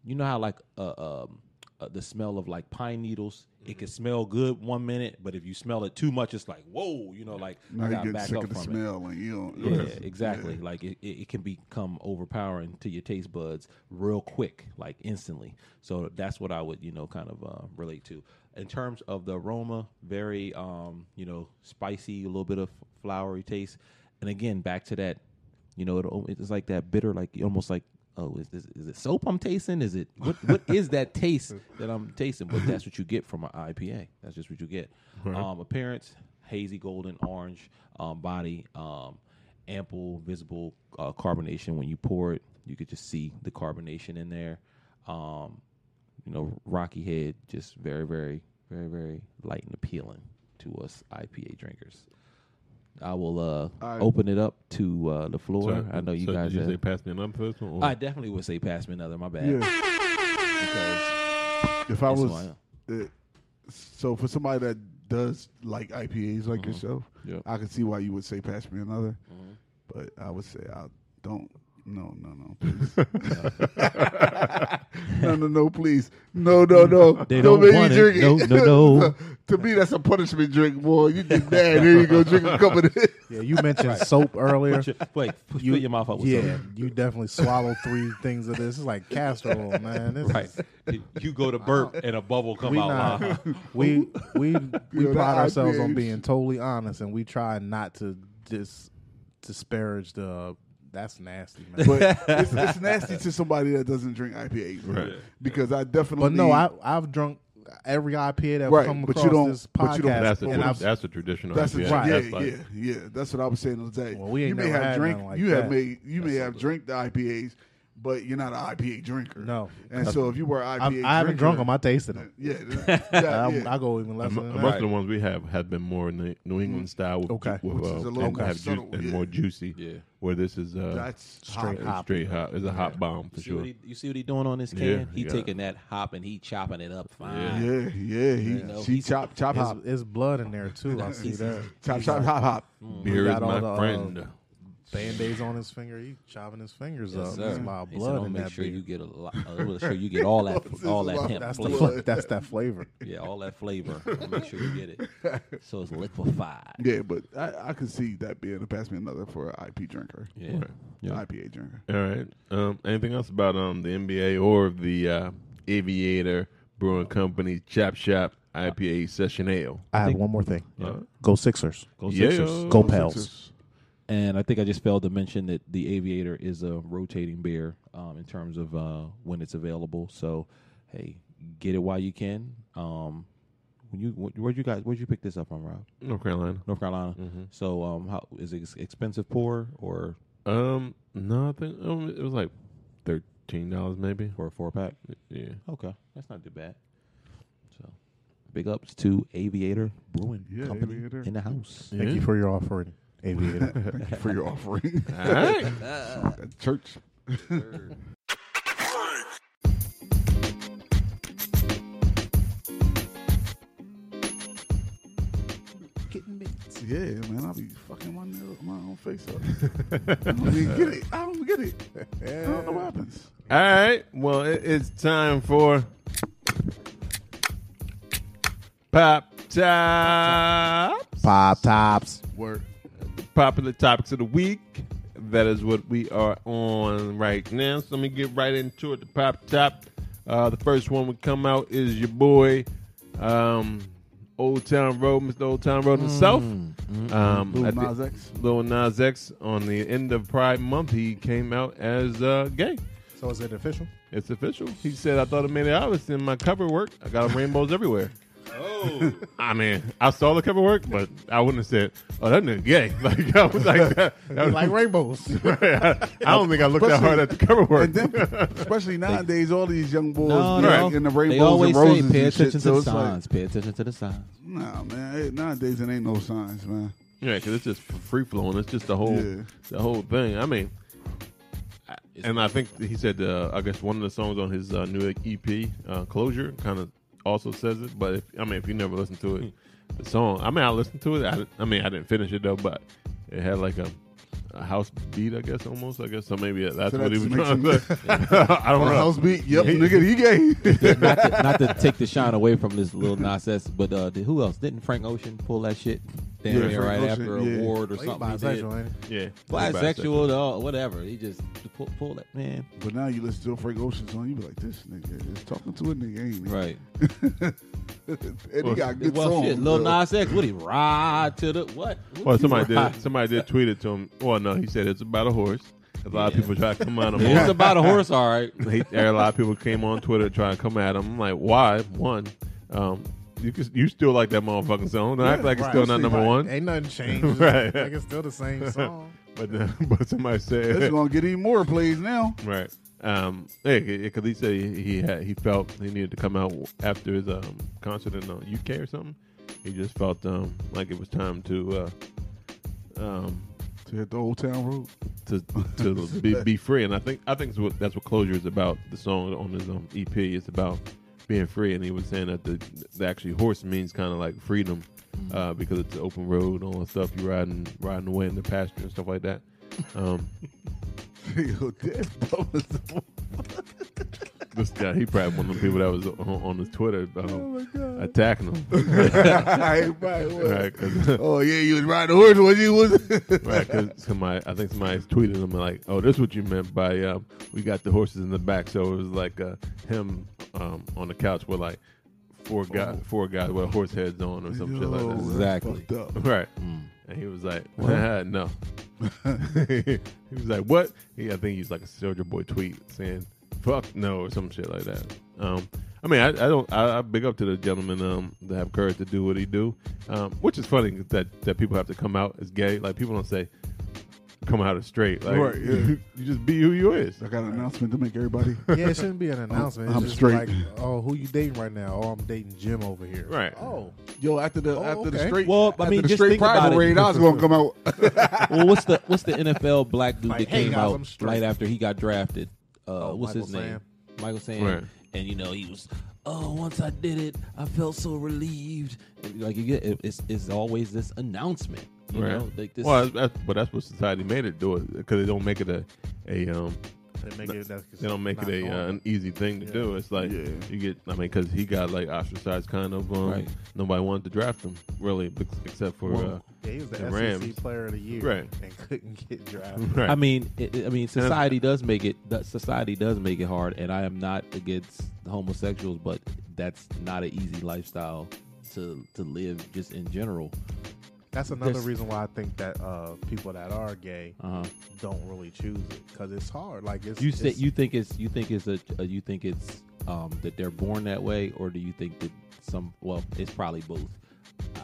D: you know how like uh, um uh, the smell of like pine needles
F: Mm-hmm.
D: it can smell good one minute but if you smell it too much it's like whoa you know like
F: Now
D: I
F: you
D: gotta
F: get
D: back
F: sick
D: up
F: of the
D: from it.
F: smell and you don't.
D: Yeah, exactly. Like it, it, it can become overpowering to your taste buds real quick, like instantly. So that's what I would, you know, kind of uh, relate to. In terms of the aroma, very, um, you know, spicy, a little bit of flowery taste. And again, back to that, you know, it, al- it's like that bitter, like almost like, oh, is, this, is it soap I'm tasting? Is it, what, what is that taste that I'm tasting? But that's what you get from an IPA. That's just what you get. Um, appearance, hazy golden orange um, body. Um, ample visible uh, carbonation when you pour it. You could just see the carbonation in there. Um, you know, Rocky Head just very, very, very, very light and appealing to us IPA drinkers. I will uh,
F: I-
D: open it up to uh, the floor. I know you
G: so
D: guys.
G: Did you say
D: have,
G: pass me another first one? or-
D: I definitely would say pass me another. My bad.
F: Yeah.
D: Because
F: If I
D: That's who
F: was, uh, so for somebody that does like IPAs like yourself,
D: Mm-hmm. Yep. Mm-hmm.
F: I could see why you would say pass me another, but I would say I don't. No,
D: [laughs]
F: no, no, please. [laughs] no, no, no, please. No, no, no.
D: They don't
F: don't make me
D: want it.
F: drink [laughs]
D: No, no, no.
F: to me, that's a punishment drink, boy. You
D: [laughs]
F: did that. Here you go, drink a cup of this.
C: Yeah, you mentioned soap earlier. [laughs]
D: wait, put your mouth up with
C: yeah,
D: something.
C: you definitely swallow three things of this. It's like castor oil, man. This
D: Right.
C: is, [laughs]
D: You go to burp and a bubble come
C: we
D: out.
C: not- [laughs]
D: Wow.
F: [laughs]
C: we we we
F: that
C: pride ourselves
F: IPA
C: on
F: is-
C: being totally honest, and we try not to dis disparage the. That's nasty, man. But,
F: [laughs] But it's, it's nasty to somebody that doesn't drink IPAs,
G: Right.
F: Because I definitely
C: no, I I've drunk every IPA that
F: Right,
C: come
F: but you
C: across
F: don't-
C: this podcast,
F: but you don't-
G: that's, the,
C: and I've
G: that's the traditional
F: That's
G: IPA.
F: the
C: Right.
F: yeah,
G: That's like-
F: yeah, yeah. That's what I was saying the other day.
C: Well, we ain't
F: you may
C: never
F: have
C: had
F: drink,
C: nothing like
F: you have
C: that.
F: made, you may have drank the IPAs, but you're not an IPA drinker.
C: No.
F: and so if you were an
C: I,
F: IPA,
C: I haven't drunk
F: drinker-
C: them. I tasted them.
F: [laughs]
C: [laughs]
F: Yeah, th- yeah,
C: I'm-
F: yeah.
C: I go even less
G: Mo-
C: than
G: Most
C: that.
G: of the ones we have have been more in the New England style, with,
C: Okay.
G: ju- with,
F: Which
G: uh,
F: is a little
G: and
F: more
G: have juice
F: subtle,
G: and
F: yeah.
G: more juicy.
D: Yeah.
G: Where this is uh,
F: that's
C: Straight
F: hop.
C: hop.
G: straight hot. It's a hot bomb for
D: See
G: sure.
D: what he, you see what he doing on this can?
G: Yeah,
D: he
G: yeah.
D: taking that hop and he chopping it up fine.
F: Yeah, yeah. He
D: You know,
F: she
D: he's-
F: chop chop
C: It's,
F: hop
C: it's blood in there too. I
F: [laughs]
C: see
D: He's- Mm.
C: that.
F: chop chop hop hop.
G: Beer is
C: got
G: my
C: all the, uh,
G: friend.
C: Band-aids on his finger. He chopping his fingers
D: Yes,
C: up.
D: sir.
C: There's a lot of
D: He said,
C: blood
D: "I'll
C: in
D: make
C: that
D: sure
C: beer.
D: you get a lot. I'll make sure you get
C: [laughs]
D: all that,
F: This is
D: all
F: a
D: that
F: lot.
D: hemp
C: That's the [laughs]
D: flavor.
C: fla- that's that flavor.
D: Yeah, all that
C: [laughs]
D: flavor. I'll make sure you get it. So it's liquefied.
F: Yeah, but I, I could see that being a pass me another for an IP drinker,
D: Yeah. Yeah.
F: IPA drinker.
G: All right. Um, anything else about um the NBA or the uh, Aviator Brewing Company Chap Shop IPA Session Ale?
C: I have one more thing.
G: Yeah.
C: Uh, Go Sixers.
D: Go
G: Yeah.
D: Sixers.
C: Go Pels.
D: And I think I just failed to mention that the Aviator is a rotating beer um, in terms of uh, when it's available. So, hey, get it while you can. Um, when you wh- where'd you guys where'd you pick this up from, Rob?
G: North Carolina.
D: North Carolina. So, um, how is it ex- expensive pour or
G: Um, no, I think um, it was like thirteen dollars maybe.
D: for a four pack?
G: Yeah.
D: Okay, that's not too bad. So, big ups to Aviator Brewing
F: Yeah,
D: Company
F: Aviator.
D: in the house.
C: Thank you for your offering, Aviator.
F: Thank you for your offering.
G: All right.
F: That church. Yeah, man, I'll be fucking my, nail, my own face up.
G: [laughs]
F: I don't even get it. I don't get it. I don't know what happens.
G: All right. Well, it, it's time for pop tops.
C: Pop tops.
G: Word. Popular topics of the week. That is what we are on right now. So let me get right into it. The pop top. Uh, the first one would come out is your boy, um, Old Town Road, Mr. Old Town Road himself. Um,
F: Lil
G: at the-
F: Nas X.
G: Lil Nas X on the end of Pride Month, he came out as uh, gay.
C: So is it official?
G: It's official. He said, "I thought it made it obvious in my cover work. I got rainbows everywhere."
D: Oh,
G: [laughs] I mean, I saw the cover work, but I wouldn't have said, "Oh, that nigga gay." [laughs] Like I was like, that, that was,
C: Like rainbows.
G: I, don't think I looked that hard at the cover work.
F: And then,
G: [laughs]
F: especially nowadays, all these young boys
D: no,
F: be
D: no.
F: like in the
D: they
F: rainbows
D: always
F: and roses
D: say, pay
F: and
D: attention
F: shit.
D: to
F: So
D: the
F: it's like,
D: signs. pay attention to the signs.
F: nah, man. it- Nowadays, it ain't no signs, man.
G: Yeah, because it's just free flowing. It's just the whole
F: Yeah.
G: the whole thing. I mean, I- and I think he said uh, I guess one of the songs on his uh, new EP uh, closure kind of also says it. But if, I mean, if you never listened to it, the song. I mean, I listened to it. I, I mean, I didn't finish it though, but it had like a. A house beat, I guess, almost. I guess so. Maybe that's
F: So that
G: what he was
F: makes
G: trying to [laughs]
F: him-
G: say. I don't
F: On
G: know.
F: house beat. Yep, nigga, he gay.
G: [laughs]
D: not, to, not to take the shine away from this little Nas S, but uh, did, who else? Didn't Frank Ocean pull that shit damn
F: Yeah,
D: near right
F: Frank Ocean,
D: after
F: yeah.
D: award or something? he did?
C: Bisexual, ain't it?
G: Yeah,
D: Bisexual, though, whatever. He just pull, pull that man.
F: but now you listen to a Frank Ocean song, you be like, this nigga is talking to a nigga, ain't he?
D: Right.
F: and he got good
D: well,
F: songs.
D: shit, Lil
F: though.
D: Nas X, what he ride to the what? [laughs]
G: Well, somebody did. Somebody did tweet it to him. Well, no, he said it's about a horse. A lot
D: Yeah.
G: of people try to come [laughs] on him.
D: It's about a horse, all right.
G: he, there are a lot of people came on Twitter trying to come at him. I'm like, why? One, um, you can, you still like that motherfucking song. Don't act like it's still
C: Right.
G: not number
C: Right.
G: one.
C: Ain't nothing changed.
G: Right.
C: Like it's still the same song.
G: But uh, [laughs] but somebody
F: This is
G: said
F: gonna get even more plays now.
G: [laughs] right. Um, because he said he he, had, he felt he needed to come out after his um, concert in the UK or something. He just felt um, like it was time to uh, um,
F: To hit the old town road.
G: to to be, be free. And I think I think that's what, that's what closure is about. The song on his um, EP is about being free. And he was saying that the, the actually horse means kind of like freedom uh, because it's an open road, all the stuff you riding riding away in the pasture and stuff like that. Um,
F: Yo, that's dumb as the-
G: this guy, he probably one of the people that was on, on his Twitter um,
F: God.
G: attacking him.
F: Everybody was.
G: right, 'cause-
F: Oh yeah, you was riding a horse when you was.
G: [laughs] Right, 'cause somebody, I think somebody tweeted him like, "Oh, this is what you meant by um, we got the horses in the back." So it was like uh, him um, on the couch with like four guys, four guys with horse heads on or some shit
F: Yo, that's
G: like
D: Exactly.
F: fucked up.
G: that. [laughs] Right,
F: Mm.
G: and he was like, "Nah, [laughs] "No," he was like, "What?" He, I think he used like a Soldier Boy tweet saying, "Fuck no" or some shit like that. Um, I mean, I, I don't. I, I big up to the gentleman um, that have courage to do what he do, um, which is funny that that people have to come out as gay. Like people don't say come out as straight. Like
F: Right, yeah.
G: [laughs] you just be who you is.
F: I got an announcement to make everybody.
C: Yeah, it shouldn't be an announcement. It's
F: I'm
C: just
F: straight.
C: like, oh, who you dating right now? Oh, I'm dating Jim over here.
G: Right.
C: Oh,
F: Yo, after the
C: Oh,
F: after the
C: okay.
F: straight,
D: Well, I
F: after
D: mean,
F: the
D: just
F: straight
D: think about
F: pride
D: it.
F: parade, I was gonna come [laughs] out.
D: well, what's the what's the NFL black dude
C: Like,
D: that
C: hey,
D: came
C: guys, I'm
D: out
C: straight.
D: right after he got drafted? Uh,
C: Oh,
D: what's
C: Michael
D: his name?
C: Sam.
D: Michael Sam.
G: Right.
D: And you know he was. Oh, once I did it, I felt so relieved. And, like you get, it- it's it's always this announcement. You
G: Right.
D: know, like this.
G: well, that's, that's, but that's what society made it do it because they don't make it a a um,
C: they make it. That's
G: they don't make
C: not
G: it a uh,
C: normal.
G: an easy thing to do. It's like
F: Yeah.
G: you get. I mean, because he got like ostracized, kind of. Um,
D: Right.
G: Nobody wanted to draft him really, bec- except for uh,
D: Well,
C: yeah, he was the,
G: the
C: SEC
G: Rams.
C: player of the year,
G: Right.
C: And couldn't get drafted.
G: uh, [laughs] right.
D: I mean, it, it- I mean, society does make it. that Society does make it hard, and I am not against homosexuals, but that's not an easy lifestyle to to live, just in general.
C: That's another
D: This-
C: reason why I think that uh, people that are gay
D: Uh-huh.
C: don't really choose it because it's hard. Like it's,
D: You say
C: it's-
D: you think it's you think it's a, uh you think it's um, that they're born that way, or do you think that some? Well, it's probably both.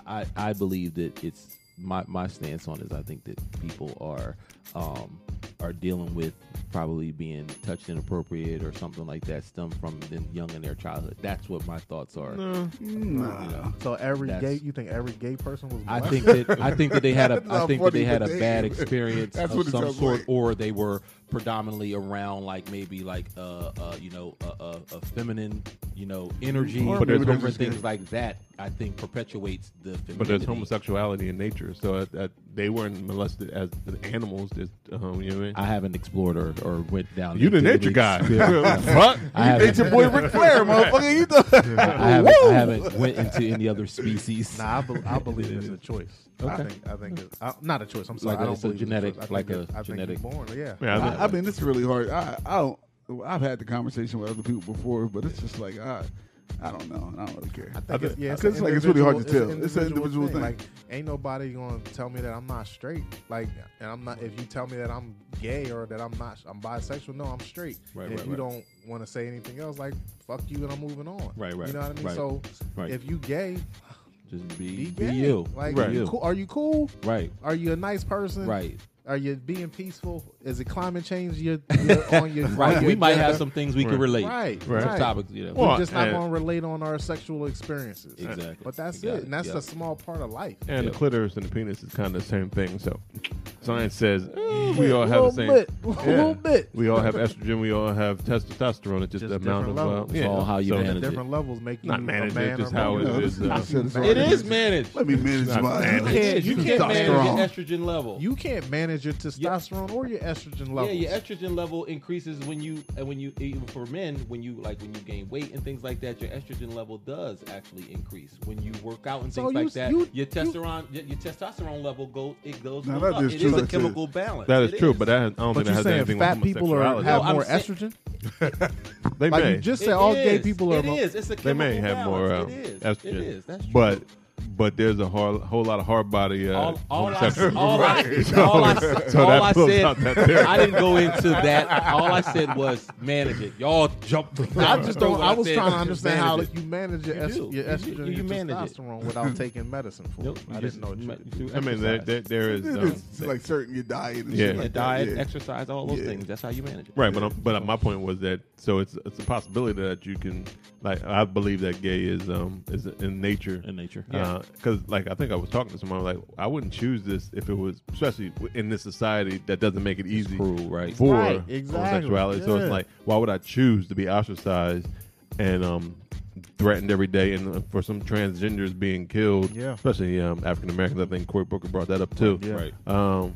D: I I believe that it's my my stance on is I think that people are um, are dealing with probably being touched inappropriate or something like that stem from them young in their childhood. That's what my thoughts are.
F: Nah.
D: You know?
C: so. Every
D: That's-
C: gay, you think every gay person was?
D: I
C: black?
D: think that I think that they had a
F: That's
D: I
F: not
D: think that they
F: funny,
D: had
F: but
D: a
F: they-
D: bad experience
F: That's
D: of
F: what it
D: some
F: sounds
D: sort,
F: like.
D: or they were predominantly around like maybe like uh, uh you know a, a, a feminine you know energy
F: Or
D: or
G: maybe they're
D: different
F: just gay.
D: things like that. I think perpetuates the femininity.
G: But there's homosexuality in nature, so uh, that, that they weren't molested as animals. Just, um, you know what I mean?
D: I haven't explored or, or went down.
G: you the
D: into
G: nature guy. [laughs]
D: experience.
G: Fuck.
D: I haven't,
F: your boy Ric
G: [laughs]
F: Flair, motherfucker. You
D: I
F: thought
D: haven't, I haven't went into any other species.
C: Nah, I, be- I believe it's a choice. I
D: Okay.
C: think I think it's I, not a choice. I'm sorry,
D: Like
C: I
D: a-
C: don't
D: it's a
C: believe
D: genetic-
C: choice. I
D: like
C: think
D: a
C: it- I think
D: genetic-
C: you're born. Yeah,
G: Yeah, I
F: I, I mean, this is really hard. I, I don't. I've had the conversation with other people before, but it's just like I, I don't know. I don't really care.
C: I think it's, yeah,
F: I think it's like it's really hard to
C: individual-
F: tell. It's an individual thing.
C: Like, ain't nobody gonna tell me that I'm not straight. Like, and I'm not. If you tell me that I'm gay or that I'm not, I'm bisexual. No, I'm straight.
G: Right,
C: and if
G: right,
C: you
G: right.
C: don't want to say anything else, like fuck you, and I'm moving on.
D: Right, right,
C: You know what I mean?
D: right,
C: So,
D: right.
C: if you gay,
D: Just
C: be
D: be, be
C: gay.
D: you.
C: Like,
G: Right.
C: you cool- are you cool?
D: Right.
C: Are you a nice person?
D: Right.
C: Are you being peaceful? Is it climate change? You're, you're on your
D: [laughs] Right.
C: on your
D: We might have
C: agenda?
D: some things we can
G: Right.
D: relate.
C: Right,
D: Some
C: right.
D: topics, you know.
G: Well,
C: We're just not
G: and-
C: going to relate on our sexual experiences.
D: Exactly.
C: But that's
D: You got
C: it. And that's
D: Yeah.
C: a small part of life.
G: And
D: Yeah.
G: the clitoris and the penis is kind of the same thing. So science says eh, we all have the same.
C: Bit, a little
G: Yeah.
C: bit.
G: We all have estrogen. We all have testosterone. It's just,
C: Just
G: the amount of
C: different
G: uh,
C: levels.
G: yeah.
D: It's all how you
G: so
D: manage it.
C: Different levels make you
G: Not
C: a
G: managed,
C: man
G: just
C: or
G: how
C: woman. [laughs]
G: it is.
F: I said it's
D: It
F: already-
D: is managed.
F: Let me manage
G: not
F: my.
G: managed.
C: You can't-
D: You can't
F: Testosterone.
D: manage your estrogen level.
C: You can't manage your testosterone or your estrogen levels.
D: Yeah, your estrogen level increases when you and when you even for men when you like when you gain weight and things like that. Your estrogen level does actually increase when you work out and
C: So
D: things
C: you-
D: like that.
C: you-
D: your testosterone your, your testosterone level goes it goes
F: Now,
D: up.
F: that is
D: It
F: true,
D: is a
F: that's it.
D: chemical balance.
G: That is
D: It
G: true, but that, I don't
C: but
G: think that
C: you're
G: has
C: saying
G: anything
C: fat
G: with
C: people are,
G: homosexuality.
C: have
D: No, I'm
C: more
D: saying-
C: estrogen?
G: they
C: Like
G: may,
C: you just
D: It
C: said, all gay
D: is.
C: people are.
D: It is. It's a
G: they
D: chemical
G: may have more uh,
D: balance. It is.
G: estrogen,
D: It is. That's true.
G: but but there's a whole, whole lot of hard body. Uh,
D: all, all, I,
G: homosexuals.
D: all, I, all, I,
G: so
D: all
G: that
D: I
G: proves
D: said,
G: out that theory.
D: I didn't go into that. All I said was manage it. Y'all jump.
C: I just don't. I was
D: said,
C: trying to understand how
D: manage it.
C: you manage your,
D: You
C: es-
D: do.
C: your
D: You-
C: estrogen,
D: you-
C: and
D: you
C: your
D: manage it.
C: testosterone without
G: [laughs]
C: taking medicine for
D: Nope,
C: it.
D: you
C: I
D: just
C: didn't know. It
D: ma-
C: should be.
D: do
G: [laughs] I mean, there,
D: exercise.
G: there, there is
F: It
G: um,
F: is like certain your diet and
G: Yeah.
F: shit
G: Yeah,
D: Yeah,
F: like
D: diet,
F: that. yeah.
D: exercise, all those
F: Yeah.
D: things. That's how you manage it.
G: Right, but I'm, but uh, my point was that so it's it's a possibility that you can like I believe that gay is um is in nature
D: In nature, yeah.
G: because like I think I was talking to someone like I wouldn't choose this if it was especially in this society that doesn't make it easy
D: cruel, right?
G: for
C: Right, exactly,
G: homosexuality. So
C: yeah.
G: it's like why would I choose to be ostracized and um threatened every day and uh, for some transgenders being killed,
C: Yeah.
G: especially um, African Americans. I think Cory Booker brought that up too,
C: Yeah.
D: Right.
G: Um,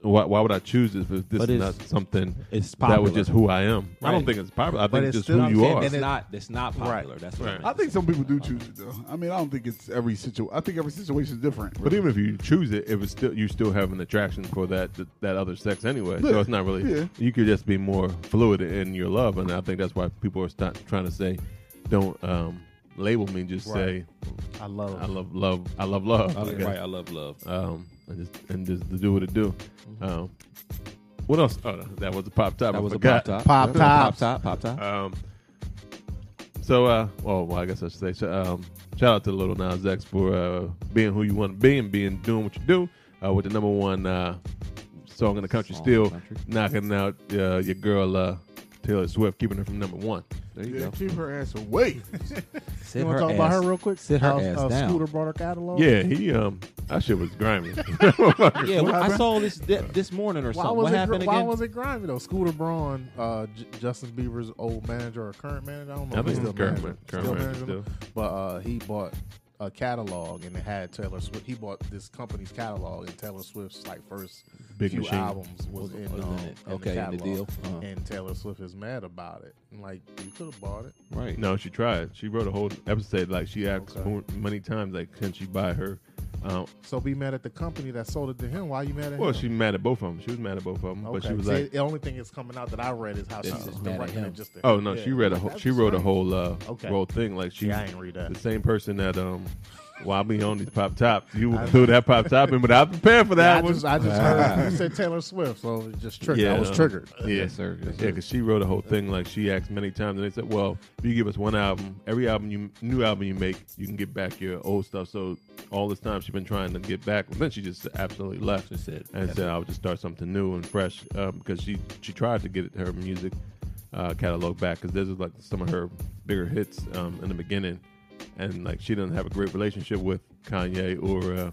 G: why, why would I choose this if this
D: But
G: is
D: it's-
G: not something
D: it's
G: that
D: popular.
G: was just who I am? I
D: Right.
G: don't think it's popular. I
C: But
G: think
C: it's
G: just
C: still-
G: who you
C: I'm
G: are.
C: saying
D: It's
C: it-
D: not. It's not popular.
C: Right.
D: That's what
G: Right.
D: meant.
F: I think some people do choose it though. I mean, I don't think it's every situation. I think every situation is different.
G: but even if you choose it, it was still you still have an attraction for that that, that other sex anyway.
F: Yeah.
G: So it's not really.
F: Yeah.
G: You could just be more fluid in your love, and I think that's why people are start trying to say, "Don't um, label me." Just
C: Right.
G: say,
C: I love.
G: "I love love. I love love."
D: I
G: I guess.
D: right. I love love.
G: Um, and just and just to do what it do. Um, what else? Oh, that was a pop top.
D: Mm-hmm.
G: I
D: That was a pop
G: forgot.
D: top.
C: Pop
D: Yeah.
C: tops.
D: Pop top. Pop top.
G: Um, so, uh, well, well, I guess I should say, so, um, shout out to Little Nas X for uh, being who you want to be and being doing what you do uh, with the number one uh, song in the country,
D: Song in
G: still
D: the country.
G: knocking out uh, your girl uh, Taylor Swift, keeping her from number one.
D: There you
F: yeah,
D: go.
F: keep her ass away.
D: Sit
C: You want to
D: her
C: talk about
D: ass-
C: her real quick?
D: Sit her
C: How,
D: ass
C: uh,
D: down.
C: Scooter brought her catalog.
G: Yeah, he um, that shit was grimy.
D: Yeah, well, I saw this th- this morning or
C: Why
D: something.
C: was, it,
D: What
C: gr-
D: happened
C: why
D: again?
C: was it grimy though? Scooter Braun, uh, J- Justin Bieber's old manager or current manager. I don't know.
G: I
C: if he's
G: think
C: still
G: it's current
C: manager.
G: man- current
C: Still
G: manager
C: manager, But uh, he bought a catalog and it had Taylor Swift. He bought this company's catalog and Taylor Swift's like first
G: Big
C: few
G: Machine.
C: albums was, in,
D: was in
C: um,
D: it.
C: in
D: Okay,
C: the
D: in the
C: catalog.
D: deal. Uh-huh.
C: And Taylor Swift is mad about it. And like you could have bought it.
D: [laughs] Right.
G: No, she tried. She wrote a whole episode. Like she asked mo- many times, like, can she buy her? Um,
C: So be mad at the company that sold it to him. Why you mad at
G: well,
C: him?
G: she mad at both of them. She was mad at both of them, but she was
C: See,
G: like,
C: the only thing that's coming out that I read is how she's
D: is
C: just
D: mad at
C: directing
D: him.
C: it just to
G: Oh
C: him.
G: no,
C: Yeah.
G: she read a whole,
C: That's
G: she wrote a
C: strange.
G: whole uh
C: Okay.
G: whole thing like she
C: Yeah, I ain't read that.
G: the same person that um while we on these pop tops you threw that pop top in without preparing for
C: Yeah,
G: that
C: I
G: one
C: just, I just heard you said Taylor Swift, so it was just triggered. I was
G: uh,
C: triggered.
G: yeah
D: Yes, sir. Yes,
G: yeah
D: sir.
G: because she wrote a whole thing like she asked many times and they said well if you give us one album every album you new album you make you can get back your old stuff so all this time she's been trying to get back then she just absolutely left
D: She said,
G: and
D: "That's
G: said I would just start something new and fresh um, because she she tried to get her music uh, catalog back because this is like some of her bigger hits um, in the beginning, and like she doesn't have a great relationship with Kanye or uh,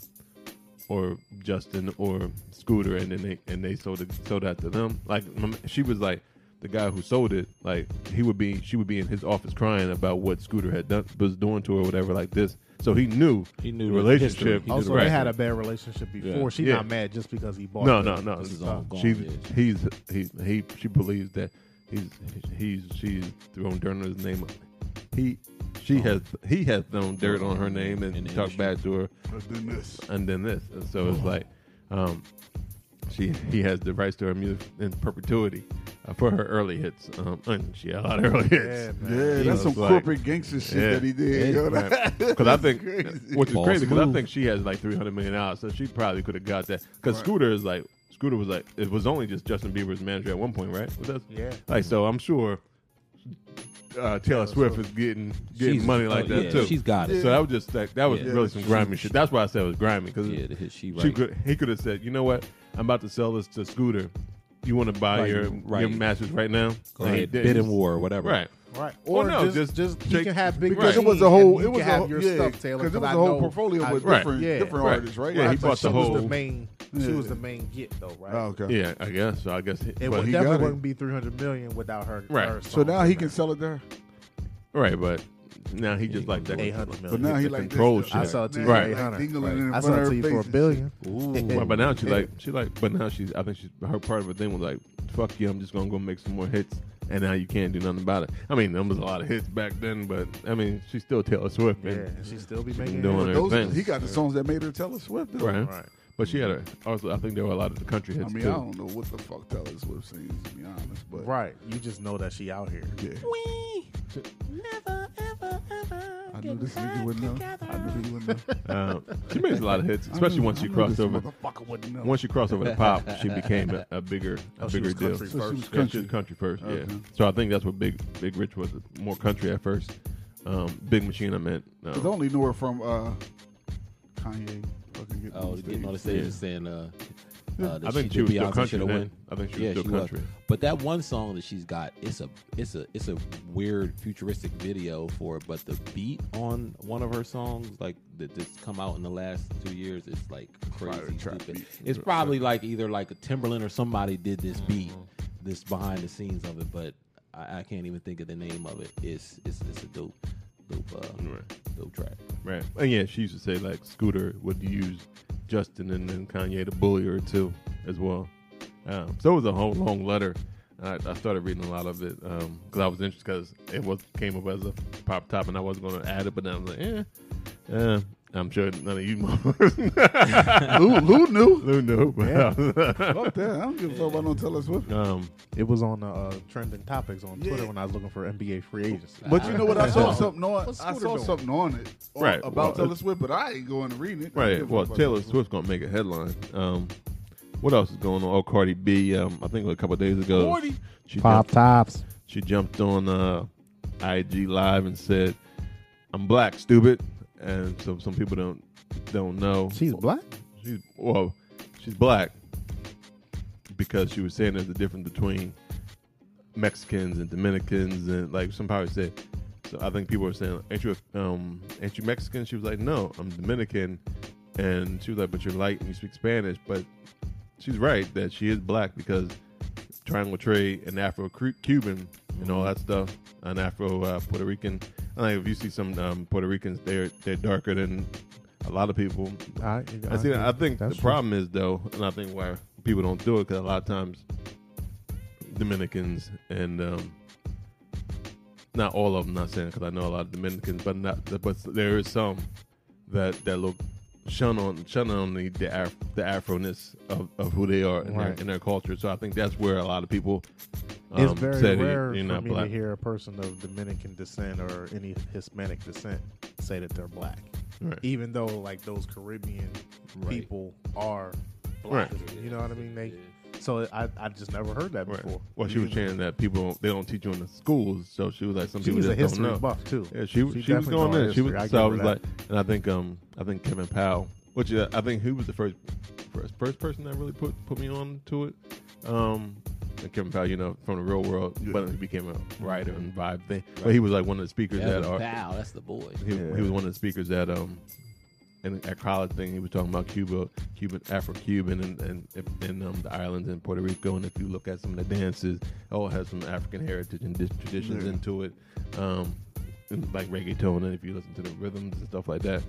G: or Justin or Scooter, and then they and they sold it sold that to them. Like m- she was like. The guy who sold it, like he would be, she would be in his office crying about what Scooter had done, was doing to her, or whatever, like this. So he knew
D: He knew
G: the
D: the history.
G: relationship.
D: He knew
C: Also,
D: the
C: they had a bad relationship before.
D: Yeah.
C: She's
G: Yeah.
C: not mad just because he bought.
G: No,
C: the-
G: no, no.
D: This is all gone,
G: She's
D: yeah.
G: he's he he she believes that he's he's she's thrown dirt on his name. He she has he has thrown dirt on her name
D: In
G: and
D: the
G: talked
D: industry.
G: bad to her
F: But then this.
G: and then this. And so it's like um she he has the rights to her music in perpetuity uh, for her early hits. Um and she had a lot of early hits. [laughs]
C: man.
F: Yeah,
G: He
F: that's some
G: was like-
F: corporate gangster shit
G: Yeah.
F: that he did. yo. [laughs]
G: Because I think,
F: crazy.
G: which is
D: False
G: crazy, because I
D: move.
G: think she has like three hundred million dollars, so she probably could have got that. Because Scooter is like, Scooter was like, it was only just Justin Bieber's manager at one point, right? With us?
C: Yeah.
G: Like, so I'm sure uh, Taylor Swift is getting getting
D: She's-
G: money like
D: oh,
G: that
D: yeah,
G: too.
D: she's got it.
G: So that was just like that was
D: Yeah.
G: really some grimy shit. That's why I said it was grimy because
D: Yeah, the hit she
G: she
D: right.
G: could he could have said, you know what, I'm about to sell this to Scooter. You want to buy
D: Right,
G: your
D: right.
G: your matches right now?
D: Go
G: And he
D: ahead,
G: didn't.
D: bid and war, or whatever.
G: Right.
C: Right.
G: Or
C: Or
G: no,
C: just
G: just-
C: just
G: take-
C: you can have big
G: Right.
F: Because it was
C: machine
F: a whole.
C: and
F: It
C: you
F: was
C: can
F: a
C: have
F: whole,
C: your
F: yeah,
C: stuff, Taylor.
F: Because it was
C: I
F: a whole
C: know
F: portfolio
C: I-
F: with
G: Right.
F: different,
C: Yeah.
F: different
G: Right.
F: artists, right?
G: Yeah,
F: I
G: he
F: thought
G: bought
F: she
C: she
G: the
F: was
G: whole-
C: was the main. She was the main get though, right?
F: Oh, okay.
G: Yeah, I guess. So I guess. He,
C: It
G: but
C: would-
G: he-
C: definitely
F: got it.
C: wouldn't be 300 million without her.
G: Right.
C: her
F: So
C: songs
F: now
C: in
F: he
C: there.
F: can sell it there.
G: right, but now he just like that.
C: 800
F: But
C: million.
F: now
G: the
F: he like this
G: control
F: though.
G: shit.
C: I saw it to you
G: Right.
C: for 800.
F: Like dingling in
C: I
F: front
C: saw
F: of
C: it
F: her
C: to you for a
F: face and
C: billion.
G: Well, but now she like she like but now she's I think she her part of her thing was like fuck you I'm just gonna go make some more hits and now you can't do nothing about it. I mean there was a lot of hits back then but I mean she's still Taylor Swift
C: Yeah,
G: and
C: and she still be
G: she
C: making
G: been doing
C: it.
G: her thing
F: Those, he got the songs that made her Taylor Swift. though.
G: right.
C: Right.
G: But she had a also I think there were a lot of the country
F: I
G: hits
F: mean, I
G: too.
F: don't know what the fuck Taylor Swift sings, to be honest. But
C: Right. You just know that she out here.
F: yeah. I knew this nigga would know. I knew he would know.
G: Um, she made a lot of hits
F: I
G: especially
F: knew-
G: once
F: I
G: she
F: knew
G: crossed
F: this
G: over
F: motherfucker would know.
G: once she crossed over the pop she became a, a bigger a
C: Oh, she
G: bigger
C: was country
G: deal.
C: first.
F: So she was
G: Yeah, she
F: country.
G: was country first, yeah.
F: Okay.
G: So I think that's what Big Big Rich was more country at first. Um, Big Machine I meant. um,
F: 'Cause I only knew her from uh, Kanye. Fucking getting
D: Oh,
F: on
D: getting on the
F: stage.
D: stage and saying, uh, uh, that
G: I think
D: she,
G: she was still
D: Beyonce
G: country
D: shoulda
G: then.
D: won.
G: I think she was
D: yeah,
G: still
D: she
G: country.
D: Was. But that one song that she's got, it's a, it's a, it's a weird futuristic video for it. But the beat on one of her songs, like that that's come out in the last two years, it's like crazy stupid. It's probably like either like a Timberland or somebody did
G: Mm-hmm.
D: this beat, this behind the scenes of it. But I, I can't even think of the name of it. It's, it's, it's a dope, dope, uh,
G: Right.
D: dope track.
G: Right. And yeah, she used to say like Scooter would use Justin and then Kanye to bully her too as well. Um, so it was a whole long letter. I, I started reading a lot of it because I was interested because it was came up as a pop top and I wasn't going to add it, but then I was like, eh. Uh, I'm sure none of you motherfuckers [laughs]
F: Lou, Lou knew. [laughs]
G: Lou knew. but-
F: Fuck that. I don't give a fuck about no Taylor Swift.
G: um,
C: It was on uh, trending topics on Twitter
F: Yeah.
C: when I was looking for NBA free agency.
F: But you know what? I saw
C: What's [laughs]
F: something on. I
C: What's
F: saw
C: Scooter doing?
F: something on it on-
G: Right,
F: about
G: well,
F: Taylor Swift, but I ain't going to read it. I
G: Right.
F: don't give a
G: Well,
F: fuck about
G: Taylor Swift's gonna make a headline. Um, what else is going on? Oh, Cardi B. Um, I think a couple of days ago,
F: Cardi?
G: she
C: Pop
G: jumped,
C: tops.
G: she jumped on uh, IG Live and said, "I'm black, stupid," and so some people don't don't know.
C: She's black.
G: She's well, she's black because she was saying there's a difference between Mexicans and Dominicans and like some probably said. So I think people were saying, "Ain't you a- um, ain't you Mexican?" She was like, "No, I'm Dominican," and she was like, "But you're light and you speak Spanish." But she's right that she is black because triangle trade and Afro Cuban and all that stuff, and Afro uh, Puerto Rican. I think if you see some um, Puerto Ricans, they're they're darker than a lot of people.
C: I,
G: I see. I think the
C: that's
G: problem is though, and I think why people don't do it because a lot of times Dominicans and um, not all of them. Not saying because I know a lot of Dominicans, but not but there is some that that look shun on shun on the the, Af- the Afroness of, of who they are in,
C: Right.
G: their, in their culture. So I think that's where a lot of people. Um,
C: It's very
G: said,
C: rare
G: you're
C: for
G: not
C: me
G: black.
C: to hear a person of Dominican descent or any Hispanic descent say that they're black,
G: Right.
C: even though like those Caribbean
D: Right.
C: people are black.
G: Right.
C: You know what I mean? They so I I just never heard that
G: Right.
C: before.
G: Well, she was saying that people don't, they don't teach you in the schools, so she was like, some people
C: She's a
G: just don't
C: history
G: know.
C: buff too.
G: Yeah, she she, was
C: definitely
G: going
C: taught
G: in. She
C: history.
G: was
C: give
G: so I
C: her
G: was
C: that.
G: like, and I think um I think Kevin Powell, which uh, I think he was the first, first first person that really put put me on to it. Um, and Kevin Powell, you know, from the real world, but he became a writer and vibe thing. But he was like one of the speakers
D: That's
G: that
D: the
G: are
D: bow. That's the boy.
G: he, he was one of the speakers at um and at college thing he was talking about Cuba, Cuban, Afro-Cuban, and and, and um, the islands in Puerto Rico. And if you look at some of the dances, it all has some African heritage and dis- traditions into it, um, and like reggaeton. And if you listen to the rhythms and stuff like that,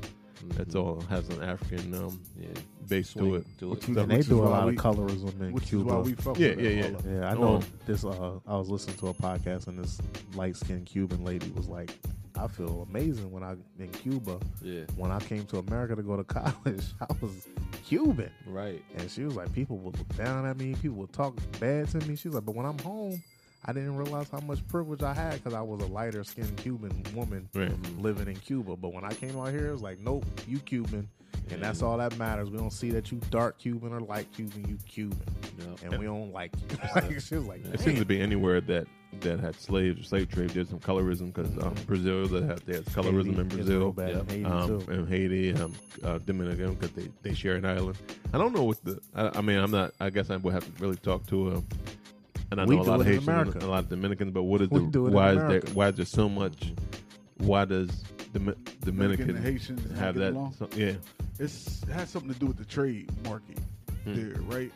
G: that's all has an African um,
D: Mm-hmm. Yeah.
G: base to it.
D: To it.
F: Which
C: and they
F: is
C: do a
F: why
C: lot
F: we-
C: of colorism in
F: Which
C: Cuba.
F: is why we fuck
G: Yeah,
F: with
G: yeah,
F: her.
G: yeah.
F: Hold up.
C: Yeah, I know
G: Um,
C: this. Uh, I was listening to a podcast, and this light skinned Cuban lady was like, "I feel amazing when I in Cuba.
D: Yeah.
C: When I came to America to [laughs] go to college, I was Cuban."
D: Right.
C: And she was like, "People would look down at me. People would talk bad to me." She's like, "But when I'm home, I didn't realize how much privilege I had because I was a lighter skinned Cuban woman
G: Right.
C: living in Cuba. But when I came out here, it was like, nope, you Cuban." And that's all that matters. We don't see that you dark Cuban or light Cuban. You Cuban,
D: Yeah.
C: and we don't like you. [laughs] like she was like,
G: It seems to be anywhere that that had slaves or slave trade did some colorism because um, Brazil that had they had colorism in Brazil,
C: bad in Haiti,
G: um,
C: too.
G: and Haiti, um, uh, Dominican because they, they share an island. I don't know what the I, I mean. I'm not. I guess I would have to really talk to. Um, and I
C: We
G: know a
C: do
G: lot of
C: it in
G: Haitians, and
C: America.
G: a lot of Dominicans, but what is
C: We
G: the
C: do it in
G: why is there
C: America.
G: why is there so much? Why does Domin- Dominican,
F: and Haitians not
G: have
F: get
G: that?
F: along?
G: so- yeah,
F: It's it has something to do with the trade market there, right?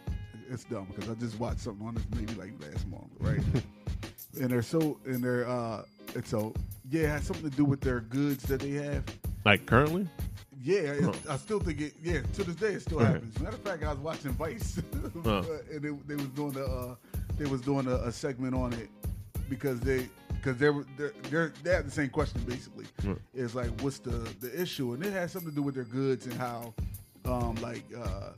F: It's dumb because I just watched something on this maybe like last month, right?
G: [laughs]
F: and they're so and they're uh and so yeah, it has something to do with their goods that they have.
G: like currently.
F: Yeah, it, I still think it. Yeah, to this day it still
G: Okay.
F: happens. Matter of fact, I was watching Vice, [laughs] and they, they was doing the uh, they was doing a, a segment on it because they because they were they're, they're they had the same question basically.
G: Hmm.
F: It's like what's the the issue, and it has something to do with their goods and how um, like uh,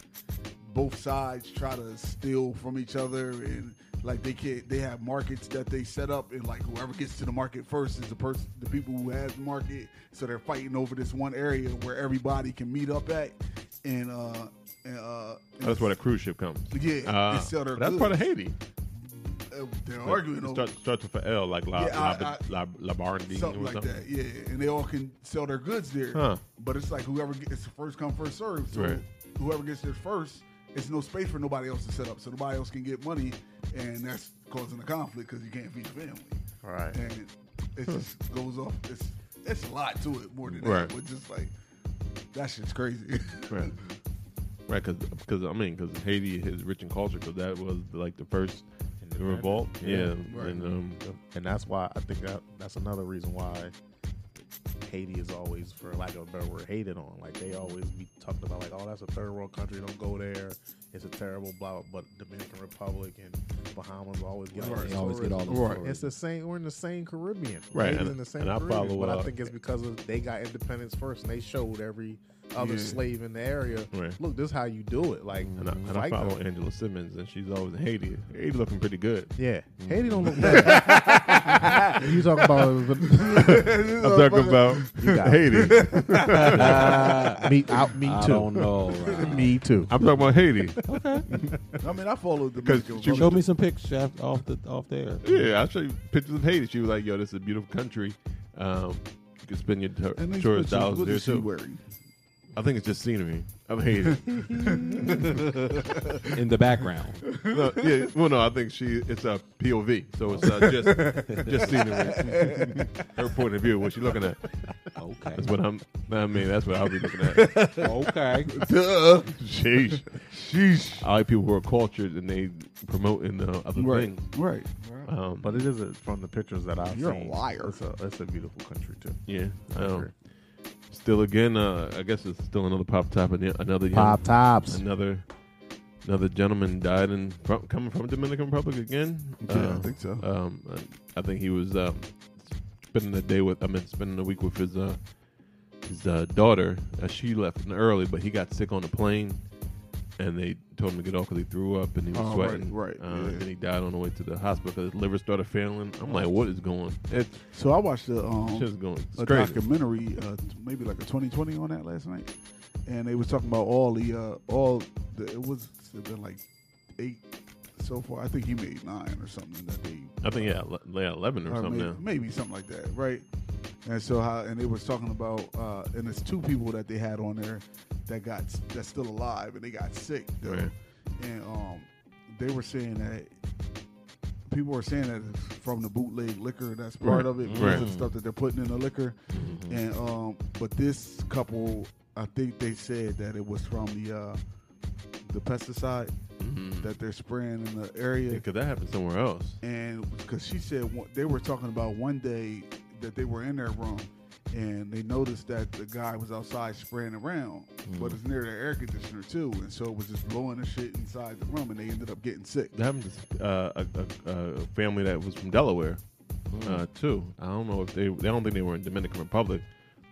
F: both sides try to steal from each other and. Like they can't, they have markets that they set up, and like whoever gets to the market first is the person, the people who has the market. So they're fighting over this one area where everybody can meet up at, and uh, and, uh, and
G: That's where the cruise ship comes.
F: Yeah, they
G: Ah,
F: sell their
G: but that's part of
F: goods.
G: Haiti.
F: uh, they're arguing
G: It
F: over
G: starts starts with an L, like La
F: Yeah, I-
G: La
F: I-
G: La La Barndi or
F: something like
G: something.
F: that. Yeah, and they all can sell their goods there.
G: Huh.
F: But it's like whoever gets it's first come first served. So
G: Right.
F: whoever gets there first, it's no space for nobody else to set up. So nobody else can get money, and that's causing a conflict because you can't feed your family.
G: Right.
F: And it just goes off. It's it's a lot to it more than
G: Right.
F: that. But just like that shit's crazy. [laughs]
G: Right. Right, because I mean, because Haiti is rich in culture, because that was like the first revolt. Yeah,
F: Right.
G: and um,
C: and that's why I think that that's another reason why Haiti is always, for lack of a better word, hated on. Like they always be talking about, like, oh, that's a third world country, don't go there. It's a terrible blah. But Dominican Republic and Bahamas always get all
D: They
C: the
D: always get all
C: stories.
D: the
G: Right.
D: stories.
C: It's the same. We're in the same Caribbean,
G: Right,
C: Haiti's
G: and-
C: in the same
G: and I
C: Caribbean,
G: follow,
C: but
G: uh,
C: I think it's because of they got independence first, and they showed every other slave in the area.
G: Right.
C: Look, this is how you do it. Like,
G: and I, and I
C: fight
G: follow
C: them.
G: Angela Simmons, and she's always in Haiti. Haiti looking pretty good.
C: Yeah,
G: Mm.
C: Haiti don't
G: [laughs]
C: look bad. [laughs] you talking about
G: I'm talking about
C: got
G: Haiti.
C: me? I, me
D: Ah, I
C: too.
D: don't know. Rob.
C: Me too.
G: I'm talking
F: [laughs]
G: about Haiti.
F: I mean, I followed the
G: 'Cause
F: Dominican
G: she-
F: Republic.
D: Show me some pictures af- off the off there.
G: Yeah, I showed you pictures of Haiti. She was like, "Yo, this is a beautiful country. Um, you can spend your tour-
F: And these
G: tourist
F: pictures,
G: dollars
F: what
G: there
F: is she
G: too."
F: wearing?
G: I think it's just scenery. I'm
F: [laughs]
G: Haiti.
D: In the background.
G: no, yeah, well, no, I think she it's a POV, so it's uh, just just scenery, her point of view, what she's looking at.
D: Okay.
G: That's what I'm. I mean, that's what I'll be looking at.
D: okay.
G: [laughs] Duh. Sheesh, sheesh. I like people who are cultured and they promoting uh, other
F: Right,
G: things.
F: right.
G: Um, but
C: But it is a, from the pictures that I've
F: You're a
C: seen.
F: liar.
C: It's a, it's a beautiful country too.
G: yeah,
C: agree.
D: Oh,
G: um, still again, uh, I guess it's still another pop top and yet another young,
C: tops.
G: another another gentleman died in from, coming from Dominican Republic again.
F: Yeah, I think so.
G: Um, I, I think he was um, spending the day with. I mean, spending the week with his uh, his uh, daughter. Uh, she left early, but he got sick on the plane, and they told him to get off because he threw up and he was
F: Oh, right,
G: sweating.
F: right,
G: Uh,
F: yeah.
G: And then he died on the way to the hospital because his liver started failing. I'm like, what is going? It's
F: So I watched the um,
G: just going. It's
F: a
G: crazy.
F: documentary, uh, t- maybe like a 2020 on that last night, and they was talking about all the uh, all the, it was it been like eight so far. I think he made nine or something that they
G: I think yeah, ele- yeah, eleven or
F: or
G: something
F: maybe,
G: now.
F: maybe something like that, right? And so how and they was talking about uh, and it's two people that they had on there that got that's still alive and they got sick though,
G: Right.
F: and um, they were saying that people were saying that it's from the bootleg liquor that's part
G: Right.
F: of it,
G: Right. Mm-hmm.
F: because of the stuff that they're putting in the liquor, and um, but this couple, I think they said that it was from the uh, the pesticide
G: Mm-hmm. Mm.
F: that they're spraying in the area
G: Because that happened somewhere else.
F: and because she said one- they were talking about one day that they were in their room and they noticed that the guy was outside spraying around, but
G: Hmm.
F: it's near their air conditioner too, and so it was just blowing the shit inside the room, and they ended up getting sick.
G: That happened to uh, a, a, a family that was from Delaware, uh, too. I don't know if they, they don't think they were in Dominican Republic,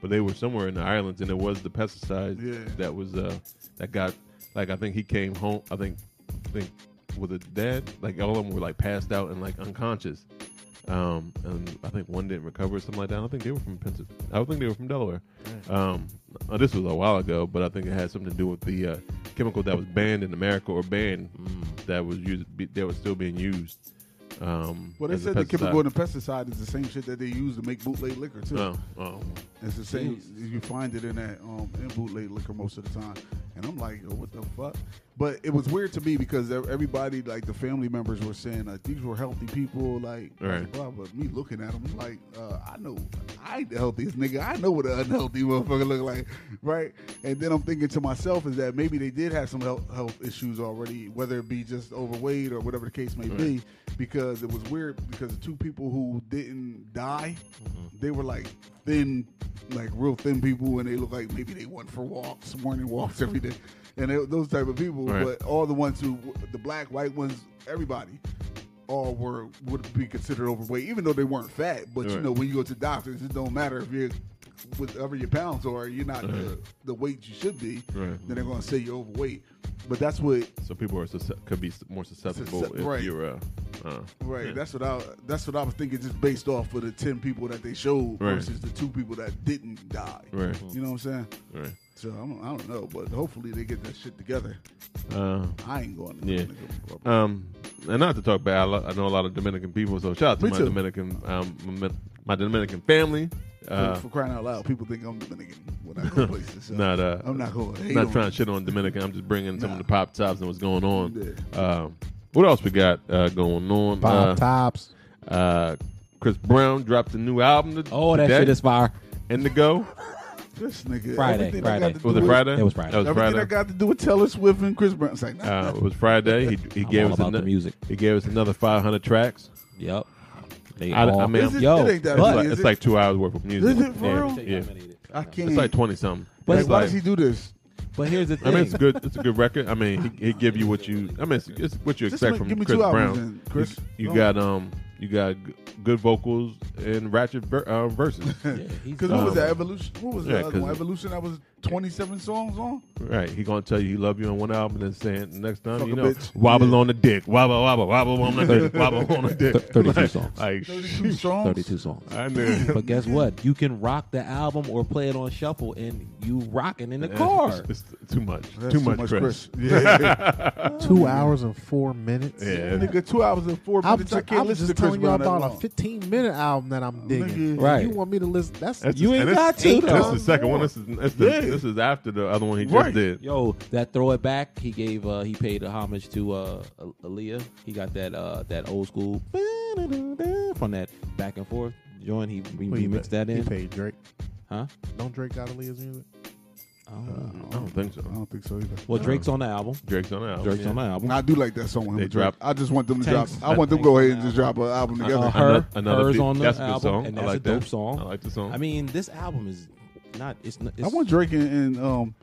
G: but they were somewhere in the islands, and it was the pesticide
F: Yeah.
G: that was uh, that got like I think he came home. I think I think with a dad, like all of them were like passed out and like unconscious. Um, and I think one didn't recover or something like that. I don't think they were from Pennsylvania. I don't think they were from Delaware. Um, uh, this was a while ago, but I think it had something to do with the uh, chemical that was banned in America or banned that was used be, that was still being used Um,
F: Well, they
G: as
F: said
G: a
F: the
G: pesticide.
F: chemical and the pesticide is the same shit that they use to make bootleg liquor too.
G: Oh, oh.
F: It's the same. You find it in that um, in bootleg liquor most of the time, and I'm like, Yo, what the fuck? But it was weird to me because ev- everybody, like the family members, were saying like these were healthy people, like blah,
G: Right.
F: blah, blah. But me looking at them, like uh, I know I ain't the healthiest nigga. I know what an unhealthy motherfucker look like, right? And then I'm thinking to myself is that maybe they did have some health health issues already, whether it be just overweight or whatever the case may be. Because it was weird because the two people who didn't die, they were like thin, like real thin people, and they look like maybe they went for walks, morning walks every day, and they, those type of people.
G: Right.
F: But all the ones who, the black, white ones, everybody, all were would be considered overweight, even though they weren't fat. But you
G: Right.
F: know, when you go to doctors, it don't matter if you're whatever your pounds are, you're not the, the weight you should be.
G: Right.
F: Then they're gonna say you're overweight. But that's what
G: So people are sus- could be s- more susceptible
F: Suscep-
G: if
F: right.
G: you're uh, uh,
F: Right,
G: yeah.
F: that's what I that's what I was thinking, just based off of the ten people that they showed
G: Right.
F: versus the two people that didn't die.
G: Right.
F: You know what I'm saying?
G: right.
F: So I'm, I don't know, but hopefully they get that shit together.
G: Uh,
F: I ain't going. To
G: Yeah.
F: Dominican Republic.
G: Um, and not to talk bad, I, lo- I know a lot of Dominican people, so shout out to
F: Me
G: my
F: too.
G: Dominican, um, my, my Dominican family. Uh,
F: For- for crying out loud, people think I'm Dominican when I
G: [laughs]
F: go places. So
G: not uh,
F: I'm not going. Hey,
G: not trying to shit on Dominican. I'm just bringing some of
F: Nah.
G: the pop tops and what's going on. Um, what else we got uh, going on?
C: Bob
G: Uh,
C: Tops.
G: uh, Chris Brown dropped a new album. To,
D: Oh, that
G: today,
D: shit is fire.
G: Indigo.
F: This nigga.
D: Friday,
F: everything I
D: Friday.
F: got to do
G: Was it
F: with-
G: Friday?
D: It was Friday.
G: That was
F: Everything I
G: Friday.
F: got to do with Taylor Swift and Chris Brown. It's like, nah,
G: Uh,
F: nah.
G: it was Friday. He, he
D: I'm
G: gave
D: all
G: us
D: about the
G: ano-
D: music.
G: He gave us another 500 tracks.
D: Yep. They
G: I- I
D: all-
G: mean, Is
F: it-
D: yo,
F: it ain't that
D: but
G: It's
F: many,
G: like,
F: is
G: it's
F: it?
G: like two hours worth of music.
F: Is it for
G: yeah,
F: real?
G: Yeah.
F: I can't.
G: It's like 20 something.
D: But
F: like,
D: it's
F: why
D: like-
F: does he do this?
D: but here's the thing.
G: I mean, it's good. It's a good record. I mean, he, he give you what you. I mean, it's, it's what you
F: Just
G: expect
F: ma-
G: from
F: give me
G: Chris
F: two
G: Brown.
F: albums then, Chris.
G: you
F: Go.
G: got um, you got g- good vocals and ratchet ver- uh,
F: [laughs]
G: verses.
D: Yeah, he's-
F: Because what
D: [laughs]
F: was that evolution? What was
G: uh, yeah,
F: the other
G: 'cause-
F: one? Evolution that was 27 songs on.
G: right? He gonna tell you he love you on one album, and then saying the next time
F: Fuck
G: you
F: a
G: know
F: bitch.
G: wobble
F: Yeah.
G: on the dick, wobble wobble wobble on the
F: [laughs]
G: dick, wobble on the dick.
D: Th- 32
G: Like-
D: songs.
G: Like,
F: 32 songs.
D: 32 songs.
F: [laughs]
G: I knew.
D: But guess what? You can rock the album or play it on shuffle, and you rocking in the
G: It's-
D: car.
G: [laughs] It's, it's too much.
F: That's
G: too much, Chris. [laughs]
F: Yeah.
C: Two hours and four minutes.
G: Yeah.
F: nigga, two hours and four
C: I'm
F: minutes.
C: just,
F: I can't
C: I'm
F: listen
C: just
F: to Chris
C: telling y'all
F: Brown that
C: about a
F: long.
C: 15 minute album that I'm digging.
F: nigga.
D: Right.
C: You want me to listen? That's
G: That's-
D: You ain't
G: and this-
D: got to,
G: This
D: though.
G: is the second one. This is this, the,
F: Yeah.
G: this is after the other one he just
F: Right.
G: did.
D: Yo, that throw it back. He gave. Uh, he paid a homage to uh, A- Aaliyah. He got that. Uh, that old school from that back and forth joint. He re-
C: Well, he
D: remixed
C: pa-
D: that in,
C: He paid Drake.
F: Uh,
D: huh?
C: Don't Drake got Aaliyah's music?
D: I don't know.
G: I don't think so.
F: I don't think so either.
D: Well, Drake's on the album.
G: Oh, Drake's on the
F: Oh,
G: album.
D: Drake's on the album.
F: I do like that song. with
G: They
F: him and Drake.
G: dropped-
F: I just want them to
D: Tanks.
F: drop. I want them to go ahead and just drop an album
D: Uh,
F: together.
D: her,
G: Ano- another
D: hers
G: beat.
D: on the
G: That's a good
D: album,
G: song.
D: and
G: I
D: that's
G: like
D: a dope
G: that.
D: song.
G: I like the song.
D: I mean, this album is not. It's. not it's
F: I want Drake and, and um,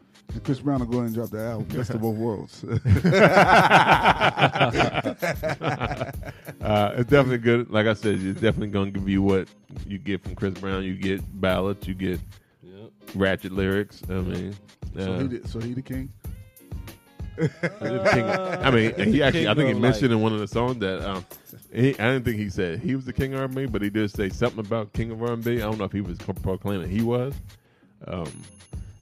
F: Chris Brown to go ahead and drop
D: [laughs]
F: the album. Best of both worlds. [laughs]
G: Uh, it's definitely good. Like I said, it's definitely going to give you what you get from Chris Brown. You get ballads, you get ratchet lyrics. I mean,
F: so,
G: uh,
F: he the, so he the king.
G: king- I mean, he actually, I think he
D: of
G: mentioned in one of the songs that um, he, I didn't think he said he was the king of R&B, but he did say something about king of R&B. I don't know if he was co- proclaiming he was. Um,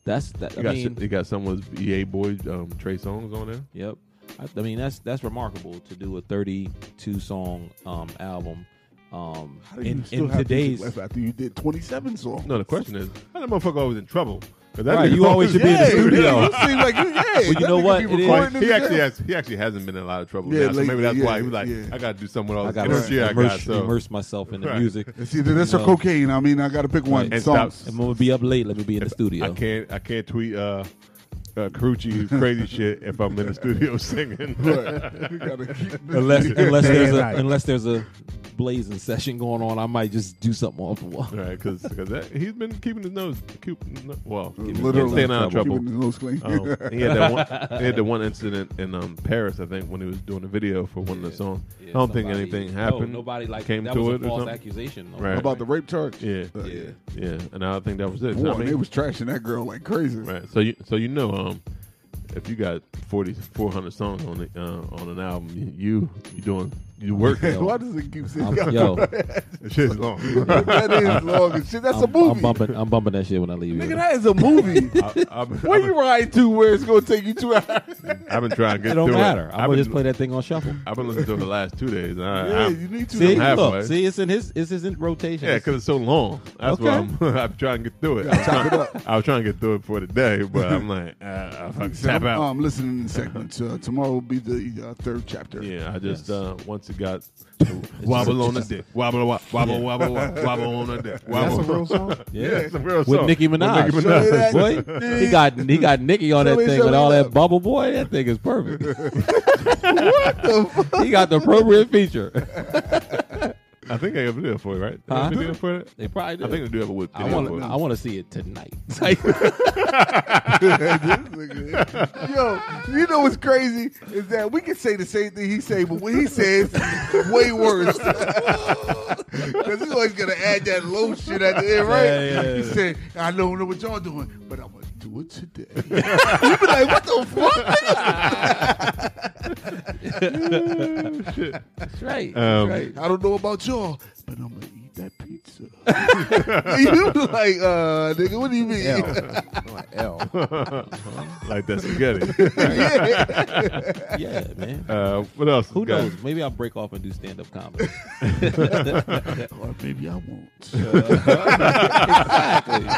D: That's that.
G: you
D: I
G: got
D: mean,
G: you got some with EA boy um, Trey Songs on there.
D: Yep. I, I mean that's that's remarkable to do a 32 song um album um
F: How do you
D: in,
F: still
D: in
F: have music
D: today's
F: left after you did 27 songs?
G: No, the question is, how the motherfucker always in trouble? 'Cause that
D: Right,
G: nigga
D: you always should be in the
G: Yeah,
D: studio.
F: You seem like you, yeah.
D: you
F: that
D: know
F: nigga
D: what?
F: be
D: It is.
F: recording in
G: He
F: the
G: actually
F: jail.
G: has he actually hasn't been in a lot of trouble
F: Yeah,
G: now, so
F: lately,
G: maybe that's
F: yeah,
G: why he was like,
F: yeah.
G: I got to do something with all
D: I
G: the
D: got
G: energy
D: to
G: I got.
D: immerse,
G: So
D: immerse myself in the
G: Right.
D: music.
F: It's either this or
D: No.
F: cocaine. I mean, I got to pick one. [laughs]
G: And
F: Songs.
G: stop.
D: I'm gonna be up late. Let me be in the studio.
G: I can't I can't tweet uh, uh Carucci [laughs] crazy shit if I'm in the studio [laughs] singing.
F: But we gotta keep this
D: [laughs] Unless
F: nigga-
D: unless
C: Day
D: there's
C: and
D: a
C: night.
D: unless there's a blazing session going on, I might just do something off the wall.
G: Right, because he's been keeping his nose keep, well,
F: Literally.
G: staying out of trouble.
F: Keeping his nose clean.
D: Oh.
G: Um, he had [laughs] that one. He had the one incident in um, Paris, I think, when he was doing a video for one of the songs. I don't think
D: Somebody-
G: anything
D: no,
G: happened.
D: nobody like
G: came
D: that
G: to
D: was
G: it
D: a
G: or
D: false
G: something.
D: accusation.
G: Right.
F: About
G: [laughs]
F: the rape charge.
G: Yeah,
F: Uh,
G: yeah,
F: yeah.
G: And I think that was it. So,
F: Boy,
G: I mean,
F: they was trashing that girl like crazy.
G: Right. So you so you know um if you got 40, 400 songs on the, uh, on an album. You you doing you [laughs] working?
F: Why does it keep saying
D: I'm- yo,
G: That shit's [laughs] long.
F: [laughs]
D: [laughs]
F: that is long as shit? That's a
D: I'm,
F: movie.
D: I'm bumping. I'm bumping that shit when I leave.
F: Nigga,
D: here.
F: that is a
D: [laughs]
F: movie.
G: I, I've,
F: Where you ride to where it's gonna take you two hours?
G: I've been trying to get
D: it don't
G: through
D: matter.
G: it.
D: I'm
G: I've been,
D: gonna just play that thing on shuffle.
G: I've been listening to it the last two days. and I,
F: yeah,
G: I'm-
F: you need to.
D: See,
G: I'm halfway.
D: look, see, it's in his, it's his in rotation.
G: Yeah, because it's so long. That's why I'm, [laughs] I'm trying to get through it. I was, trying, I was trying to get through it for the day, but I'm like, uh, I'll fucking tap
F: I'm,
G: out.
F: um, listening to segments. Uh, tomorrow will be the uh, third chapter. [laughs]
G: yeah, I just uh, once
D: [laughs]
G: it got wobble on the dick, wobble, wa- wobble,
D: [laughs]
G: wobble, wobble, wobble on the dick.
C: That's
G: Wobble. [laughs]
C: a [laughs] real song.
G: Yeah, it's a real
D: with
G: song.
D: Nicki Minaj.
G: Nicki
F: Show me that.
D: Boy, he got he got Nicki on
F: Show
D: that
F: me-
D: thing
F: show
D: with
F: me
D: all that
F: that.
D: bubble boy. That thing is [laughs] perfect. He got the appropriate feature.
G: I think I have a video for it, right? They have a
D: Huh?
G: video for it?
D: They probably do.
G: I think they do have a wood
D: Uh-huh. I
G: video
D: want
G: for it.
D: to. I want to see it tonight. [laughs] Like,
F: Yo, you know what's crazy is that we can say the same thing he say, but what he says is way worse. [laughs] Because he's always gonna add that low shit at the end, right?
D: Yeah, yeah,
F: He
D: yeah.
F: said, "I don't know what y'all doing, but I'm gonna do it today." [laughs] you be like, "What the fuck?"
D: that's right.
G: Um,
D: that's right.
F: I don't know about y'all, but I'm gonna eat that pizza. [laughs] you be like, uh, nigga, what do you mean?
D: [laughs]
G: [laughs] like that spaghetti.
D: Yeah, man.
G: uh, what else?
D: Who
G: we got?
D: knows? Maybe I'll break off and do stand up comedy.
F: Or maybe I won't.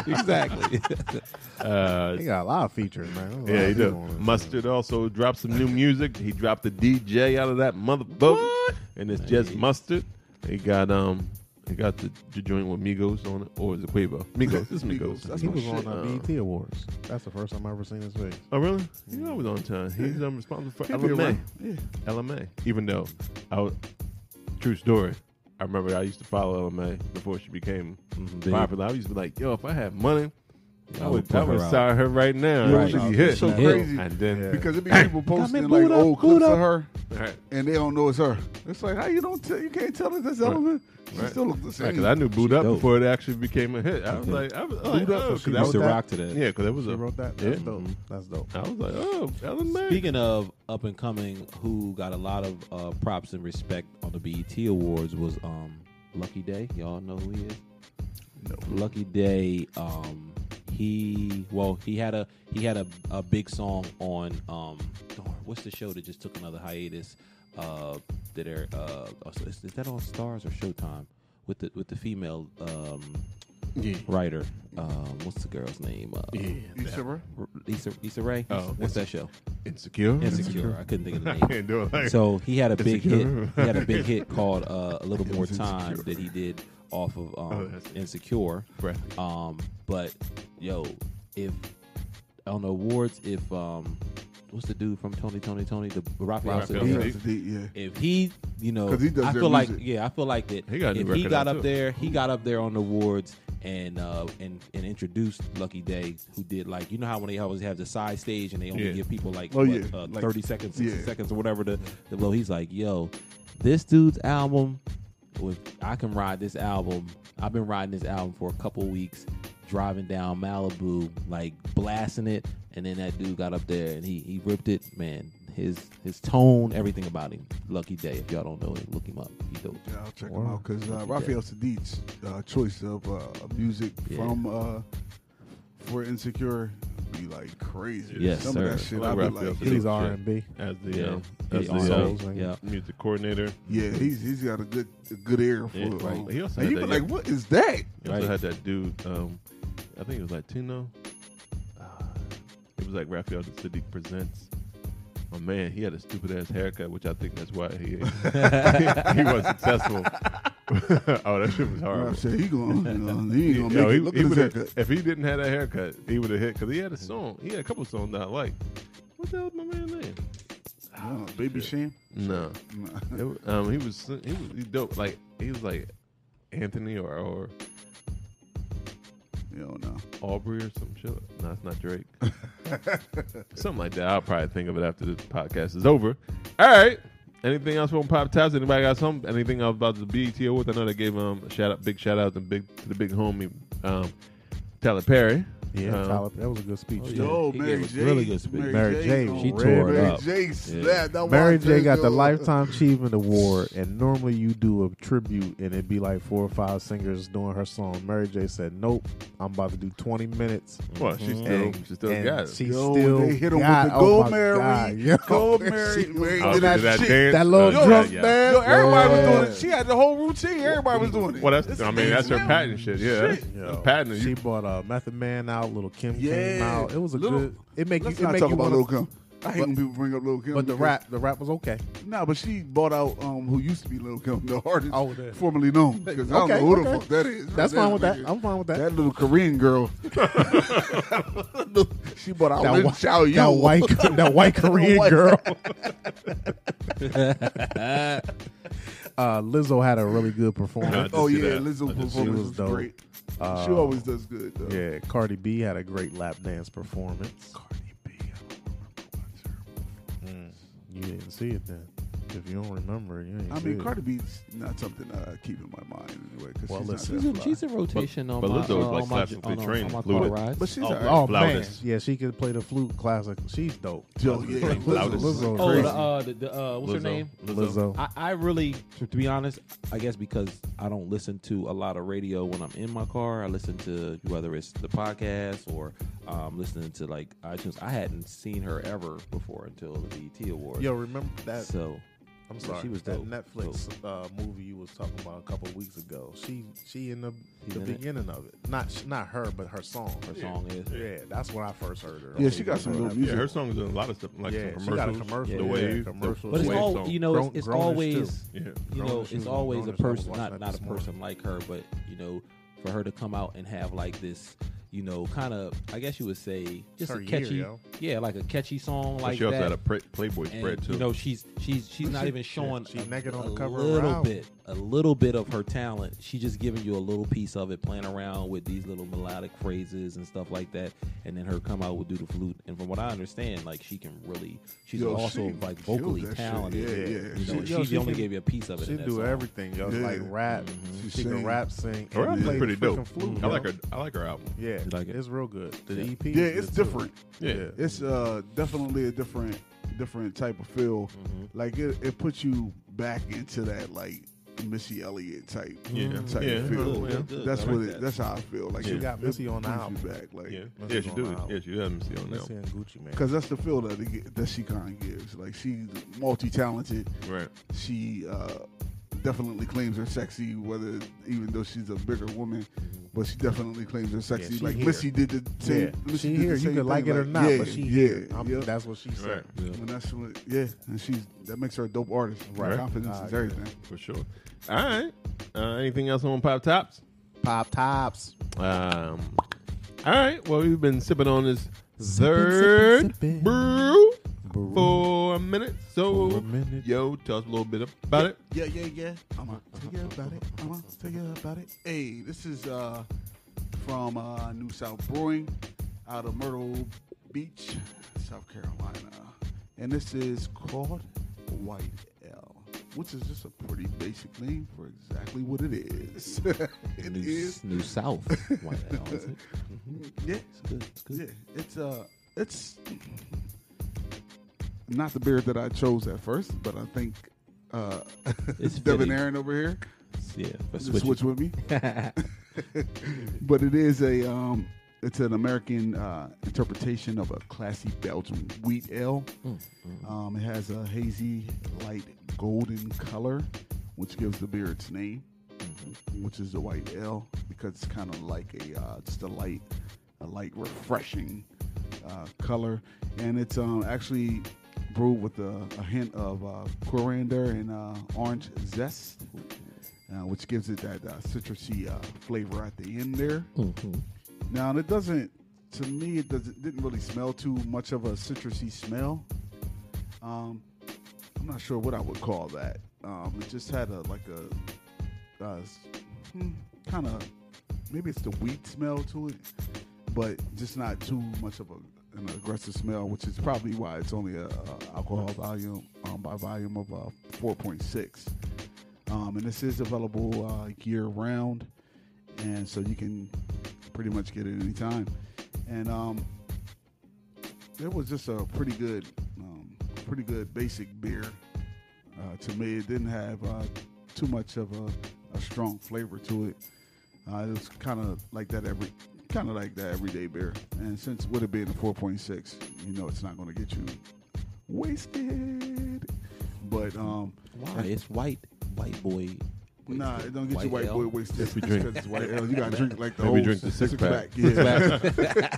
D: exactly. Exactly.
G: Uh,
C: He got a lot of features, man. There's a lot
G: yeah,
C: of
G: he
C: people
G: do.
C: on this
G: Mustard also dropped some new music. He dropped the DJ out of that motherfucker, and it's just mustard. He got um, he got the, the joint with Migos on it, or is it Quavo? Migos, it's Migos.
F: Migos, that's
C: He
F: my
C: was on
F: shit.
C: the
G: Uh,
C: BET Awards. That's the first time I ever seen his face.
G: Oh really? He's always on time. He's um, responsible for
F: He'll be
G: LMA.
F: around. Yeah.
G: LMA. Even though, I was, true story. I remember I used to follow LMA before she became
D: big.
G: popular. I used to be like, yo, if I had money, I
D: I
G: would,
D: would
G: I
D: put
G: would
D: her out.
G: sign her right now.
F: Yo, it's
G: Right. She
F: just
G: hit.
F: so
D: Yeah.
F: crazy
G: And uh, then,
C: Yeah.
F: because it be people posting like
D: boot up,
F: old
D: boot
F: clips
D: up.
F: of her,
G: [laughs] all right.
F: and they don't know it's her. It's like how you don't tell, you can't tell us that's Element. She
G: Right.
F: still looks the
G: Because
F: same.
G: I knew Boot Up
D: dope.
G: before it actually became a hit. I was like, I was I was like,
C: Boot Up,
G: oh, 'cause
C: she
G: that
C: wrote
G: was
D: Used to
C: that?
D: rock to that.
G: yeah, because that was
C: He
G: a
C: wrote that.
G: Yeah.
C: That's dope.
F: Mm-hmm.
C: That's dope.
G: I was like, oh, Ellen May.
D: Speaking of up and coming, who got a lot of uh, props and respect on the BET Awards was um, Lucky Day. Y'all know who he is. Lucky Day. Um, he well, he had a he had a, a big song on um, darn, what's the show that just took another hiatus? Uh, that are uh, oh, so is, is that on Stars or Showtime with the with the female um
G: yeah.
D: writer? Um, what's the girl's name? Uh,
F: You see her?
D: Lisa Lisa Ray.
G: Oh,
D: what's that show?
G: Insecure.
D: Mm-hmm. Insecure. I couldn't think of the
G: [laughs]
D: name [laughs]
G: Can't do it like
D: so he had a big hit.
G: Insecure.
D: He had a big hit called uh, "A Little More Time" that he did off of
G: Oh,
D: um,
G: that's it.
D: Insecure.
G: Right.
D: Um, but yo, if on the awards, if um, what's the dude from Tony Tony Tony the Raphael
G: Raphael
D: Sadiq,
G: Sadiq.
F: That's the- yeah.
D: If he, you know,
F: 'Cause he does
D: I
F: their
D: feel like
F: music.
D: yeah, I feel like that.
G: He got a new
D: if he
G: record
D: got up
G: out, too.
D: there, he got up there on the awards and uh and and introduced Lucky Day, who did like you know how when they always have the side stage and they only
G: Yeah.
D: give people like
F: Oh,
D: what,
F: yeah.
D: uh,
F: Like-
D: thirty seconds, sixty
F: yeah.
D: seconds or whatever the the low. He's like, yo, this dude's album. With I can ride this album. I've been riding this album for a couple weeks, driving down Malibu, like blasting it, and then that dude got up there and he he ripped it. Man, his his tone, everything about him. Lucky day. If y'all don't know him, look him up. He dope.
F: Yeah, I'll check them out because uh, Raphael Sadiq's uh, choice of uh, music
D: Yeah.
F: from uh, for Insecure be like crazy.
D: Yes,
F: some
D: sir.
F: of that shit.
G: I
F: I be
G: like Raphael
F: like,
G: Sadiq.
C: He's R and B.
G: as the
D: Yeah.
G: um,
D: Yeah,
G: as the
D: also-
G: um,
C: man.
D: yeah.
G: music coordinator.
F: yeah, he's he's got a good a good ear for.
G: Yeah,
F: um,
G: right. He also
F: and
G: had
F: you be
G: that,
F: like,
G: yeah.
F: what is
G: [laughs]
F: that?
G: He also
D: Right.
G: had that dude. Um, I think it was Latino. Uh, it was like Raphael Sadiq presents. Oh man, he had a stupid ass haircut, which I think that's why he [laughs] he was successful. [laughs] oh, that shit was
F: Rap
G: horrible.
F: said he going, uh, he ain't gonna
G: [laughs] Yo,
F: make
G: he-
F: it. Look
G: he
F: at his
G: would've- [laughs]
F: haircut.
G: if he didn't have that haircut, he would have hit because he had a song. He had a couple songs that I like. What the hell was my man's name?
F: Wow, baby Sham.
G: No,
F: Nah. [laughs]
G: It wa- um, he was he was he dope. Like he was like Anthony or or
F: Yo, no.
G: Aubrey or some shit. No, it's not
F: [laughs]
G: Drake. Something like that. I'll probably think of it after this podcast is over. All right. Anything else from Pop Tops? Anybody got something? Anything else about the BET Awards? I know they gave um a shout out, big shout out to big to the big homie um Tyler Perry
C: Yeah,
G: Uh-huh.
C: Tyler, that was a good speech. too.
F: Oh, Yo,
D: He
F: Mary
D: gave us
F: J.
D: really good speech.
C: Mary J.
F: gonna
C: She
F: rip.
C: tore it
F: Mary
D: up.
F: J. slapped. I
C: Mary
F: watched
C: J
F: that
C: got the
F: joke.
C: Lifetime Achievement Award, and normally you do a tribute and it'd be like four or five singers doing her song. Mary J said, "Nope, I'm about to do 20 minutes."
G: Well, she
F: Mm-hmm.
G: still
C: And-
G: she still
C: and
G: got it.
C: She
F: Yo,
C: still
F: they hit him
C: got-
F: with the
C: oh
F: gold
C: my
F: Mary,
C: God, yo.
F: gold Mary, Mary
G: Oh,
F: did
G: she
F: that,
G: did that
F: shit.
G: dance?
C: that little
G: Oh, yeah,
C: drunk
G: yeah.
F: Yo, everybody was doing
C: Yeah.
F: it. She had the whole routine. Everybody was doing it.
G: Well, that's
F: This
G: I
F: is
G: mean that's her
F: real.
G: patent shit. Yeah, that's,
C: Yo,
G: that's patent.
C: She
G: You-
C: brought uh, Method Man out, Little Kim came
F: Yeah.
C: out. It was a
F: Lil-
C: good. It make you.
F: Let's
C: It
F: not
C: make
F: talk
C: you
F: about
C: wanna,
F: Lil Kim. I hate
C: but-
F: when people bring up Lil Kim.
C: But the
F: because-
C: rap, the rap was okay.
F: nah, but she bought out um, who used to be Lil Kim, the artist
C: Oh, that.
F: formerly known. Because I don't
C: Okay,
F: know who
C: okay.
F: the fuck that is.
C: That's fine with that. I'm fine with that.
F: That little Korean girl. she bought out
C: That,
F: Lin
C: whi-
F: Chow Yun.
C: that white, [laughs] that white Korean
F: white-
C: girl.
D: [laughs]
C: uh, Lizzo had a really good
G: Nah,
C: performance.
G: just-
F: Oh
G: see
F: yeah,
G: that. I
F: Lizzo
G: did see
C: She
F: performance
C: was
F: was
C: dope.
F: great.
C: Uh,
F: she always does good. Though.
C: Yeah, Cardi B had a great lap dance performance.
F: Cardi B, I don't remember what's her
C: You didn't see it then. If you don't remember, you ain't
F: I
C: see
F: mean,
C: it.
F: Cardi B's not something I keep in my mind anyway. Cause
C: Well,
F: she's
C: listen.
F: not
D: She's
F: that
D: in,
F: fly.
D: she's in rotation on
G: But
D: my,
G: Lizzo was,
D: uh,
G: like,
D: on my,
G: slapping
D: on,
G: through
D: on,
G: train,
D: on my
G: fluid.
D: car rides.
F: but she's
G: Oh,
F: all right.
C: Oh
G: Loudest.
C: man, yeah, she could play the flute classic. She's dope.
F: Yo, Oh, yeah,
C: Lizzo,
G: Loudest. uh,
C: Lizzo,
D: Oh,
C: crazy.
D: the, uh, the, the, uh, what's
G: Lizzo.
D: her name?
C: Lizzo.
D: I, I really, to, to be honest, I guess because I don't listen to a lot of radio when I'm in my car. I listen to whether it's the podcast or um, listening to like iTunes. I hadn't seen her ever before until the BET Awards.
C: Yo, remember that?
D: so
C: I'm
D: yeah,
C: sorry.
D: she was
C: that
D: dope.
C: Netflix uh, movie you was talking about a couple weeks ago. She she in the, the
D: in it?
C: beginning of it. Not sh- not her, but her song.
D: her song is
C: Yeah, that's when I first heard her.
F: Yeah, she got some dope
G: Yeah,
F: music.
G: her songs did a lot of stuff like
C: Yeah,
G: some
C: she got a
G: commercials.
C: commercial,
G: the
C: yeah,
G: wave,
C: commercial.
G: the
D: But it's
G: wave
D: all
G: song.
D: you know. It's,
C: Grown-
D: it's
C: grown is
D: always
G: too. Yeah.
D: you
C: Grown
D: know.
C: is
D: It's
C: too.
D: always
C: Grown is-
D: a
C: I was
D: person,
C: watching
D: not
C: that
D: not a
C: this
D: person like her, but you know, for her to come out and have like this, you know, kind of I guess you would say just
C: her
D: a
C: year,
D: catchy,
C: yo.
D: yeah, like a catchy song
G: But
D: like
G: she also
D: that.
G: had a pre- Playboy
D: and,
G: spread too.
D: You know, she's she's she's not
C: she-
D: even showing
C: she
D: a,
C: naked on
D: a
C: the cover of
D: little
C: Raoul.
D: bit, a little bit of her talent. She just giving you a little piece of it, playing around with these little melodic phrases and stuff like that, and then her come out with do the flute. And from what I understand, like she can really, she's
F: Yo,
D: also
F: she
D: like
F: killed
D: vocally
F: that shit.
D: talented.
F: Yeah,
D: You
F: yeah.
D: know,
C: She-
D: she,
C: yo, she
D: only
C: can-
D: gave you a piece of it.
C: She
D: in that
C: do
D: song.
C: everything, yo.
F: Yeah. Mm-hmm.
C: Like rap,
F: She
C: she, can
F: sing.
C: rap, sing.
G: her
C: and
G: album's
C: play
G: pretty
C: freaking
G: dope.
C: flute,
G: I
C: yo.
G: like her. I like her album.
C: Yeah,
D: You like it?
C: it's real good. The
D: Yeah.
C: EP,
F: Yeah,
C: is good,
F: it's
C: too.
F: different.
G: Yeah.
F: It's uh definitely a different different type of feel. Like it, it puts you back into that like Missy Elliott type
G: Yeah.
F: type
G: Yeah.
F: feel.
G: Yeah.
F: That's
D: I
F: what
D: like
F: it,
D: that.
F: that's how I feel. Like
C: She
F: it-
C: got
F: it
C: Missy on the
F: brings
C: album.
F: You back like
G: Yeah,
C: Let's go
G: yeah, she
C: on
G: do.
C: the
G: it.
C: album.
G: Yeah, she does MC on
C: Missy
G: that.
C: and Gucci man.
F: Cause that's the feel that they get, that she kind of gives. Like she's multi-talented.
G: Right.
F: She uh, definitely claims her sexy, whether even though she's a bigger woman, but she definitely claims her sexy.
C: she
F: like
C: here.
F: Missy did the same.
C: Yeah,
F: Missy
C: she
F: did the
C: here. You
F: same
C: could like it
F: thing,
C: or not,
F: yeah,
C: but she
F: yeah,
C: here. I'm-
F: yeah.
C: That's what she said.
G: Right.
F: And that's what, yeah, and she's that makes her a dope artist.
C: Right.
F: confidence
C: Ah,
F: is
C: yeah.
F: everything.
G: For sure. All right. Uh, anything else on Pop Tops?
C: Pop tops.
G: Um, all right. Well, we've been sipping on this third
C: sipping, sipping.
G: brew
C: Brew.
G: for a minute. So,
C: For a minute.
G: yo, tell us a little bit about it.
F: Yeah, yeah, yeah. I'm gonna tell you about it. I'm gonna tell you about it. Hey, this is uh from uh, New South Brewing out of Myrtle Beach, South Carolina, and this is called White Ale, which is just a pretty basic name for exactly what it is. [laughs] it
D: New,
F: is,
D: New South.
F: [laughs]
D: Why the hell is it?
F: yeah,
D: It's good. It's good.
F: yeah. It's uh, it's not the beer that I chose at first, but I think uh, [laughs]
D: It's
F: Devin
D: fitting.
F: Aaron over here.
D: Yeah, for
F: to switch,
D: switching.
F: with me.
D: [laughs]
F: [laughs] but it is a um, it's an American uh, interpretation of a classy Belgian wheat ale.
D: Mm,
F: Um, it has a hazy, light golden color, which gives the beer its name,
D: Mm-hmm.
F: which is the white ale because it's kind of like a uh, just a light, a light refreshing uh, color, and it's um, actually brewed with a, a hint of uh, coriander and uh, orange zest uh, which gives it that uh, citrusy uh, flavor at the end there. Now and it doesn't, to me, it doesn't didn't really smell too much of a citrusy smell. Um, I'm not sure what I would call that. Um, it just had a like a uh, kind of maybe it's the wheat smell to it, but just not too much of a, an aggressive smell, which is probably why it's only a, a alcohol volume um, by volume of uh, 4.6. Um, and this is available uh, year round, and so you can pretty much get it anytime. and um, there was just a pretty good, um, pretty good basic beer. Uh, to me, it didn't have uh, too much of a, a strong flavor to it. Uh, it was kind of like that every, kind of like that everyday beer. And since with it being a 4.6, you know it's not going to get you wasted. But um,
D: Why? It's white, white boy.
F: Nah,
D: wasted.
F: it don't get you white
D: ale.
F: boy wasted.
G: If
F: [laughs]
G: we drink.
F: Because it's white ale. You gotta drink like the
G: Maybe
F: whole
G: drink the six pack.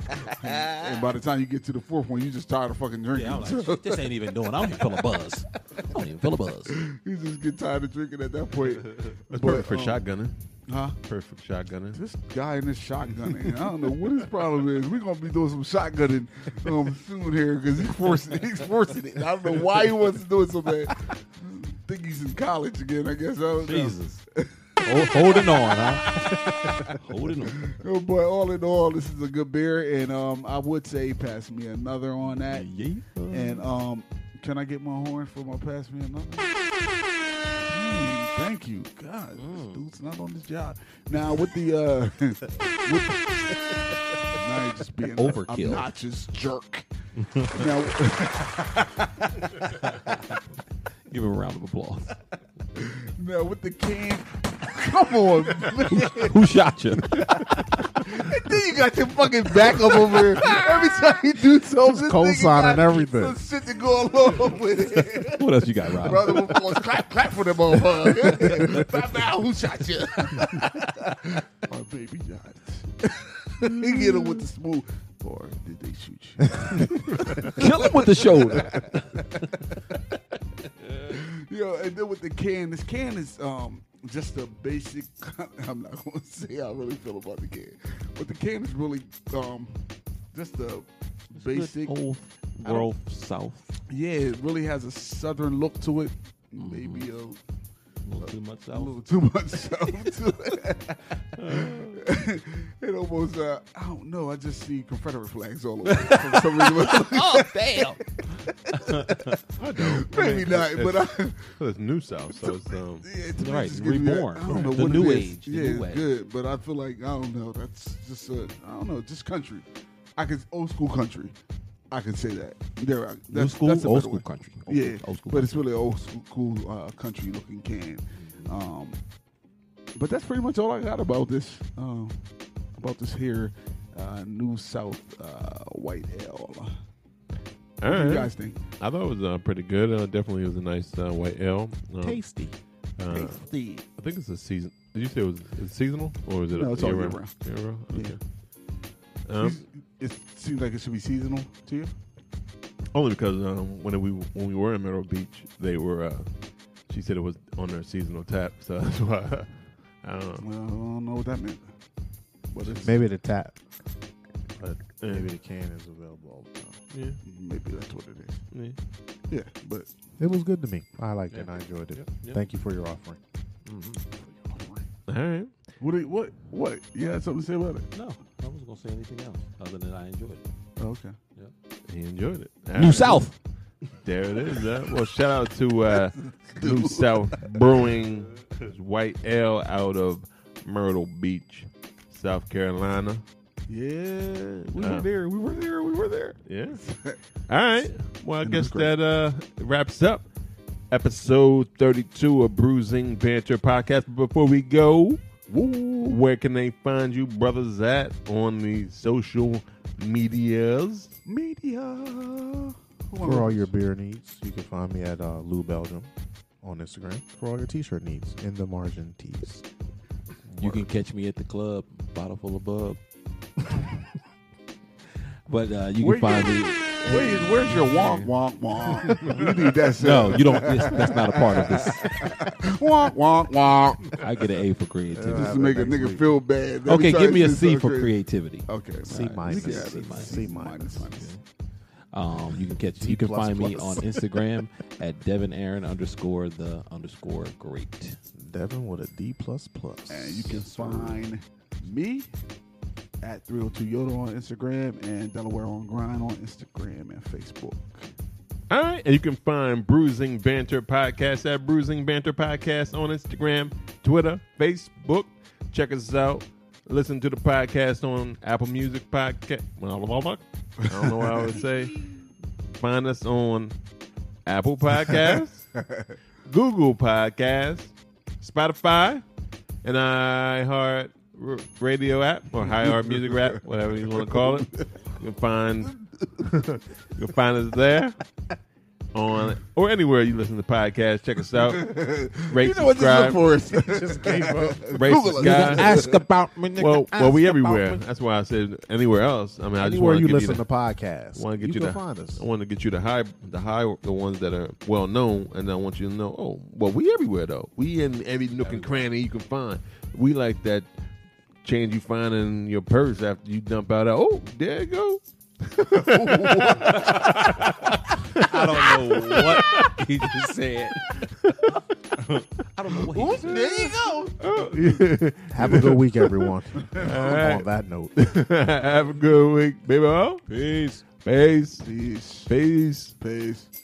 D: [laughs]
F: Yeah. [laughs] and by the time you get to the fourth one, you just tired of fucking drinking.
D: Yeah, I'm like, "Shit, this ain't even doing. I don't even feel a buzz. I don't even feel a buzz.
F: [laughs] you just get tired of drinking at that point.
G: That's
F: But,
G: perfect for
F: um,
G: shotgunning.
F: Huh?
G: Perfect shotgunning.
F: This guy in this shotgunning. I don't know what his problem is. We're gonna be doing some shotgunning um, soon here because he's forcing he's forcing it. I don't know why he wants to do it so bad. Think he's in college again, I guess. I don't know.
D: Hold- holding on, huh? [laughs] holding on.
F: Oh, but all in all, this is a good beer, and um, I would say pass me another on that.
D: Yeah.
F: And um, can I get my horn for my pass me another? Mm, thank you, God. This dude's not on this job now. With the uh, [laughs] with the, now you're just being an
D: Overkill.
F: obnoxious jerk. now.
D: Give him a round of applause.
F: No, with the can. [laughs] Come on, man.
D: Who shot you?
F: then you got your fucking back up over here. Every time you do something, this
C: cold
F: nigga
C: signing
F: got
C: everything.
F: Some shit to go along with it.
D: what else you got, Rob?
F: Brother, of course, clap, clap for them all. Find out who shot you. Or baby shot. [laughs] you get him with the smooth. Or did they shoot you?
D: Kill him with the shoulder.
F: Yo, and then with the can, this can is um just a basic. [laughs] I'm not gonna say how I really feel about the can, but the can is really um just a basic.
D: Old world south.
F: Yeah, it really has a southern look to it. Maybe a,
D: Mm-hmm. A little too much
F: a
D: south.
F: little too much south
D: [laughs]
F: to it. [laughs] it almost uh, I don't know. I just see Confederate flags all over. it For
D: [laughs]
F: some reason.
D: Oh damn!
G: I don't.
F: [laughs] Maybe not, but I.
G: it's new South, so it's [laughs] um.
F: Yeah, to me,
D: Right,
F: it's just giving me that-
D: reborn.
F: I don't know
D: The
F: what
D: new
F: it is.
D: age, the
F: Yeah,
D: new
F: it's
D: age.
F: good, but I feel like I don't know. That's just a I don't know, just country. I could old school country. I can say that. There, I- that's,
D: New school,
F: that's a
D: old
F: better
D: school
F: one.
D: country. Old
F: Yeah,
D: school- old school
F: but it's really old school, cool uh, country looking can.
D: Mm-hmm.
F: Um, but that's pretty much all I got about this. Um, about this here, uh, New South uh, White Ale.
G: All
F: What do you
G: right.
F: guys think?
G: I thought it was uh, pretty good. Uh, definitely was a nice uh, white ale. Um,
C: Tasty.
G: uh,
F: Tasty.
G: I think it's a season. Did you say it was it's seasonal or is it
F: No,
G: a
F: it's all year
G: Year round?
F: Yeah.
G: Okay. Um,
F: It seems like it should be seasonal to you.
G: Only because um, when we when we were in Myrtle Beach, they were. Uh, she said it was on their seasonal tap, so [laughs] that's why. I don't know.
F: Well, I don't know what that meant. But it's,
C: Maybe the tap.
G: But, yeah,
C: Maybe the can is available all the time.
G: yeah,
F: maybe that's what it is.
G: yeah.
F: Yeah, but
C: It was good to me. I liked it. and
G: Yeah.
C: I enjoyed it.
G: Yep, yep.
C: Thank you for your offering.
G: All right.
F: what? do you- What? What? You had something to say about it?
D: No, I wasn't gonna say anything else other than I enjoyed it.
F: Oh, okay.
G: He enjoyed it. All
D: New
G: right.
D: South.
G: There it is. Uh, well, shout out to uh, New South Brewing It's White Ale out of Myrtle Beach, South Carolina.
F: Yeah, we
G: Uh.
F: were there. We were there. We were there.
G: Yeah. All right. Well, I
F: And
G: guess
F: that's great.
G: that uh, wraps up episode 32 of Bruising Banter Podcast. But Before we go, where can they find you brothers at on the social medias?
F: Media. Who
C: For all
F: am
C: your beer needs, you can find me at uh, Lou Belgium on Instagram. For all your t-shirt needs, in the margin tees.
D: You can catch me at the club, bottle full of bub. [laughs] but uh, you
F: Where
D: can find me.
F: I? Where is, where's your wonk wonk
D: [laughs]
F: wonk? we need that.
D: No,
F: sound.
D: you don't. This, that's not a part of this.
F: wonk wonk wonk.
D: I get an A for creativity.
F: Just to make a
C: next
F: nigga
C: week.
F: feel bad. Every
D: okay,
F: time
D: give me a
F: it's
D: C
F: so
D: for
F: crazy.
D: creativity.
F: Okay,
C: C minus.
D: C minus.
C: C minus.
D: Um, you can catch. You can
C: plus
D: find me on
C: plus.
D: Instagram at Devin Aaron underscore the underscore great.
C: Devin with a D plus plus.
F: And you can find me at 302 Yoda on Instagram and Delaware on Grind on Instagram and Facebook.
G: All right, and you can find Bruising Banter Podcast at Bruising Banter Podcast on Instagram, Twitter, Facebook. Check us out Listen to the podcast on Apple Music Podcast. I don't know what I would say. Find us on
F: [laughs]
G: Apple Podcasts, Google Podcasts, Spotify, and iHeart R- Radio app or iHeart Music app, whatever you want to call it. You can find you'll find us there on or anywhere you listen to podcasts. Check us
F: [laughs]
G: out. Rate,
F: You know what
G: subscribe.
F: this [laughs] is for? just
G: Racist guy. Ask
C: about me.
G: well, well, we everywhere. That's why I said anywhere else. I mean, I just
C: Anywhere
G: want
C: you
G: to
C: listen
G: give
C: to
G: you
C: podcasts,
G: the, want to
C: you
G: get you,
C: can
G: the,
C: find us.
G: [laughs] I want to get you the high, the high, the ones that are well known, and I want you to know. Oh, well, we everywhere though. We in every nook and cranny you can find. We like that change you find in your purse after you dump out. Oh, there you go.
D: I don't know what he just said. I don't know what he just said.
B: There you go.
C: Have a good week, everyone.
G: [laughs] right.
C: On that note.
G: [laughs] Have a good week, baby. Peace. Peace. Peace. Peace.
F: Peace.